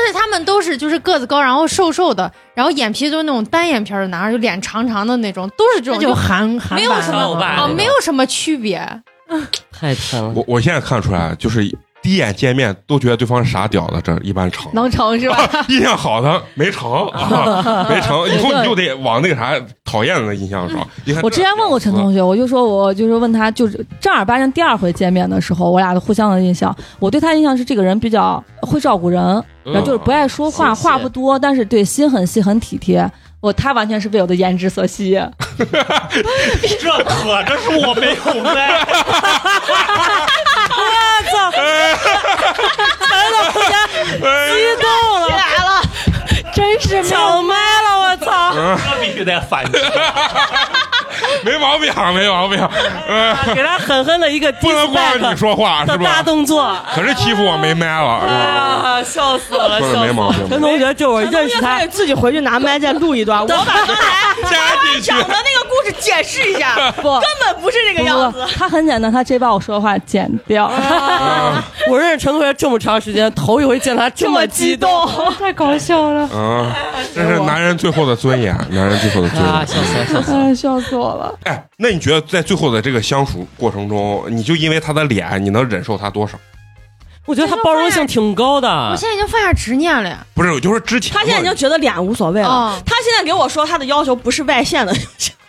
[SPEAKER 3] 是他们都是就是个子高，然后瘦瘦的，然后眼皮都是那种单眼皮儿的男孩，就脸长长的那种，都是这
[SPEAKER 7] 那
[SPEAKER 3] 种
[SPEAKER 7] 就韩韩
[SPEAKER 3] 没有
[SPEAKER 7] 版
[SPEAKER 3] 什
[SPEAKER 7] 了
[SPEAKER 2] 么欧巴
[SPEAKER 1] 哦
[SPEAKER 3] 啊、
[SPEAKER 2] 那种
[SPEAKER 3] 没有什么区别。
[SPEAKER 2] 太惨了。
[SPEAKER 1] 我我现在看出来，就是第一眼见面都觉得对方是傻屌的，这一般成。
[SPEAKER 5] 能成是吧？
[SPEAKER 1] 印象好的没成啊，没成，以后你就得往那个啥讨厌的印象上。你看，
[SPEAKER 5] 嗯我之前问过陈同学，我就说我就是问他，就是正儿八经第二回见面的时候，我俩的互相的印象，我对他印象是这个人比较会照顾人，
[SPEAKER 1] 嗯，
[SPEAKER 5] 然后就是不爱说话，
[SPEAKER 4] 细
[SPEAKER 5] 话不多，但是对心很细，很体贴。我他完全是被我的颜值所吸引，
[SPEAKER 6] 这可这是我没有在。
[SPEAKER 1] 哎
[SPEAKER 4] 起来了，
[SPEAKER 5] 真是
[SPEAKER 4] 抢麦了，我操！
[SPEAKER 1] 嗯
[SPEAKER 6] 这必须得反击，
[SPEAKER 1] 没毛病，没毛病，呃，
[SPEAKER 2] 给他狠狠的一个 d
[SPEAKER 1] 不
[SPEAKER 2] i
[SPEAKER 1] 能
[SPEAKER 2] s b a
[SPEAKER 1] 光让你说话
[SPEAKER 2] c
[SPEAKER 1] 是
[SPEAKER 2] 的大
[SPEAKER 1] 吧？
[SPEAKER 2] 动作。
[SPEAKER 1] 可是欺负我没麦了，
[SPEAKER 4] 哎
[SPEAKER 1] 是吧
[SPEAKER 4] 呀，笑死我
[SPEAKER 5] 哎
[SPEAKER 4] 了，
[SPEAKER 1] 说
[SPEAKER 4] 笑
[SPEAKER 1] 的没
[SPEAKER 4] 死
[SPEAKER 1] 毛
[SPEAKER 4] 我了！
[SPEAKER 1] 病。
[SPEAKER 2] 陈同学，就我认识他
[SPEAKER 4] 他，自己回去拿麦再录一段。我把刚 才
[SPEAKER 1] 加进去
[SPEAKER 4] 讲，的那个故事解释一下，
[SPEAKER 5] 不
[SPEAKER 4] 根本不是这个样
[SPEAKER 5] 不
[SPEAKER 4] 子
[SPEAKER 5] 不，。他很简单，他直接把我说的话剪掉。
[SPEAKER 1] 啊
[SPEAKER 2] 我认识陈同学这么长时间，头一回见他这么激动，
[SPEAKER 3] 太搞笑了。
[SPEAKER 1] 啊，这是男人最后的尊严，男人最后的尊
[SPEAKER 2] 啊！
[SPEAKER 1] 严。
[SPEAKER 2] 笑死了，笑死了！
[SPEAKER 5] 哎，笑死我了！
[SPEAKER 1] 哎，那你觉得在最后的这个相处过程中，你就因为他的脸，你能忍受他多少？
[SPEAKER 2] 我觉得他包容性挺高
[SPEAKER 3] 我
[SPEAKER 2] 的，
[SPEAKER 3] 现在已经放下执念了呀。
[SPEAKER 1] 不是，我就是之前
[SPEAKER 4] 他现在已经觉得脸无所谓了。
[SPEAKER 3] 啊
[SPEAKER 4] 他现在给我说他的要求不是外线的，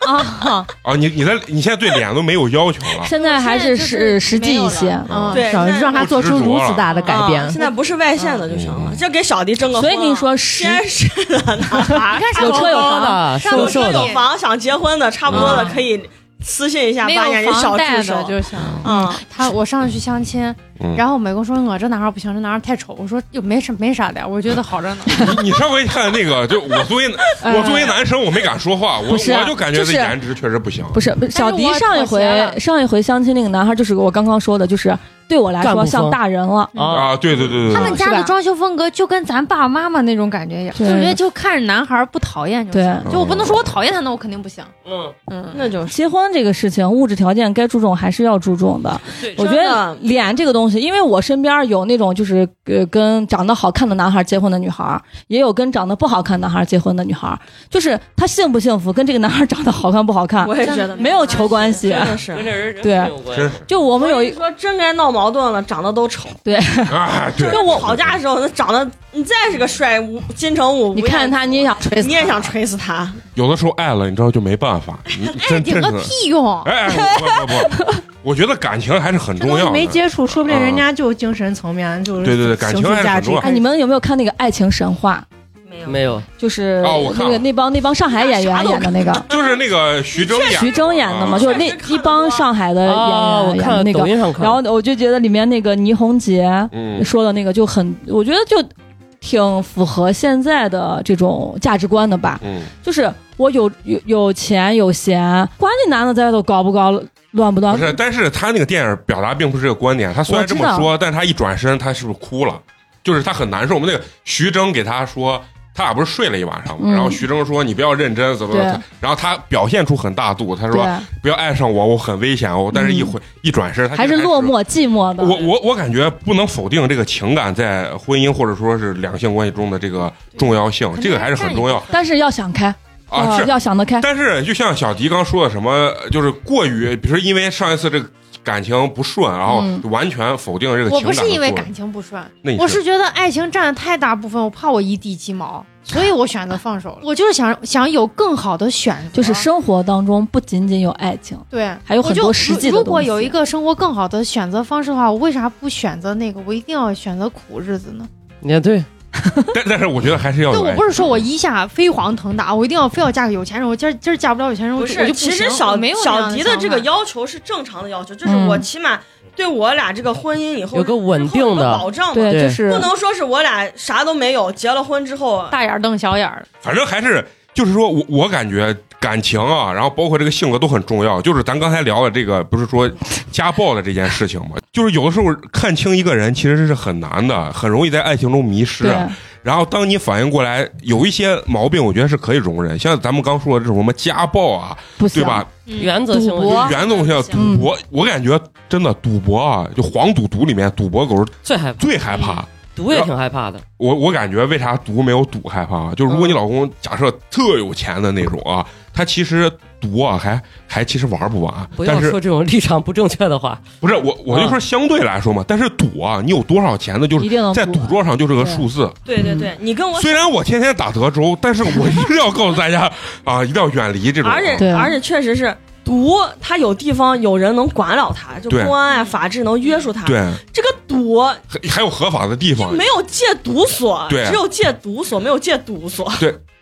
[SPEAKER 3] 啊！
[SPEAKER 1] 啊，你你的你现在对脸都没有要求 了。啊
[SPEAKER 5] 现在还是实实际一些，
[SPEAKER 3] 嗯，
[SPEAKER 4] 对
[SPEAKER 7] 让
[SPEAKER 4] 那
[SPEAKER 7] 让他做出如此大的改变
[SPEAKER 4] 啊，现在不是外线的就行了。
[SPEAKER 1] 嗯
[SPEAKER 4] 这给小迪争个
[SPEAKER 5] 所以
[SPEAKER 4] 婚
[SPEAKER 5] 跟你
[SPEAKER 4] 啊
[SPEAKER 5] 说实
[SPEAKER 4] 先是的男孩
[SPEAKER 3] 你，看上
[SPEAKER 5] 有
[SPEAKER 3] 头
[SPEAKER 5] 车有
[SPEAKER 2] 高
[SPEAKER 5] 房
[SPEAKER 2] 的，
[SPEAKER 3] 上头
[SPEAKER 2] 瘦
[SPEAKER 4] 有
[SPEAKER 2] 瘦
[SPEAKER 4] 车
[SPEAKER 2] 的
[SPEAKER 4] 有，房想结婚的，差不多的
[SPEAKER 3] 嗯
[SPEAKER 4] 可以私信一下，
[SPEAKER 3] 没
[SPEAKER 4] 把眼
[SPEAKER 3] 有
[SPEAKER 4] 睛小
[SPEAKER 3] 房贷
[SPEAKER 4] 助
[SPEAKER 3] 的
[SPEAKER 4] 手。
[SPEAKER 3] 就行。
[SPEAKER 4] 嗯，
[SPEAKER 3] 他我上去相亲，
[SPEAKER 1] 嗯
[SPEAKER 3] 然后我美工说我这男孩不行，这男孩太丑。我说又没什没啥的呀，我觉得好着 呢。
[SPEAKER 1] 你你上回看那个，就我作为我作为男生，我没敢说话，我
[SPEAKER 5] 不是啊
[SPEAKER 1] 我就感觉
[SPEAKER 5] 就是
[SPEAKER 1] 这颜值确实不行。
[SPEAKER 5] 不是不是小迪上一
[SPEAKER 3] 我妥协
[SPEAKER 5] 回
[SPEAKER 3] 了
[SPEAKER 5] 上一回相亲那个男孩，就是我刚刚说的，就是对我来
[SPEAKER 2] 干部
[SPEAKER 5] 说
[SPEAKER 2] 风
[SPEAKER 5] 像大人了。
[SPEAKER 2] 啊，
[SPEAKER 1] 啊，对对对对
[SPEAKER 3] 他
[SPEAKER 1] 对
[SPEAKER 3] 们家
[SPEAKER 5] 是吧
[SPEAKER 3] 的装修风格就跟咱爸妈妈那种感觉一样，就
[SPEAKER 5] 对
[SPEAKER 3] 觉得就看着男孩儿不讨厌就行。
[SPEAKER 1] 对
[SPEAKER 3] 就我不能说我讨厌他，那我肯定不行。
[SPEAKER 2] 嗯，
[SPEAKER 3] 嗯，
[SPEAKER 4] 那就是
[SPEAKER 5] 结婚这个事情，物质条件该注重还是要注重的。
[SPEAKER 2] 对
[SPEAKER 5] 我觉
[SPEAKER 4] 真
[SPEAKER 5] 得
[SPEAKER 4] 的
[SPEAKER 5] 脸这个东西，因为我身边有那种就是呃跟长得好看的男孩结婚的女孩，也有跟长得不好看男孩结婚的女孩，就是她幸不幸福跟这个男孩长得好看不好看
[SPEAKER 4] 我也觉得
[SPEAKER 5] 没有求关系
[SPEAKER 4] 真。的是
[SPEAKER 2] 跟。这人
[SPEAKER 5] 对
[SPEAKER 2] 真有关系
[SPEAKER 1] 真
[SPEAKER 5] 就我
[SPEAKER 4] 我
[SPEAKER 5] 们有一
[SPEAKER 4] 说真该闹矛盾了，长得都丑。
[SPEAKER 1] 是啊，对，
[SPEAKER 4] 就我吵架的时候，那长得你再是个帅，吴金城武，
[SPEAKER 5] 你看他，你也想锤死他，
[SPEAKER 4] 你也想锤死他。
[SPEAKER 1] 有的时候爱了，你知道就没办法，你真
[SPEAKER 3] 顶
[SPEAKER 1] 真
[SPEAKER 3] 个
[SPEAKER 1] 的，
[SPEAKER 3] 屁用！
[SPEAKER 1] 哎，哎不不不，我觉得感情还是很
[SPEAKER 7] 这
[SPEAKER 1] 重
[SPEAKER 7] 东西
[SPEAKER 1] 要
[SPEAKER 7] 没
[SPEAKER 1] 的。嗯
[SPEAKER 7] 接触，说不定人家就精神层面就是
[SPEAKER 1] 对对对感
[SPEAKER 7] 情
[SPEAKER 1] 情还
[SPEAKER 7] 绪
[SPEAKER 1] 是
[SPEAKER 7] 价
[SPEAKER 1] 很
[SPEAKER 7] 值
[SPEAKER 5] 哎
[SPEAKER 1] 重要。
[SPEAKER 5] 哎，你们有没有看那个《爱情神话》？
[SPEAKER 4] 没有
[SPEAKER 2] 没有，
[SPEAKER 5] 就是
[SPEAKER 1] 哦我看
[SPEAKER 5] 那个
[SPEAKER 1] 了
[SPEAKER 5] 那帮那帮上海演员演的那个，
[SPEAKER 1] 就是那个徐峥演的
[SPEAKER 5] 徐峥演的嘛，
[SPEAKER 1] 啊
[SPEAKER 5] 就是那
[SPEAKER 4] 确实看
[SPEAKER 5] 一
[SPEAKER 4] 了
[SPEAKER 5] 帮上海呃的演
[SPEAKER 2] 啊，
[SPEAKER 5] 员
[SPEAKER 2] 我
[SPEAKER 5] 演
[SPEAKER 2] 看
[SPEAKER 5] 的
[SPEAKER 2] 了
[SPEAKER 5] 那
[SPEAKER 2] 抖
[SPEAKER 5] 个，
[SPEAKER 2] 音上看
[SPEAKER 5] 然
[SPEAKER 2] 了，
[SPEAKER 5] 后我就觉得里面那个倪虹洁
[SPEAKER 1] 嗯，
[SPEAKER 5] 说的那个就很，我觉得就挺符合现在的这种价值观的吧。
[SPEAKER 1] 嗯，
[SPEAKER 5] 就是我有有有钱有闲，管你男的在外头搞不搞乱
[SPEAKER 1] 不
[SPEAKER 5] 不乱，
[SPEAKER 1] 是，但是他那个电影表达并不是这个观点。他虽然这么
[SPEAKER 5] 啊我知
[SPEAKER 1] 说，但他一转身，他是不是哭了？就是他很难受。我们那个徐峥给他说，他俩不是睡了一晚上吗？
[SPEAKER 5] 嗯
[SPEAKER 1] 然后徐峥说：“你不要认真，怎么怎么。
[SPEAKER 5] 对
[SPEAKER 1] 他”然后他表现出很大度，他
[SPEAKER 5] 对，嗯
[SPEAKER 1] 说：“不要爱上我，我很危险哦。”但是一回、一转身，他
[SPEAKER 5] 还是
[SPEAKER 1] 就开始
[SPEAKER 5] 落。寞寂寞的。
[SPEAKER 1] 我我我感觉不能否定这个情感在婚姻或者说是两性关系中的这个重要性，这个还是很重要
[SPEAKER 5] 但是要想开
[SPEAKER 1] 啊。
[SPEAKER 5] 呃
[SPEAKER 1] 是，
[SPEAKER 5] 要想得开，
[SPEAKER 1] 但是就像小迪刚说的，什么就是过于，比如说因为上一次这个感情不顺，然后
[SPEAKER 5] 嗯
[SPEAKER 1] 完全否定这个情感
[SPEAKER 3] 我
[SPEAKER 1] 的
[SPEAKER 3] 不是因为
[SPEAKER 1] 作用
[SPEAKER 3] 感情不顺，
[SPEAKER 1] 那你
[SPEAKER 3] 我是觉得爱情占了太大部分，我怕我一地鸡毛，所以我选择放 手了。我就是想想有更好的选择，
[SPEAKER 5] 就是生活当中不仅仅有爱情，
[SPEAKER 3] 对，
[SPEAKER 5] 还有
[SPEAKER 3] 我
[SPEAKER 5] 很
[SPEAKER 3] 就
[SPEAKER 5] 多实际的
[SPEAKER 3] 如如果
[SPEAKER 5] 东西
[SPEAKER 3] 有一个生活更好的选择方式的话，我为啥不选择那个？我一定要选择苦日子呢？
[SPEAKER 2] 也对，
[SPEAKER 1] 但但是我觉得哦还是要
[SPEAKER 3] 对，
[SPEAKER 1] 有
[SPEAKER 3] 我
[SPEAKER 1] 爱
[SPEAKER 3] 不是说我一下飞黄腾达，我一定要非要嫁给有钱人，我今儿今儿嫁不着有钱人，我
[SPEAKER 4] 不
[SPEAKER 3] 就
[SPEAKER 4] 是，
[SPEAKER 3] 我就
[SPEAKER 4] 其
[SPEAKER 3] 行
[SPEAKER 4] 实
[SPEAKER 3] 我
[SPEAKER 4] 小
[SPEAKER 3] 没有那
[SPEAKER 4] 小
[SPEAKER 3] 样
[SPEAKER 4] 迪
[SPEAKER 3] 的
[SPEAKER 4] 的
[SPEAKER 3] 想
[SPEAKER 4] 这个
[SPEAKER 3] 法
[SPEAKER 4] 要求是正常的要求，就是
[SPEAKER 5] 嗯
[SPEAKER 4] 我起码对我俩这个婚姻以后
[SPEAKER 2] 有个稳定
[SPEAKER 4] 之后有个
[SPEAKER 2] 的，
[SPEAKER 4] 保障
[SPEAKER 1] 啊
[SPEAKER 4] 嘛，
[SPEAKER 5] 对，
[SPEAKER 2] 对
[SPEAKER 5] 就是
[SPEAKER 4] 不能说是我俩啥都没有，结了婚之后
[SPEAKER 3] 大眼瞪小眼儿，
[SPEAKER 1] 反正还是就是说我我感觉感情啊，然后包括这个性格都很重要。就是咱刚才聊的这个，不是说家暴的这件事情嘛，就是有的时候看清一个人其实是很难的，很容易在爱情中迷失。啊
[SPEAKER 5] 对
[SPEAKER 1] 然后当你反应过来，有一些毛病，我觉得是可以容忍，像咱们刚说的这种什么家暴啊，
[SPEAKER 5] 不
[SPEAKER 1] 对
[SPEAKER 5] 行，
[SPEAKER 1] 吧？
[SPEAKER 4] 嗯
[SPEAKER 2] 原则性
[SPEAKER 5] 赌博
[SPEAKER 2] 问题
[SPEAKER 1] 原则性赌博，我感觉真的赌博啊，就黄赌毒里面赌博狗是
[SPEAKER 2] 最害怕，
[SPEAKER 1] 最害怕。
[SPEAKER 2] 赌也挺害怕的，
[SPEAKER 1] 我我感觉为啥赌没有赌害怕啊？就是如果你老公假设特有钱的那种啊，他其实赌啊还还其实玩不完，啊
[SPEAKER 2] 不
[SPEAKER 1] 但
[SPEAKER 2] 要
[SPEAKER 1] 是
[SPEAKER 2] 说这种立场不正确的话，
[SPEAKER 1] 不是我我就说相对来说嘛，但是赌啊，你有多少钱的，就
[SPEAKER 5] 一
[SPEAKER 1] 是
[SPEAKER 5] 定能
[SPEAKER 1] 在
[SPEAKER 5] 不
[SPEAKER 1] 赌桌上就是个
[SPEAKER 5] 对
[SPEAKER 1] 数字。
[SPEAKER 4] 对对对，你跟我。
[SPEAKER 1] 虽然我天天打德州，但是我一定要告诉大家啊，一定要远离这种啊。
[SPEAKER 4] 而
[SPEAKER 5] 对
[SPEAKER 4] 且而且确实是毒，它有地方有人能管了它，就
[SPEAKER 1] 对
[SPEAKER 4] 公安啊、法制能约束它。
[SPEAKER 1] 对，
[SPEAKER 4] 这个赌
[SPEAKER 1] 还还有合法的地方，
[SPEAKER 4] 没有戒毒所，
[SPEAKER 1] 对啊
[SPEAKER 4] 只有戒毒所，没有戒毒所，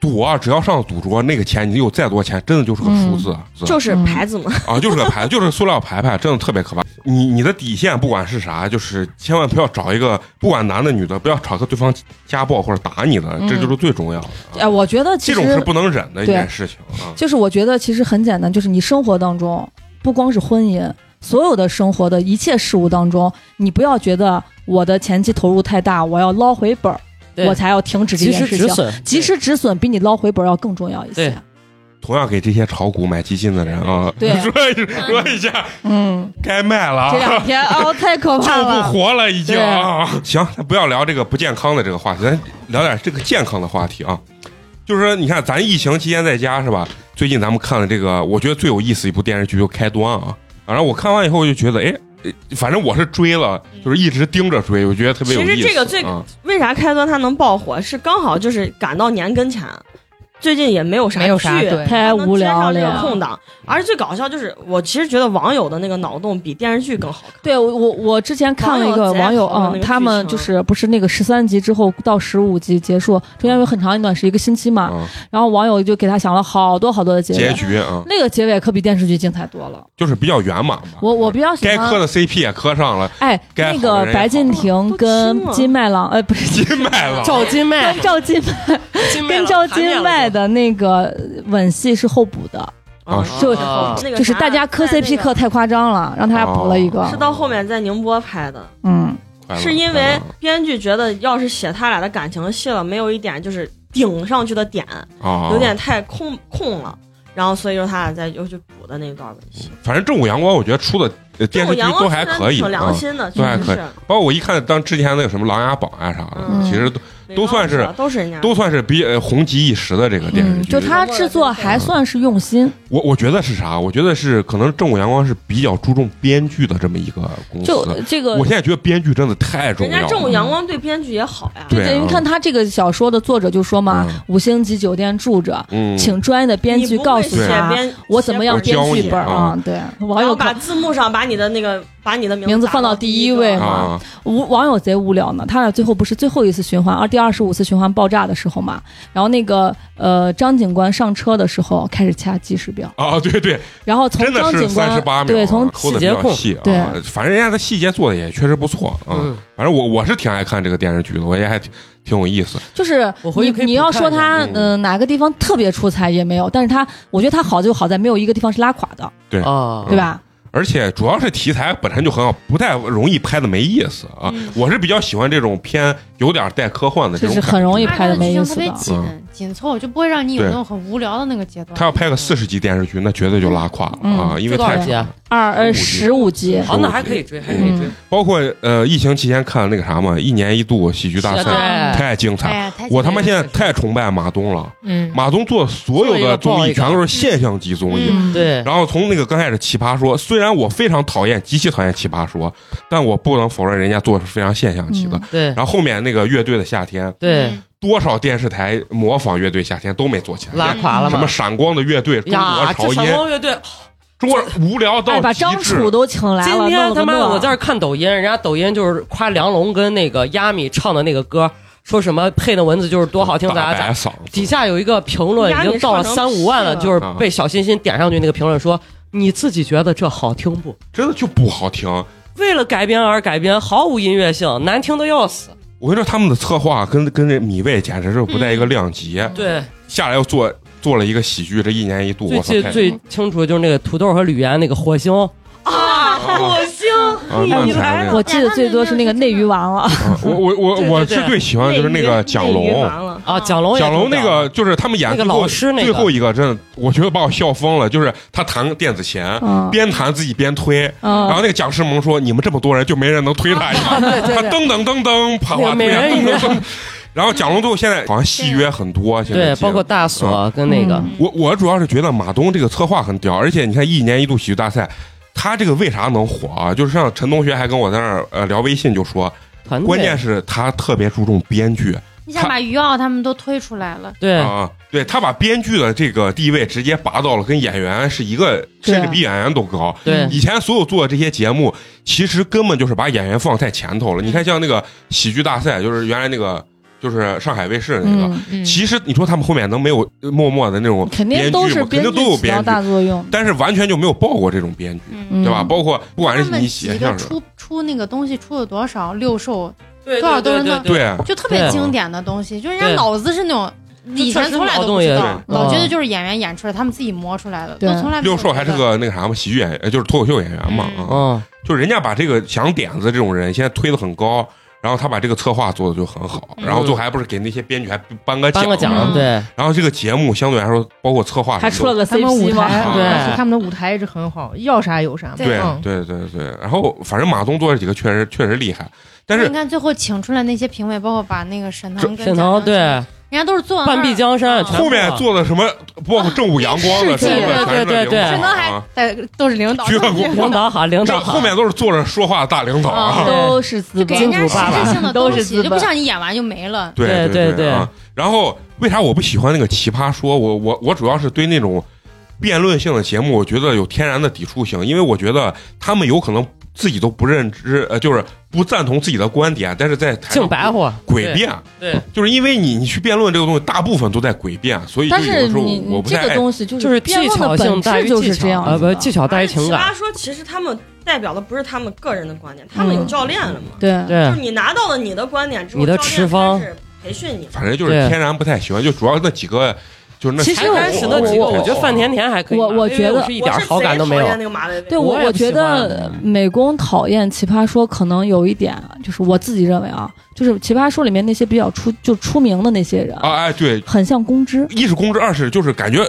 [SPEAKER 1] 赌啊，只要上赌桌，那个钱你有再多钱，真的就是个数字，是吧
[SPEAKER 4] 就是牌子嘛。
[SPEAKER 1] 啊，就是个牌，就是塑料牌牌，真的特别可怕。你你的底线不管是啥，就是千万不要找一个，不管男的女的，不要找一个对方家暴或者打你的，这就是最重要的。
[SPEAKER 5] 哎，我觉得其
[SPEAKER 1] 这
[SPEAKER 5] 实
[SPEAKER 1] 种是不能忍的一件事情啊。
[SPEAKER 5] 就是我觉得其实很简单，就是你生活当中不光是婚姻，所有的生活的一切事物当中，你不要觉得我的前期投入太大，我要捞回本儿，
[SPEAKER 2] 对
[SPEAKER 5] 我才要停止这
[SPEAKER 2] 及
[SPEAKER 5] 件
[SPEAKER 2] 时
[SPEAKER 5] 事
[SPEAKER 2] 止
[SPEAKER 5] 情。
[SPEAKER 2] 损，
[SPEAKER 5] 及时止损比你捞回本儿要更重要一些
[SPEAKER 2] 对。
[SPEAKER 1] 同样给这些炒股买基金的人啊，
[SPEAKER 5] 对
[SPEAKER 1] 说说一下，
[SPEAKER 5] 嗯，
[SPEAKER 1] 该卖了
[SPEAKER 5] 这
[SPEAKER 1] 啊
[SPEAKER 5] 两。天哦，太可怕
[SPEAKER 1] 救不
[SPEAKER 5] 了。
[SPEAKER 1] 活了，已经啊！行，咱不要聊这个不健康的这个话题，咱聊点这个健康的话题啊。就是说，你看，咱疫情期间在家是吧？最近咱们看了这个，我觉得最有意思一部电视剧就《开端》啊。啊然后我看完以后就觉得，哎，呃反正我是追了，就是一直盯着追，我觉得特别有意思。
[SPEAKER 4] 嗯其实这个最
[SPEAKER 1] 啊
[SPEAKER 4] 为啥开端它能爆火？是刚好就是赶到年跟前，最近也没有啥
[SPEAKER 7] 没有啥
[SPEAKER 4] 剧，
[SPEAKER 7] 对
[SPEAKER 5] 太哎无聊了
[SPEAKER 4] 能接上这
[SPEAKER 5] 呀
[SPEAKER 4] 个空档。而且最搞笑就是，我其实觉得网友的那个脑洞比电视剧更好看。
[SPEAKER 5] 对我我我之前看了一个网
[SPEAKER 4] 网
[SPEAKER 5] 友
[SPEAKER 4] 友在讨论
[SPEAKER 5] 嗯，
[SPEAKER 4] 那个
[SPEAKER 5] 他们
[SPEAKER 4] 剧
[SPEAKER 5] 就
[SPEAKER 4] 情
[SPEAKER 5] 是不是那个十三集之后到十五集结束，中间有很长一段是一个星期嘛，
[SPEAKER 1] 啊，
[SPEAKER 5] 然后网友就给他想了好多好多的结
[SPEAKER 1] 结
[SPEAKER 5] 尾，
[SPEAKER 1] 局 啊，
[SPEAKER 5] 那个结尾可比电视剧精彩多了。
[SPEAKER 1] 就是比较圆满吧。嗯
[SPEAKER 5] 我我比较喜
[SPEAKER 1] 啊该
[SPEAKER 5] 欢
[SPEAKER 1] 磕的 CP 也磕上 了，
[SPEAKER 5] 哎，
[SPEAKER 1] 该
[SPEAKER 5] 那
[SPEAKER 1] 好的
[SPEAKER 5] 个
[SPEAKER 1] 人
[SPEAKER 5] 白敬亭
[SPEAKER 4] 都
[SPEAKER 5] 跟
[SPEAKER 4] 亲了
[SPEAKER 5] 金麦郎，呃，不是
[SPEAKER 1] 金麦 郎
[SPEAKER 2] 赵金麦
[SPEAKER 5] 跟，赵金跟赵金麦的那个吻戏是后补的，
[SPEAKER 1] 啊
[SPEAKER 4] 嗯
[SPEAKER 5] 就
[SPEAKER 4] 嗯那个
[SPEAKER 5] 就是
[SPEAKER 4] 啥
[SPEAKER 5] 大家磕
[SPEAKER 4] 在那
[SPEAKER 5] CP
[SPEAKER 4] 个
[SPEAKER 5] 磕太夸张了，让他俩补了一个
[SPEAKER 1] 哦
[SPEAKER 4] 是，到后面在宁波拍的，
[SPEAKER 5] 嗯，
[SPEAKER 1] 快乐
[SPEAKER 4] 是因
[SPEAKER 1] 快
[SPEAKER 4] 为
[SPEAKER 1] 乐
[SPEAKER 4] 编剧觉得要是写他俩的感情戏了，没有一点就是顶上去的点，
[SPEAKER 1] 啊，
[SPEAKER 4] 有点太空空了。然后所以说他俩再又去补的那段吻戏，
[SPEAKER 1] 反正正午阳光，我觉得出的呃嗯电视剧
[SPEAKER 4] 阳
[SPEAKER 1] 都
[SPEAKER 4] 光
[SPEAKER 1] 还
[SPEAKER 4] 虽然
[SPEAKER 1] 可以，
[SPEAKER 4] 挺
[SPEAKER 1] 啊
[SPEAKER 4] 良。心的，
[SPEAKER 1] 都还
[SPEAKER 4] 确实
[SPEAKER 1] 可以
[SPEAKER 4] 是
[SPEAKER 1] 包括我一看当之前那个什么《琅琊榜》啊啥的，
[SPEAKER 4] 嗯
[SPEAKER 1] 其实都都算是
[SPEAKER 4] 都是人家
[SPEAKER 1] 都算是比呃红极一时的这个电视
[SPEAKER 5] 嗯，
[SPEAKER 1] 剧。
[SPEAKER 5] 就他制作还算是用心，
[SPEAKER 1] 我我觉得是啥？我觉得是可能正午阳光是比较注重编剧的这么一个公司。
[SPEAKER 5] 就呃这个
[SPEAKER 1] 我。现在觉得编剧真的太重
[SPEAKER 4] 人
[SPEAKER 1] 要了。
[SPEAKER 4] 家正午阳光对编剧也好呀，
[SPEAKER 1] 对啊
[SPEAKER 5] 对，你看他这个小说的作者就说嘛
[SPEAKER 1] 嗯，
[SPEAKER 5] 五星级酒店住着，
[SPEAKER 1] 嗯，
[SPEAKER 5] 请专业的编剧告诉
[SPEAKER 1] 对啊
[SPEAKER 5] 他我怎么样
[SPEAKER 1] 我
[SPEAKER 5] 编
[SPEAKER 1] 教你
[SPEAKER 5] 剧本
[SPEAKER 1] 啊
[SPEAKER 5] 啊。对，网
[SPEAKER 4] 然后
[SPEAKER 5] 友
[SPEAKER 4] 把
[SPEAKER 5] 看
[SPEAKER 4] 字幕上把你的那个把你的
[SPEAKER 5] 名字
[SPEAKER 4] 字
[SPEAKER 5] 放到
[SPEAKER 4] 到
[SPEAKER 5] 第一
[SPEAKER 4] 一
[SPEAKER 5] 位
[SPEAKER 4] 个
[SPEAKER 5] 嘛
[SPEAKER 1] 啊，
[SPEAKER 5] 无网友贼无聊呢，他俩最后不是最后一次循环，而第第二十五次循环爆炸的时候嘛，然后那个呃张警官上车的时候开始掐计时表，
[SPEAKER 1] 啊，对对，
[SPEAKER 5] 然后从
[SPEAKER 1] 真的
[SPEAKER 5] 张
[SPEAKER 1] 是
[SPEAKER 5] 警
[SPEAKER 1] 三十
[SPEAKER 5] 官
[SPEAKER 1] 八秒啊，
[SPEAKER 5] 对从
[SPEAKER 1] 抠的比
[SPEAKER 2] 细节
[SPEAKER 1] 较
[SPEAKER 2] 控
[SPEAKER 1] 细啊，
[SPEAKER 5] 对
[SPEAKER 1] 反正人家的细节做的也确实不错啊。
[SPEAKER 2] 嗯，
[SPEAKER 1] 反正我我是挺爱看这个电视剧的，我也还挺挺有意思。
[SPEAKER 5] 就是
[SPEAKER 2] 我回去
[SPEAKER 5] 你
[SPEAKER 2] 可以
[SPEAKER 5] 你
[SPEAKER 2] 补
[SPEAKER 5] 要
[SPEAKER 2] 看
[SPEAKER 5] 说
[SPEAKER 2] 一下
[SPEAKER 5] 他
[SPEAKER 1] 嗯
[SPEAKER 5] 嗯、呃哪个地方特别出彩也没有，但是他我觉得他好就好在没有一个地方是拉垮的，
[SPEAKER 2] 嗯哦
[SPEAKER 6] 啊，
[SPEAKER 1] 嗯
[SPEAKER 5] 对？吧？
[SPEAKER 1] 而且主要是题材本身就很好，不太容易拍的没意思啊。
[SPEAKER 3] 嗯
[SPEAKER 1] 我是比较喜欢这种偏有点带科幻的这种
[SPEAKER 5] 就是
[SPEAKER 1] 感觉，
[SPEAKER 5] 很容易
[SPEAKER 3] 它
[SPEAKER 5] 拍的
[SPEAKER 3] 的
[SPEAKER 5] 没
[SPEAKER 3] 剧
[SPEAKER 5] 意
[SPEAKER 3] 情
[SPEAKER 5] 思
[SPEAKER 3] 特别
[SPEAKER 5] 的。
[SPEAKER 3] 紧紧凑，就不会让你有
[SPEAKER 1] 对
[SPEAKER 3] 那种很无聊的那个阶段。
[SPEAKER 1] 嗯他要拍个四十集电视剧，那绝对就拉胯了啊！因为
[SPEAKER 2] 这多
[SPEAKER 1] 太
[SPEAKER 2] 少
[SPEAKER 1] 长
[SPEAKER 2] 集啊？
[SPEAKER 5] 二呃十
[SPEAKER 1] 15
[SPEAKER 5] 五集，
[SPEAKER 2] 好，那还可以追，还可以追。
[SPEAKER 1] 包括呃，疫情期间看那个啥嘛，一年一度喜剧大
[SPEAKER 2] 是
[SPEAKER 1] 赛，
[SPEAKER 2] 的
[SPEAKER 1] 太精彩
[SPEAKER 3] 哎
[SPEAKER 1] 了！
[SPEAKER 3] 呀，太
[SPEAKER 1] 我他妈
[SPEAKER 3] 紧
[SPEAKER 1] 现在太崇拜马东了，
[SPEAKER 7] 嗯，
[SPEAKER 1] 马东做所有的综艺全都是现象级综艺。
[SPEAKER 3] 嗯
[SPEAKER 2] 对，
[SPEAKER 1] 然后从那个刚开始《奇葩说》，虽然我非常讨厌，极其讨厌《奇葩说》，但我不能否认人家做的是非常现象级的。
[SPEAKER 5] 嗯
[SPEAKER 2] 对
[SPEAKER 1] 然后后面那个乐队的夏天，
[SPEAKER 2] 对，
[SPEAKER 3] 嗯
[SPEAKER 1] 多少电视台模仿乐队夏天都没做起来，
[SPEAKER 2] 拉垮了
[SPEAKER 1] 什
[SPEAKER 2] 嘛
[SPEAKER 1] 么。闪光的乐队、中国
[SPEAKER 2] 呀，
[SPEAKER 1] 潮
[SPEAKER 2] 这
[SPEAKER 1] 音
[SPEAKER 2] 闪、光乐队，
[SPEAKER 1] 中国无聊到
[SPEAKER 5] 哎，把
[SPEAKER 1] 极
[SPEAKER 5] 张
[SPEAKER 1] 致。嗯
[SPEAKER 5] 楚都请来了，
[SPEAKER 2] 今天
[SPEAKER 5] 弄得
[SPEAKER 2] 他妈
[SPEAKER 5] 乱
[SPEAKER 2] 我在这看抖音，人家抖音就是夸梁龙跟那个亚米唱的那个歌，说什么配的文字就是多好听，咋
[SPEAKER 1] 大
[SPEAKER 2] 咋
[SPEAKER 1] 白
[SPEAKER 2] 咋。
[SPEAKER 1] 嗓
[SPEAKER 2] 底
[SPEAKER 1] 子，
[SPEAKER 2] 下有一个评论已经到了三五万了，就是
[SPEAKER 1] 啊
[SPEAKER 2] 被小心心点上去那个评论说。你自己觉得这好听不？
[SPEAKER 1] 真的就不好听。
[SPEAKER 2] 为了改编而改编，毫无音乐性，难听的要死。
[SPEAKER 1] 我跟你说，他们的策划跟跟这米未简直是不在一个量级。
[SPEAKER 2] 嗯对，
[SPEAKER 1] 下来又做做了一个喜剧，这一年一度，
[SPEAKER 2] 最
[SPEAKER 1] 我操，
[SPEAKER 2] 最
[SPEAKER 1] 太
[SPEAKER 2] 最清楚的就是那个土豆和吕岩那个火星，
[SPEAKER 4] 啊，火星，
[SPEAKER 1] 啊，那
[SPEAKER 4] 你
[SPEAKER 1] 才
[SPEAKER 4] 来
[SPEAKER 1] 那
[SPEAKER 4] 了
[SPEAKER 1] 个
[SPEAKER 5] 我记得最多是那个内娱王了，
[SPEAKER 1] 啊我我我
[SPEAKER 2] 对
[SPEAKER 1] 我
[SPEAKER 2] 对
[SPEAKER 1] 是最喜欢就是那个蒋
[SPEAKER 4] 内娱
[SPEAKER 1] 龙
[SPEAKER 4] 完，了
[SPEAKER 2] 啊，蒋龙也
[SPEAKER 1] 蒋龙
[SPEAKER 2] 中
[SPEAKER 1] 那
[SPEAKER 2] 奖
[SPEAKER 1] 个
[SPEAKER 2] 了
[SPEAKER 1] 就是他们演
[SPEAKER 2] 那个
[SPEAKER 1] 最后
[SPEAKER 2] 老师那
[SPEAKER 1] 最
[SPEAKER 2] 个
[SPEAKER 1] 后一个，真的，我觉得把我笑疯了。就是他弹电子琴，
[SPEAKER 5] 嗯
[SPEAKER 1] 边弹自己边推，
[SPEAKER 2] 哦
[SPEAKER 1] 然后
[SPEAKER 5] 嗯，
[SPEAKER 1] 那个蒋诗萌说：“你们这么多人，就没人能推
[SPEAKER 2] 啊
[SPEAKER 1] 他一下。”他噔噔噔噔，啪啪
[SPEAKER 2] 那个
[SPEAKER 1] 推
[SPEAKER 2] 美
[SPEAKER 1] 啊，
[SPEAKER 2] 人
[SPEAKER 1] 噔
[SPEAKER 2] 鱼
[SPEAKER 1] 噔噔。然后蒋龙最后现在好像戏约很多，啊现在
[SPEAKER 2] 对，
[SPEAKER 1] 记得
[SPEAKER 2] 包括大
[SPEAKER 1] 啊
[SPEAKER 2] 锁跟那个
[SPEAKER 5] 嗯
[SPEAKER 1] 我我主要是觉得马东这个策划很屌，而且你看一年一度喜剧大赛，他这个为啥能火啊？就是像陈同学还跟我在那儿呃聊微信就说，
[SPEAKER 2] 团队，
[SPEAKER 1] 关键是他特别注重编剧
[SPEAKER 3] 你想把于奥他们都推出来了，
[SPEAKER 2] 对
[SPEAKER 1] 啊，对他把编剧的这个地位直接拔到了跟演员是一个，
[SPEAKER 5] 对
[SPEAKER 2] 啊
[SPEAKER 1] 甚至比演员都高。
[SPEAKER 5] 嗯
[SPEAKER 2] 对
[SPEAKER 1] 以前所有做的这些节目，其实根本就是把演员放在前头了。你看，像那个喜剧大赛，就是原来那个，就是上海卫视那个，
[SPEAKER 5] 嗯，
[SPEAKER 1] 其实你说他们后面能没有呃默默的那种
[SPEAKER 5] 肯
[SPEAKER 1] 编
[SPEAKER 5] 定
[SPEAKER 1] 剧
[SPEAKER 5] 都是
[SPEAKER 1] 吗？肯
[SPEAKER 5] 编
[SPEAKER 1] 定都有
[SPEAKER 5] 剧起到
[SPEAKER 1] 编剧，
[SPEAKER 5] 大作用，
[SPEAKER 1] 但是完全就没有报过这种编剧，
[SPEAKER 3] 嗯，
[SPEAKER 5] 嗯
[SPEAKER 1] 对吧？包括不管
[SPEAKER 3] 他
[SPEAKER 1] 是
[SPEAKER 3] 们
[SPEAKER 1] 你
[SPEAKER 3] 几
[SPEAKER 1] 写
[SPEAKER 3] 个
[SPEAKER 1] 相声，
[SPEAKER 3] 出出那个东西出了多少六兽，
[SPEAKER 2] 对
[SPEAKER 3] 多少都是那
[SPEAKER 1] 对啊，
[SPEAKER 3] 就特别
[SPEAKER 2] 对
[SPEAKER 3] 经典的东西，就是人家
[SPEAKER 2] 对
[SPEAKER 3] 老子是那种。以前从来都不知
[SPEAKER 2] 确实
[SPEAKER 3] 道
[SPEAKER 1] 劳，动
[SPEAKER 5] 也
[SPEAKER 3] 老觉得就是演员演出来，他们自己磨出来的，都
[SPEAKER 5] 对
[SPEAKER 3] 从来没有
[SPEAKER 1] 六兽还是
[SPEAKER 3] 觉得
[SPEAKER 1] 个那个啥嘛，喜剧演员，呃就是脱口秀演员嘛，
[SPEAKER 3] 嗯
[SPEAKER 1] 啊，
[SPEAKER 2] 嗯，
[SPEAKER 1] 就是人家把这个想点子这种人现在推的很高。然后他把这个策划做的就很好，
[SPEAKER 3] 嗯
[SPEAKER 1] 然后最后还不是给那些编剧还颁个奖
[SPEAKER 2] 颁
[SPEAKER 1] 嘛，
[SPEAKER 2] 个奖，
[SPEAKER 3] 嗯
[SPEAKER 2] 对
[SPEAKER 1] 然后这个节目相对来说，包括策划什么的
[SPEAKER 5] 还出了个
[SPEAKER 7] 他们舞
[SPEAKER 5] CP
[SPEAKER 7] 台啊
[SPEAKER 5] 吗？嗯
[SPEAKER 1] 对
[SPEAKER 7] 而且他们的舞台一直很好，要啥有啥嘛。
[SPEAKER 1] 对
[SPEAKER 7] 嗯
[SPEAKER 1] 对对对，然后反正马东做这几个确实确实厉害，但是
[SPEAKER 3] 你看最后请出来那些评委，包括把那个沈腾跟
[SPEAKER 2] 沈
[SPEAKER 3] 贾
[SPEAKER 2] 腾
[SPEAKER 3] 樟
[SPEAKER 2] 对
[SPEAKER 3] 柯，人家都是坐
[SPEAKER 2] 半壁江山
[SPEAKER 3] 嗯
[SPEAKER 2] 全
[SPEAKER 1] 后面做的什么，包括正午阳光的，
[SPEAKER 3] 世
[SPEAKER 1] 什
[SPEAKER 3] 界
[SPEAKER 1] 么的，全是
[SPEAKER 2] 对对
[SPEAKER 1] 领
[SPEAKER 2] 对
[SPEAKER 1] 导
[SPEAKER 3] 沈腾
[SPEAKER 1] 啊
[SPEAKER 3] 还带都是领导，
[SPEAKER 1] 鞠个
[SPEAKER 3] 都是
[SPEAKER 1] 躬
[SPEAKER 2] 领导好，领
[SPEAKER 1] 这
[SPEAKER 2] 导好，
[SPEAKER 1] 后面都是坐着说话的大领导啊
[SPEAKER 3] 啊，
[SPEAKER 2] 嗯
[SPEAKER 5] 都是资
[SPEAKER 3] 给
[SPEAKER 5] 本，
[SPEAKER 3] 人家
[SPEAKER 2] 金主爸
[SPEAKER 3] 实质
[SPEAKER 2] 爸
[SPEAKER 3] 性的
[SPEAKER 5] 都
[SPEAKER 3] 东
[SPEAKER 5] 是
[SPEAKER 3] 西，
[SPEAKER 5] 资
[SPEAKER 3] 就不
[SPEAKER 5] 本。
[SPEAKER 3] 像你演完就没了。
[SPEAKER 1] 对
[SPEAKER 2] 对
[SPEAKER 1] 对
[SPEAKER 2] 对对
[SPEAKER 1] 啊。然后为啥我不喜欢那个奇葩说？我我我主要是对那种辩论性的节目，我觉得有天然的抵触性，因为我觉得他们有可能自己都不认知，呃，就是不赞同自己的观点，但是在台上
[SPEAKER 2] 净白话，
[SPEAKER 1] 诡辩，啊
[SPEAKER 2] 对，对
[SPEAKER 1] 就是因为你你去辩论这个东西，大部分都在诡辩，啊所以就
[SPEAKER 5] 但
[SPEAKER 1] 有
[SPEAKER 5] 是
[SPEAKER 1] 时候
[SPEAKER 5] 你
[SPEAKER 1] 我
[SPEAKER 5] 你
[SPEAKER 1] 不
[SPEAKER 5] 这
[SPEAKER 1] 太
[SPEAKER 5] 个
[SPEAKER 1] 爱
[SPEAKER 5] 东西就
[SPEAKER 2] 就是是
[SPEAKER 5] 辩
[SPEAKER 2] 技
[SPEAKER 5] 论的
[SPEAKER 2] 巧
[SPEAKER 5] 本
[SPEAKER 2] 性大
[SPEAKER 5] 质
[SPEAKER 2] 于
[SPEAKER 5] 就
[SPEAKER 2] 技
[SPEAKER 5] 是这
[SPEAKER 2] 巧，
[SPEAKER 5] 样
[SPEAKER 2] 呃，
[SPEAKER 5] 子的
[SPEAKER 2] 不，技巧大于情
[SPEAKER 4] 而且
[SPEAKER 5] 哎
[SPEAKER 2] 感，
[SPEAKER 4] 奇葩说其实他们代表的不是他们个人的观点，他们
[SPEAKER 5] 嗯
[SPEAKER 4] 有教练了嘛？
[SPEAKER 5] 对
[SPEAKER 4] 就
[SPEAKER 2] 对
[SPEAKER 4] 是你拿到了你的观点之后，
[SPEAKER 2] 嗯你的
[SPEAKER 4] 教练
[SPEAKER 2] 持方
[SPEAKER 4] 开始培训你。
[SPEAKER 1] 反正就是
[SPEAKER 2] 对
[SPEAKER 1] 天然不太喜欢，就主要那几个，就是那
[SPEAKER 5] 其实
[SPEAKER 2] 最
[SPEAKER 5] 我
[SPEAKER 2] 开始那几个，
[SPEAKER 5] 我
[SPEAKER 2] 我觉得范甜甜还可以吧，
[SPEAKER 5] 我我觉得
[SPEAKER 2] 薇薇是一点好感都没有
[SPEAKER 4] 我是贼讨厌。那个马薇薇
[SPEAKER 5] 对
[SPEAKER 2] 我
[SPEAKER 5] 我，
[SPEAKER 2] 也
[SPEAKER 5] 我
[SPEAKER 2] 不
[SPEAKER 5] 觉
[SPEAKER 2] 喜
[SPEAKER 5] 得呃
[SPEAKER 2] 欢
[SPEAKER 5] 美工讨厌《奇葩说》，可能有一点，啊就是我自己认为啊，就是《奇葩说》里面那些比较出就出名的那些人，
[SPEAKER 1] 啊哎对，
[SPEAKER 5] 很像公知，
[SPEAKER 1] 一是公知，二是就是感觉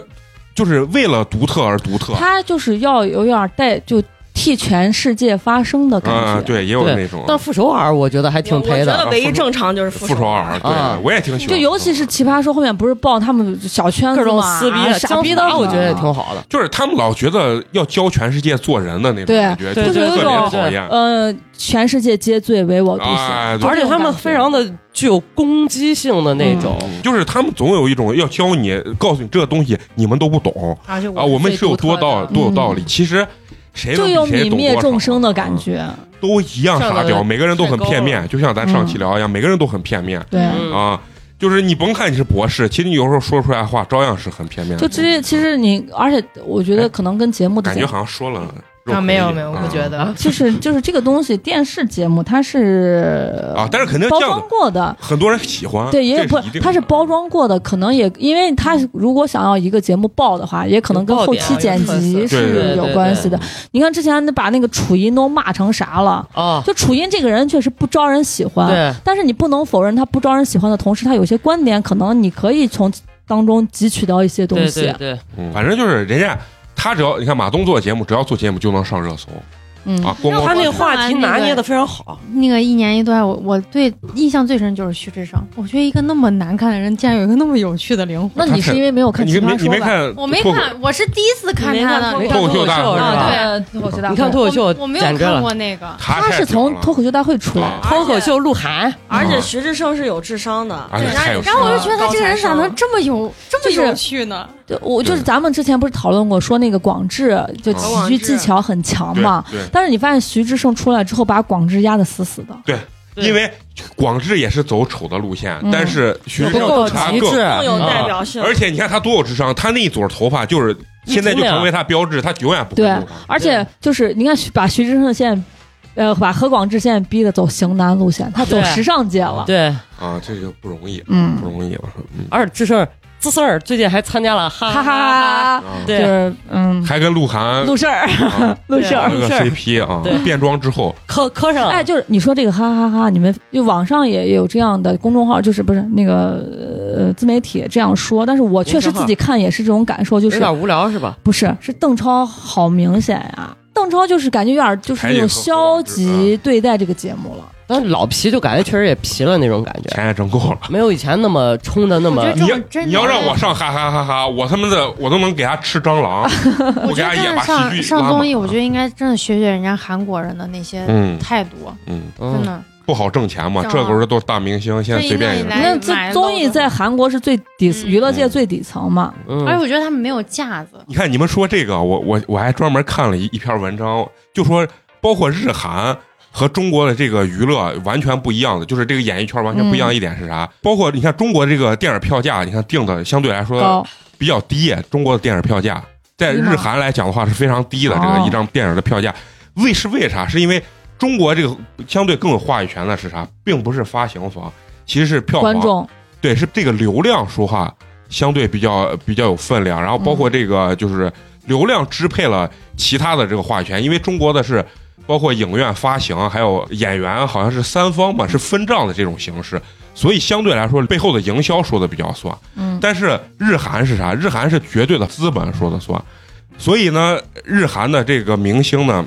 [SPEAKER 1] 就是为了独特而独特，
[SPEAKER 5] 他就是要有点带就替全世界发声的感觉。
[SPEAKER 1] 啊对也有
[SPEAKER 2] 对
[SPEAKER 1] 那种
[SPEAKER 2] 但傅首尔我觉得还挺
[SPEAKER 4] 我
[SPEAKER 2] 陪
[SPEAKER 4] 觉得
[SPEAKER 2] 的，
[SPEAKER 1] 啊
[SPEAKER 4] 唯一正常就是傅
[SPEAKER 1] 傅首尔，
[SPEAKER 4] 尔。
[SPEAKER 1] 对
[SPEAKER 2] 啊
[SPEAKER 1] 我也挺喜欢，
[SPEAKER 5] 就尤其是《奇葩说》后面不是爆他们小圈子
[SPEAKER 2] 各种
[SPEAKER 5] 嘛
[SPEAKER 2] 撕逼啊、
[SPEAKER 5] 傻逼的
[SPEAKER 2] 姜
[SPEAKER 5] 很，
[SPEAKER 2] 思达我觉得也挺好的。
[SPEAKER 1] 就是他们老觉得要教全世界做人的那种
[SPEAKER 5] 对
[SPEAKER 1] 感觉，
[SPEAKER 2] 对
[SPEAKER 5] 就是
[SPEAKER 1] 特
[SPEAKER 5] 是有一
[SPEAKER 1] 别
[SPEAKER 5] 种
[SPEAKER 1] 讨厌。
[SPEAKER 5] 呃，全世界皆醉唯我独醒。
[SPEAKER 1] 哎对
[SPEAKER 2] 而且他们非常的具有攻击性的那种，
[SPEAKER 1] 就是他们总有一种要教你，告诉你这个东西你们都不懂
[SPEAKER 7] 而且
[SPEAKER 1] 啊啊，我们是有多道
[SPEAKER 7] 到
[SPEAKER 5] 的
[SPEAKER 1] 多有道理。其实谁能
[SPEAKER 5] 就
[SPEAKER 1] 比
[SPEAKER 5] 有
[SPEAKER 1] 谁
[SPEAKER 5] 泯
[SPEAKER 1] 懂
[SPEAKER 5] 灭
[SPEAKER 1] 多少啊
[SPEAKER 5] 众生的感觉。
[SPEAKER 1] 都一样
[SPEAKER 2] 上
[SPEAKER 1] 沙
[SPEAKER 2] 的
[SPEAKER 1] 雕，每个人都
[SPEAKER 2] 太
[SPEAKER 1] 很
[SPEAKER 2] 高
[SPEAKER 1] 片
[SPEAKER 2] 了
[SPEAKER 1] 面，就像咱上
[SPEAKER 5] 嗯
[SPEAKER 1] 期聊一样，每个人都很片面
[SPEAKER 5] 对，
[SPEAKER 2] 嗯
[SPEAKER 1] 啊。就是你甭看你是博士，其实你有时候说出来的话照样是很片
[SPEAKER 2] 嗯
[SPEAKER 1] 面的。
[SPEAKER 5] 就其实其实你，而且我觉得可能跟节目的
[SPEAKER 1] 哎感觉
[SPEAKER 5] 剪
[SPEAKER 1] 好像说了肉魁
[SPEAKER 7] 啊，没有
[SPEAKER 1] 一
[SPEAKER 7] 没有，我不
[SPEAKER 1] 啊
[SPEAKER 7] 觉得。
[SPEAKER 5] 就是就是这个东西，电视节目它是
[SPEAKER 1] 啊，但是肯定
[SPEAKER 5] 包
[SPEAKER 1] 这样
[SPEAKER 5] 装
[SPEAKER 1] 的，
[SPEAKER 5] 过的，
[SPEAKER 1] 很多人喜欢。
[SPEAKER 5] 对，也有
[SPEAKER 1] 啊这
[SPEAKER 5] 不
[SPEAKER 1] 是一定，的啊
[SPEAKER 5] 它是包。装过的，可能也因为它如果想要一个节目爆的话，也可能跟
[SPEAKER 2] 有爆
[SPEAKER 5] 后
[SPEAKER 2] 点
[SPEAKER 5] 期
[SPEAKER 2] 有
[SPEAKER 5] 剪
[SPEAKER 2] 特
[SPEAKER 5] 辑
[SPEAKER 2] 色
[SPEAKER 1] 对
[SPEAKER 5] 是
[SPEAKER 1] 嗯对
[SPEAKER 5] 有
[SPEAKER 2] 对
[SPEAKER 5] 关
[SPEAKER 2] 对
[SPEAKER 5] 系的。你看之前把那个楚音都骂成啥了？
[SPEAKER 2] 啊，
[SPEAKER 5] 就楚音这个人确实不招人喜欢，
[SPEAKER 2] 对，
[SPEAKER 5] 但是你不能否认他不招人喜欢的同时，他有些观点可能你可以从当中汲取到一些东
[SPEAKER 2] 对
[SPEAKER 5] 西
[SPEAKER 2] 对。对，
[SPEAKER 1] 嗯反正就是人家他只要你看马东做节目，只要做节目就能上热搜
[SPEAKER 5] 嗯，
[SPEAKER 1] 啊，光
[SPEAKER 2] 他
[SPEAKER 1] 光
[SPEAKER 2] 那个话题拿捏的非常好，
[SPEAKER 3] 那个一年一度爱我，我对印象最深就是徐志胜。我觉得一个那么难看的人，竟然有一个那么有趣的灵魂。
[SPEAKER 5] 那你是因为没有看《
[SPEAKER 1] 啊你
[SPEAKER 5] 奇
[SPEAKER 1] 没
[SPEAKER 5] 葩
[SPEAKER 1] 你
[SPEAKER 5] 说
[SPEAKER 1] 没》
[SPEAKER 5] 吧？
[SPEAKER 1] 看
[SPEAKER 3] 我没
[SPEAKER 1] 脱口
[SPEAKER 3] 看，我是第一次看
[SPEAKER 2] 你没
[SPEAKER 3] 他
[SPEAKER 2] 看
[SPEAKER 3] 的
[SPEAKER 2] 脱
[SPEAKER 3] 那
[SPEAKER 2] 口
[SPEAKER 3] 个。
[SPEAKER 1] 脱口秀
[SPEAKER 2] 秀
[SPEAKER 1] 大会是吧
[SPEAKER 2] 吧？
[SPEAKER 3] 呃
[SPEAKER 5] 啊，对，脱口秀大
[SPEAKER 2] 你看
[SPEAKER 5] 会
[SPEAKER 2] 脱口秀
[SPEAKER 3] 我我没有
[SPEAKER 2] 展开
[SPEAKER 3] 看
[SPEAKER 2] 了
[SPEAKER 3] 过那 个，
[SPEAKER 1] 他
[SPEAKER 5] 他
[SPEAKER 1] 太
[SPEAKER 5] 是
[SPEAKER 1] 屌
[SPEAKER 5] 从
[SPEAKER 1] 了
[SPEAKER 5] 脱口秀大会出来
[SPEAKER 1] 啊，
[SPEAKER 2] 脱口秀鹿晗，
[SPEAKER 4] 而且徐志胜是有智商的，
[SPEAKER 1] 嗯而且
[SPEAKER 4] 人家
[SPEAKER 1] 太有
[SPEAKER 4] 也是
[SPEAKER 3] 然后我就觉得他
[SPEAKER 4] 啊
[SPEAKER 3] 这个人咋
[SPEAKER 4] 高材
[SPEAKER 3] 能
[SPEAKER 4] 生
[SPEAKER 3] 这么有这么
[SPEAKER 5] 就是
[SPEAKER 3] 有趣 呢？
[SPEAKER 5] 就我就是
[SPEAKER 1] 对
[SPEAKER 5] 咱们之前不是讨论过说那个广智就
[SPEAKER 1] 啊
[SPEAKER 5] 喜
[SPEAKER 4] 广
[SPEAKER 5] 剧技
[SPEAKER 4] 智
[SPEAKER 5] 巧很强
[SPEAKER 1] 对
[SPEAKER 5] 嘛，
[SPEAKER 1] 对
[SPEAKER 5] 但是你发现徐志胜出来之后把广智压得死死的，
[SPEAKER 2] 对
[SPEAKER 1] 因为广智也是走丑的路线，
[SPEAKER 5] 嗯
[SPEAKER 1] 但是徐志
[SPEAKER 2] 不
[SPEAKER 1] 胜
[SPEAKER 2] 够
[SPEAKER 1] 他
[SPEAKER 2] 极
[SPEAKER 1] 更
[SPEAKER 2] 致，
[SPEAKER 4] 更有代
[SPEAKER 2] 啊
[SPEAKER 4] 表
[SPEAKER 1] 嗯
[SPEAKER 4] 性，
[SPEAKER 1] 而且你看他多有智商，他那一撮头发就是
[SPEAKER 2] 一
[SPEAKER 1] 现在就
[SPEAKER 2] 直那样
[SPEAKER 1] 成为他标志，他永远不会
[SPEAKER 5] 对
[SPEAKER 1] 弄它
[SPEAKER 5] 而且就是你看徐把徐志胜现在。呃，把何广智现在逼得走型男路线，他走
[SPEAKER 2] 对
[SPEAKER 5] 时尚界了。
[SPEAKER 2] 对，
[SPEAKER 1] 啊，这就不容易，不
[SPEAKER 5] 嗯，
[SPEAKER 1] 容易了，嗯
[SPEAKER 2] 而且这事儿，这事儿最近还参加了，哈
[SPEAKER 5] 哈
[SPEAKER 2] 哈哈，
[SPEAKER 5] 哈哈，
[SPEAKER 1] 啊，
[SPEAKER 5] 就
[SPEAKER 2] 对，
[SPEAKER 5] 是嗯，
[SPEAKER 1] 还跟鹿晗
[SPEAKER 5] 露事儿，
[SPEAKER 1] 啊
[SPEAKER 5] 露事
[SPEAKER 2] 对
[SPEAKER 5] 儿
[SPEAKER 1] 搞。了个
[SPEAKER 2] 事儿
[SPEAKER 1] CP 啊
[SPEAKER 2] 对，
[SPEAKER 1] 变装之后
[SPEAKER 2] 磕磕上了，
[SPEAKER 5] 哎，就是你说这个哈哈哈，你们就网上也有这样的公众号，就是不是那个呃自媒体这样说，但是我确实自己看也是这种感受，就
[SPEAKER 2] 有
[SPEAKER 5] 是
[SPEAKER 2] 点无聊是吧？
[SPEAKER 5] 不是是邓超好明显呀、邓超就是感觉有点就是那种消极对待这个节目了。
[SPEAKER 2] 但是老皮就感觉确实也皮了那种感觉，
[SPEAKER 1] 钱也挣够了。
[SPEAKER 2] 没有以前那么冲的那么
[SPEAKER 3] 我觉得
[SPEAKER 1] 你
[SPEAKER 3] 这种
[SPEAKER 1] 要
[SPEAKER 3] 真的
[SPEAKER 1] 你要让我上哈哈哈哈，我他妈的我都能给他吃蟑 螂，我
[SPEAKER 3] 我
[SPEAKER 1] 给
[SPEAKER 3] 觉
[SPEAKER 1] 他
[SPEAKER 3] 得
[SPEAKER 1] 也
[SPEAKER 3] 真的
[SPEAKER 1] 哎把
[SPEAKER 3] 上
[SPEAKER 1] 戏剧
[SPEAKER 3] 上
[SPEAKER 1] 拉
[SPEAKER 3] 综
[SPEAKER 1] 满
[SPEAKER 3] 艺，我
[SPEAKER 1] 了
[SPEAKER 3] 觉得应该真的学学人家韩国人的那些
[SPEAKER 1] 嗯
[SPEAKER 3] 态度，
[SPEAKER 1] 嗯
[SPEAKER 3] 真
[SPEAKER 2] 嗯，
[SPEAKER 3] 的。
[SPEAKER 1] 不好挣钱嘛，
[SPEAKER 3] 挣啊
[SPEAKER 1] 这个时候都是大明星，现在随便一个
[SPEAKER 3] 哎
[SPEAKER 5] 你
[SPEAKER 1] 人
[SPEAKER 3] 这
[SPEAKER 5] 看
[SPEAKER 3] 买
[SPEAKER 5] 这
[SPEAKER 3] 了
[SPEAKER 5] 综艺在韩国是最底
[SPEAKER 3] 嗯
[SPEAKER 5] 娱乐界最底层嘛，
[SPEAKER 2] 嗯
[SPEAKER 3] 而且我觉得他们没有架子，
[SPEAKER 1] 你看你们说这个，我我我还专门看了一一篇文章，就说包括日韩。和中国的这个娱乐完全不一样的，就是这个演艺圈完全不一样一点是啥？包括你看中国这个电影票价，你看定的相对来说
[SPEAKER 5] 高
[SPEAKER 1] 比较低，中国的电影票价在
[SPEAKER 5] 低吗
[SPEAKER 1] 日韩来讲的话是非常低的，这
[SPEAKER 5] 哦
[SPEAKER 1] 个一张电影的票价，为是为啥？是因为中国这个相对更有话语权的是啥？并不是发行方，其实是票
[SPEAKER 5] 观
[SPEAKER 1] 房，
[SPEAKER 5] 众
[SPEAKER 1] 对，是这个流量说话相对比较比较有分量，然后包括这个就是流量支配了其他的这个话语权，因为中国的是。包括影院发行，还有演员，好像是三方吧，是分账的这种形式，所以相对来说，背后的营销说的比较算。
[SPEAKER 5] 嗯
[SPEAKER 1] 但是日韩是啥？日韩是绝对的资本说了算，所以呢，日韩的这个明星呢，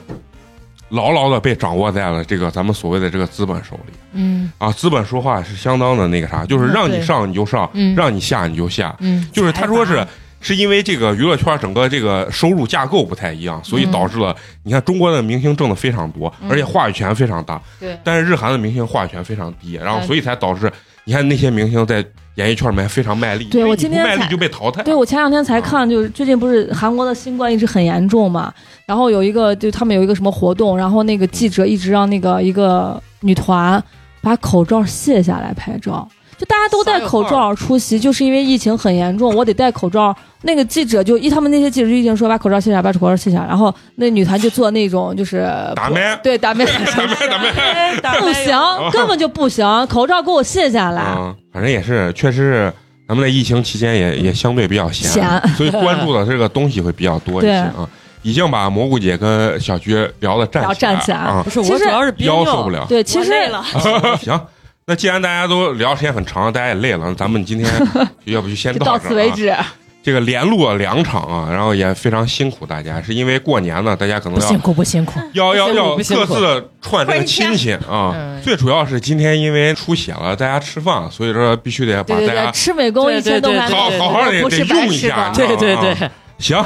[SPEAKER 1] 牢牢的被掌握在了这个咱们所谓的这个资本手里
[SPEAKER 7] 嗯
[SPEAKER 1] 啊。资本说话是相当的那个啥，就是让你上你就上，
[SPEAKER 7] 嗯
[SPEAKER 1] 让你下你就下，
[SPEAKER 7] 嗯，
[SPEAKER 1] 就是他说是。是因为这个娱乐圈整个这个收入架构不太一样，所以导致了
[SPEAKER 5] 嗯
[SPEAKER 1] 你看中国的明星挣的非常多，而且话语权非常大。
[SPEAKER 7] 对
[SPEAKER 1] 但是日韩的明星话语权非常低，然后
[SPEAKER 7] 嗯
[SPEAKER 1] 所以才导致你看那些明星在演艺圈里面非常卖力，
[SPEAKER 5] 对
[SPEAKER 1] 因为
[SPEAKER 5] 我
[SPEAKER 1] 你
[SPEAKER 5] 今
[SPEAKER 1] 不
[SPEAKER 5] 天
[SPEAKER 1] 卖力
[SPEAKER 5] 才
[SPEAKER 1] 就被淘 汰了。
[SPEAKER 5] 对，我前两天才看，就是最近不是韩国的新冠一直很严重嘛，然后有一个就他们有一个什么活动，然后那个记者一直让那个一个女团把口罩卸下来拍照，就大家都戴口罩出席，就是因为疫情很严重，我得戴口罩。那个记者就一他们那些记者就已经说把口罩卸下来，把口罩卸下来，然后那女团就做那种就是
[SPEAKER 1] 打麦
[SPEAKER 5] 对打 麦
[SPEAKER 1] 咱们咱们
[SPEAKER 7] 哎
[SPEAKER 5] 不行，根本就不行，口罩给我卸下来。
[SPEAKER 2] 哦
[SPEAKER 1] 啊，反正也是，确实是咱们在疫情期间也也相对比较闲，
[SPEAKER 5] 闲
[SPEAKER 1] 所以关注的这个东西会比较多一些
[SPEAKER 5] 对
[SPEAKER 1] 啊。已经把蘑菇姐跟小菊聊的站
[SPEAKER 5] 聊站起来
[SPEAKER 1] 啊
[SPEAKER 2] 不，是我
[SPEAKER 5] 其实
[SPEAKER 2] 主要是憋
[SPEAKER 1] 腰受
[SPEAKER 2] 尿
[SPEAKER 1] 不，了。
[SPEAKER 5] 对，其
[SPEAKER 4] 我
[SPEAKER 5] 实
[SPEAKER 4] 累了，
[SPEAKER 1] 啊行，那既然大家都聊时间很长，大家也累了，咱们今天要不就先
[SPEAKER 5] 就到
[SPEAKER 1] 这儿
[SPEAKER 5] 此为
[SPEAKER 1] 啊
[SPEAKER 5] 止。
[SPEAKER 1] 这个连录了两场啊，然后也非常辛苦大家，是因为过年呢，大家可能
[SPEAKER 7] 不辛
[SPEAKER 1] 要
[SPEAKER 7] 苦不辛苦，
[SPEAKER 1] 要要要
[SPEAKER 2] 不辛
[SPEAKER 1] 各
[SPEAKER 2] 苦不辛苦
[SPEAKER 1] 自的串这个亲戚啊
[SPEAKER 7] 嗯。
[SPEAKER 1] 最主要是今天因为出血了，大家吃饭，所以说必须得把
[SPEAKER 5] 对
[SPEAKER 1] 大
[SPEAKER 5] 对
[SPEAKER 1] 家
[SPEAKER 5] 对，吃美工一千多块，
[SPEAKER 2] 对
[SPEAKER 1] 好
[SPEAKER 2] 对
[SPEAKER 1] 好好得
[SPEAKER 5] 不
[SPEAKER 1] 得
[SPEAKER 5] 是白
[SPEAKER 1] 用一
[SPEAKER 5] 吃
[SPEAKER 1] 下
[SPEAKER 5] 的，。
[SPEAKER 2] 对对
[SPEAKER 1] 啊
[SPEAKER 2] 对，
[SPEAKER 1] 行。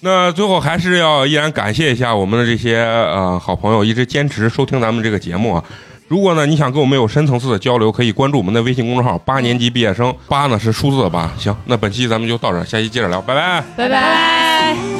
[SPEAKER 1] 那最后还是要依然感谢一下我们的这些呃好朋友，一直坚持收听咱们这个节目啊。如果呢你想跟我们有深层次的交流，可以关注我们的微信公众号“八年级毕业生”，八呢是数字的八。行，那本期咱们就到这儿，下期接着聊，拜拜。
[SPEAKER 5] 拜拜。
[SPEAKER 8] 「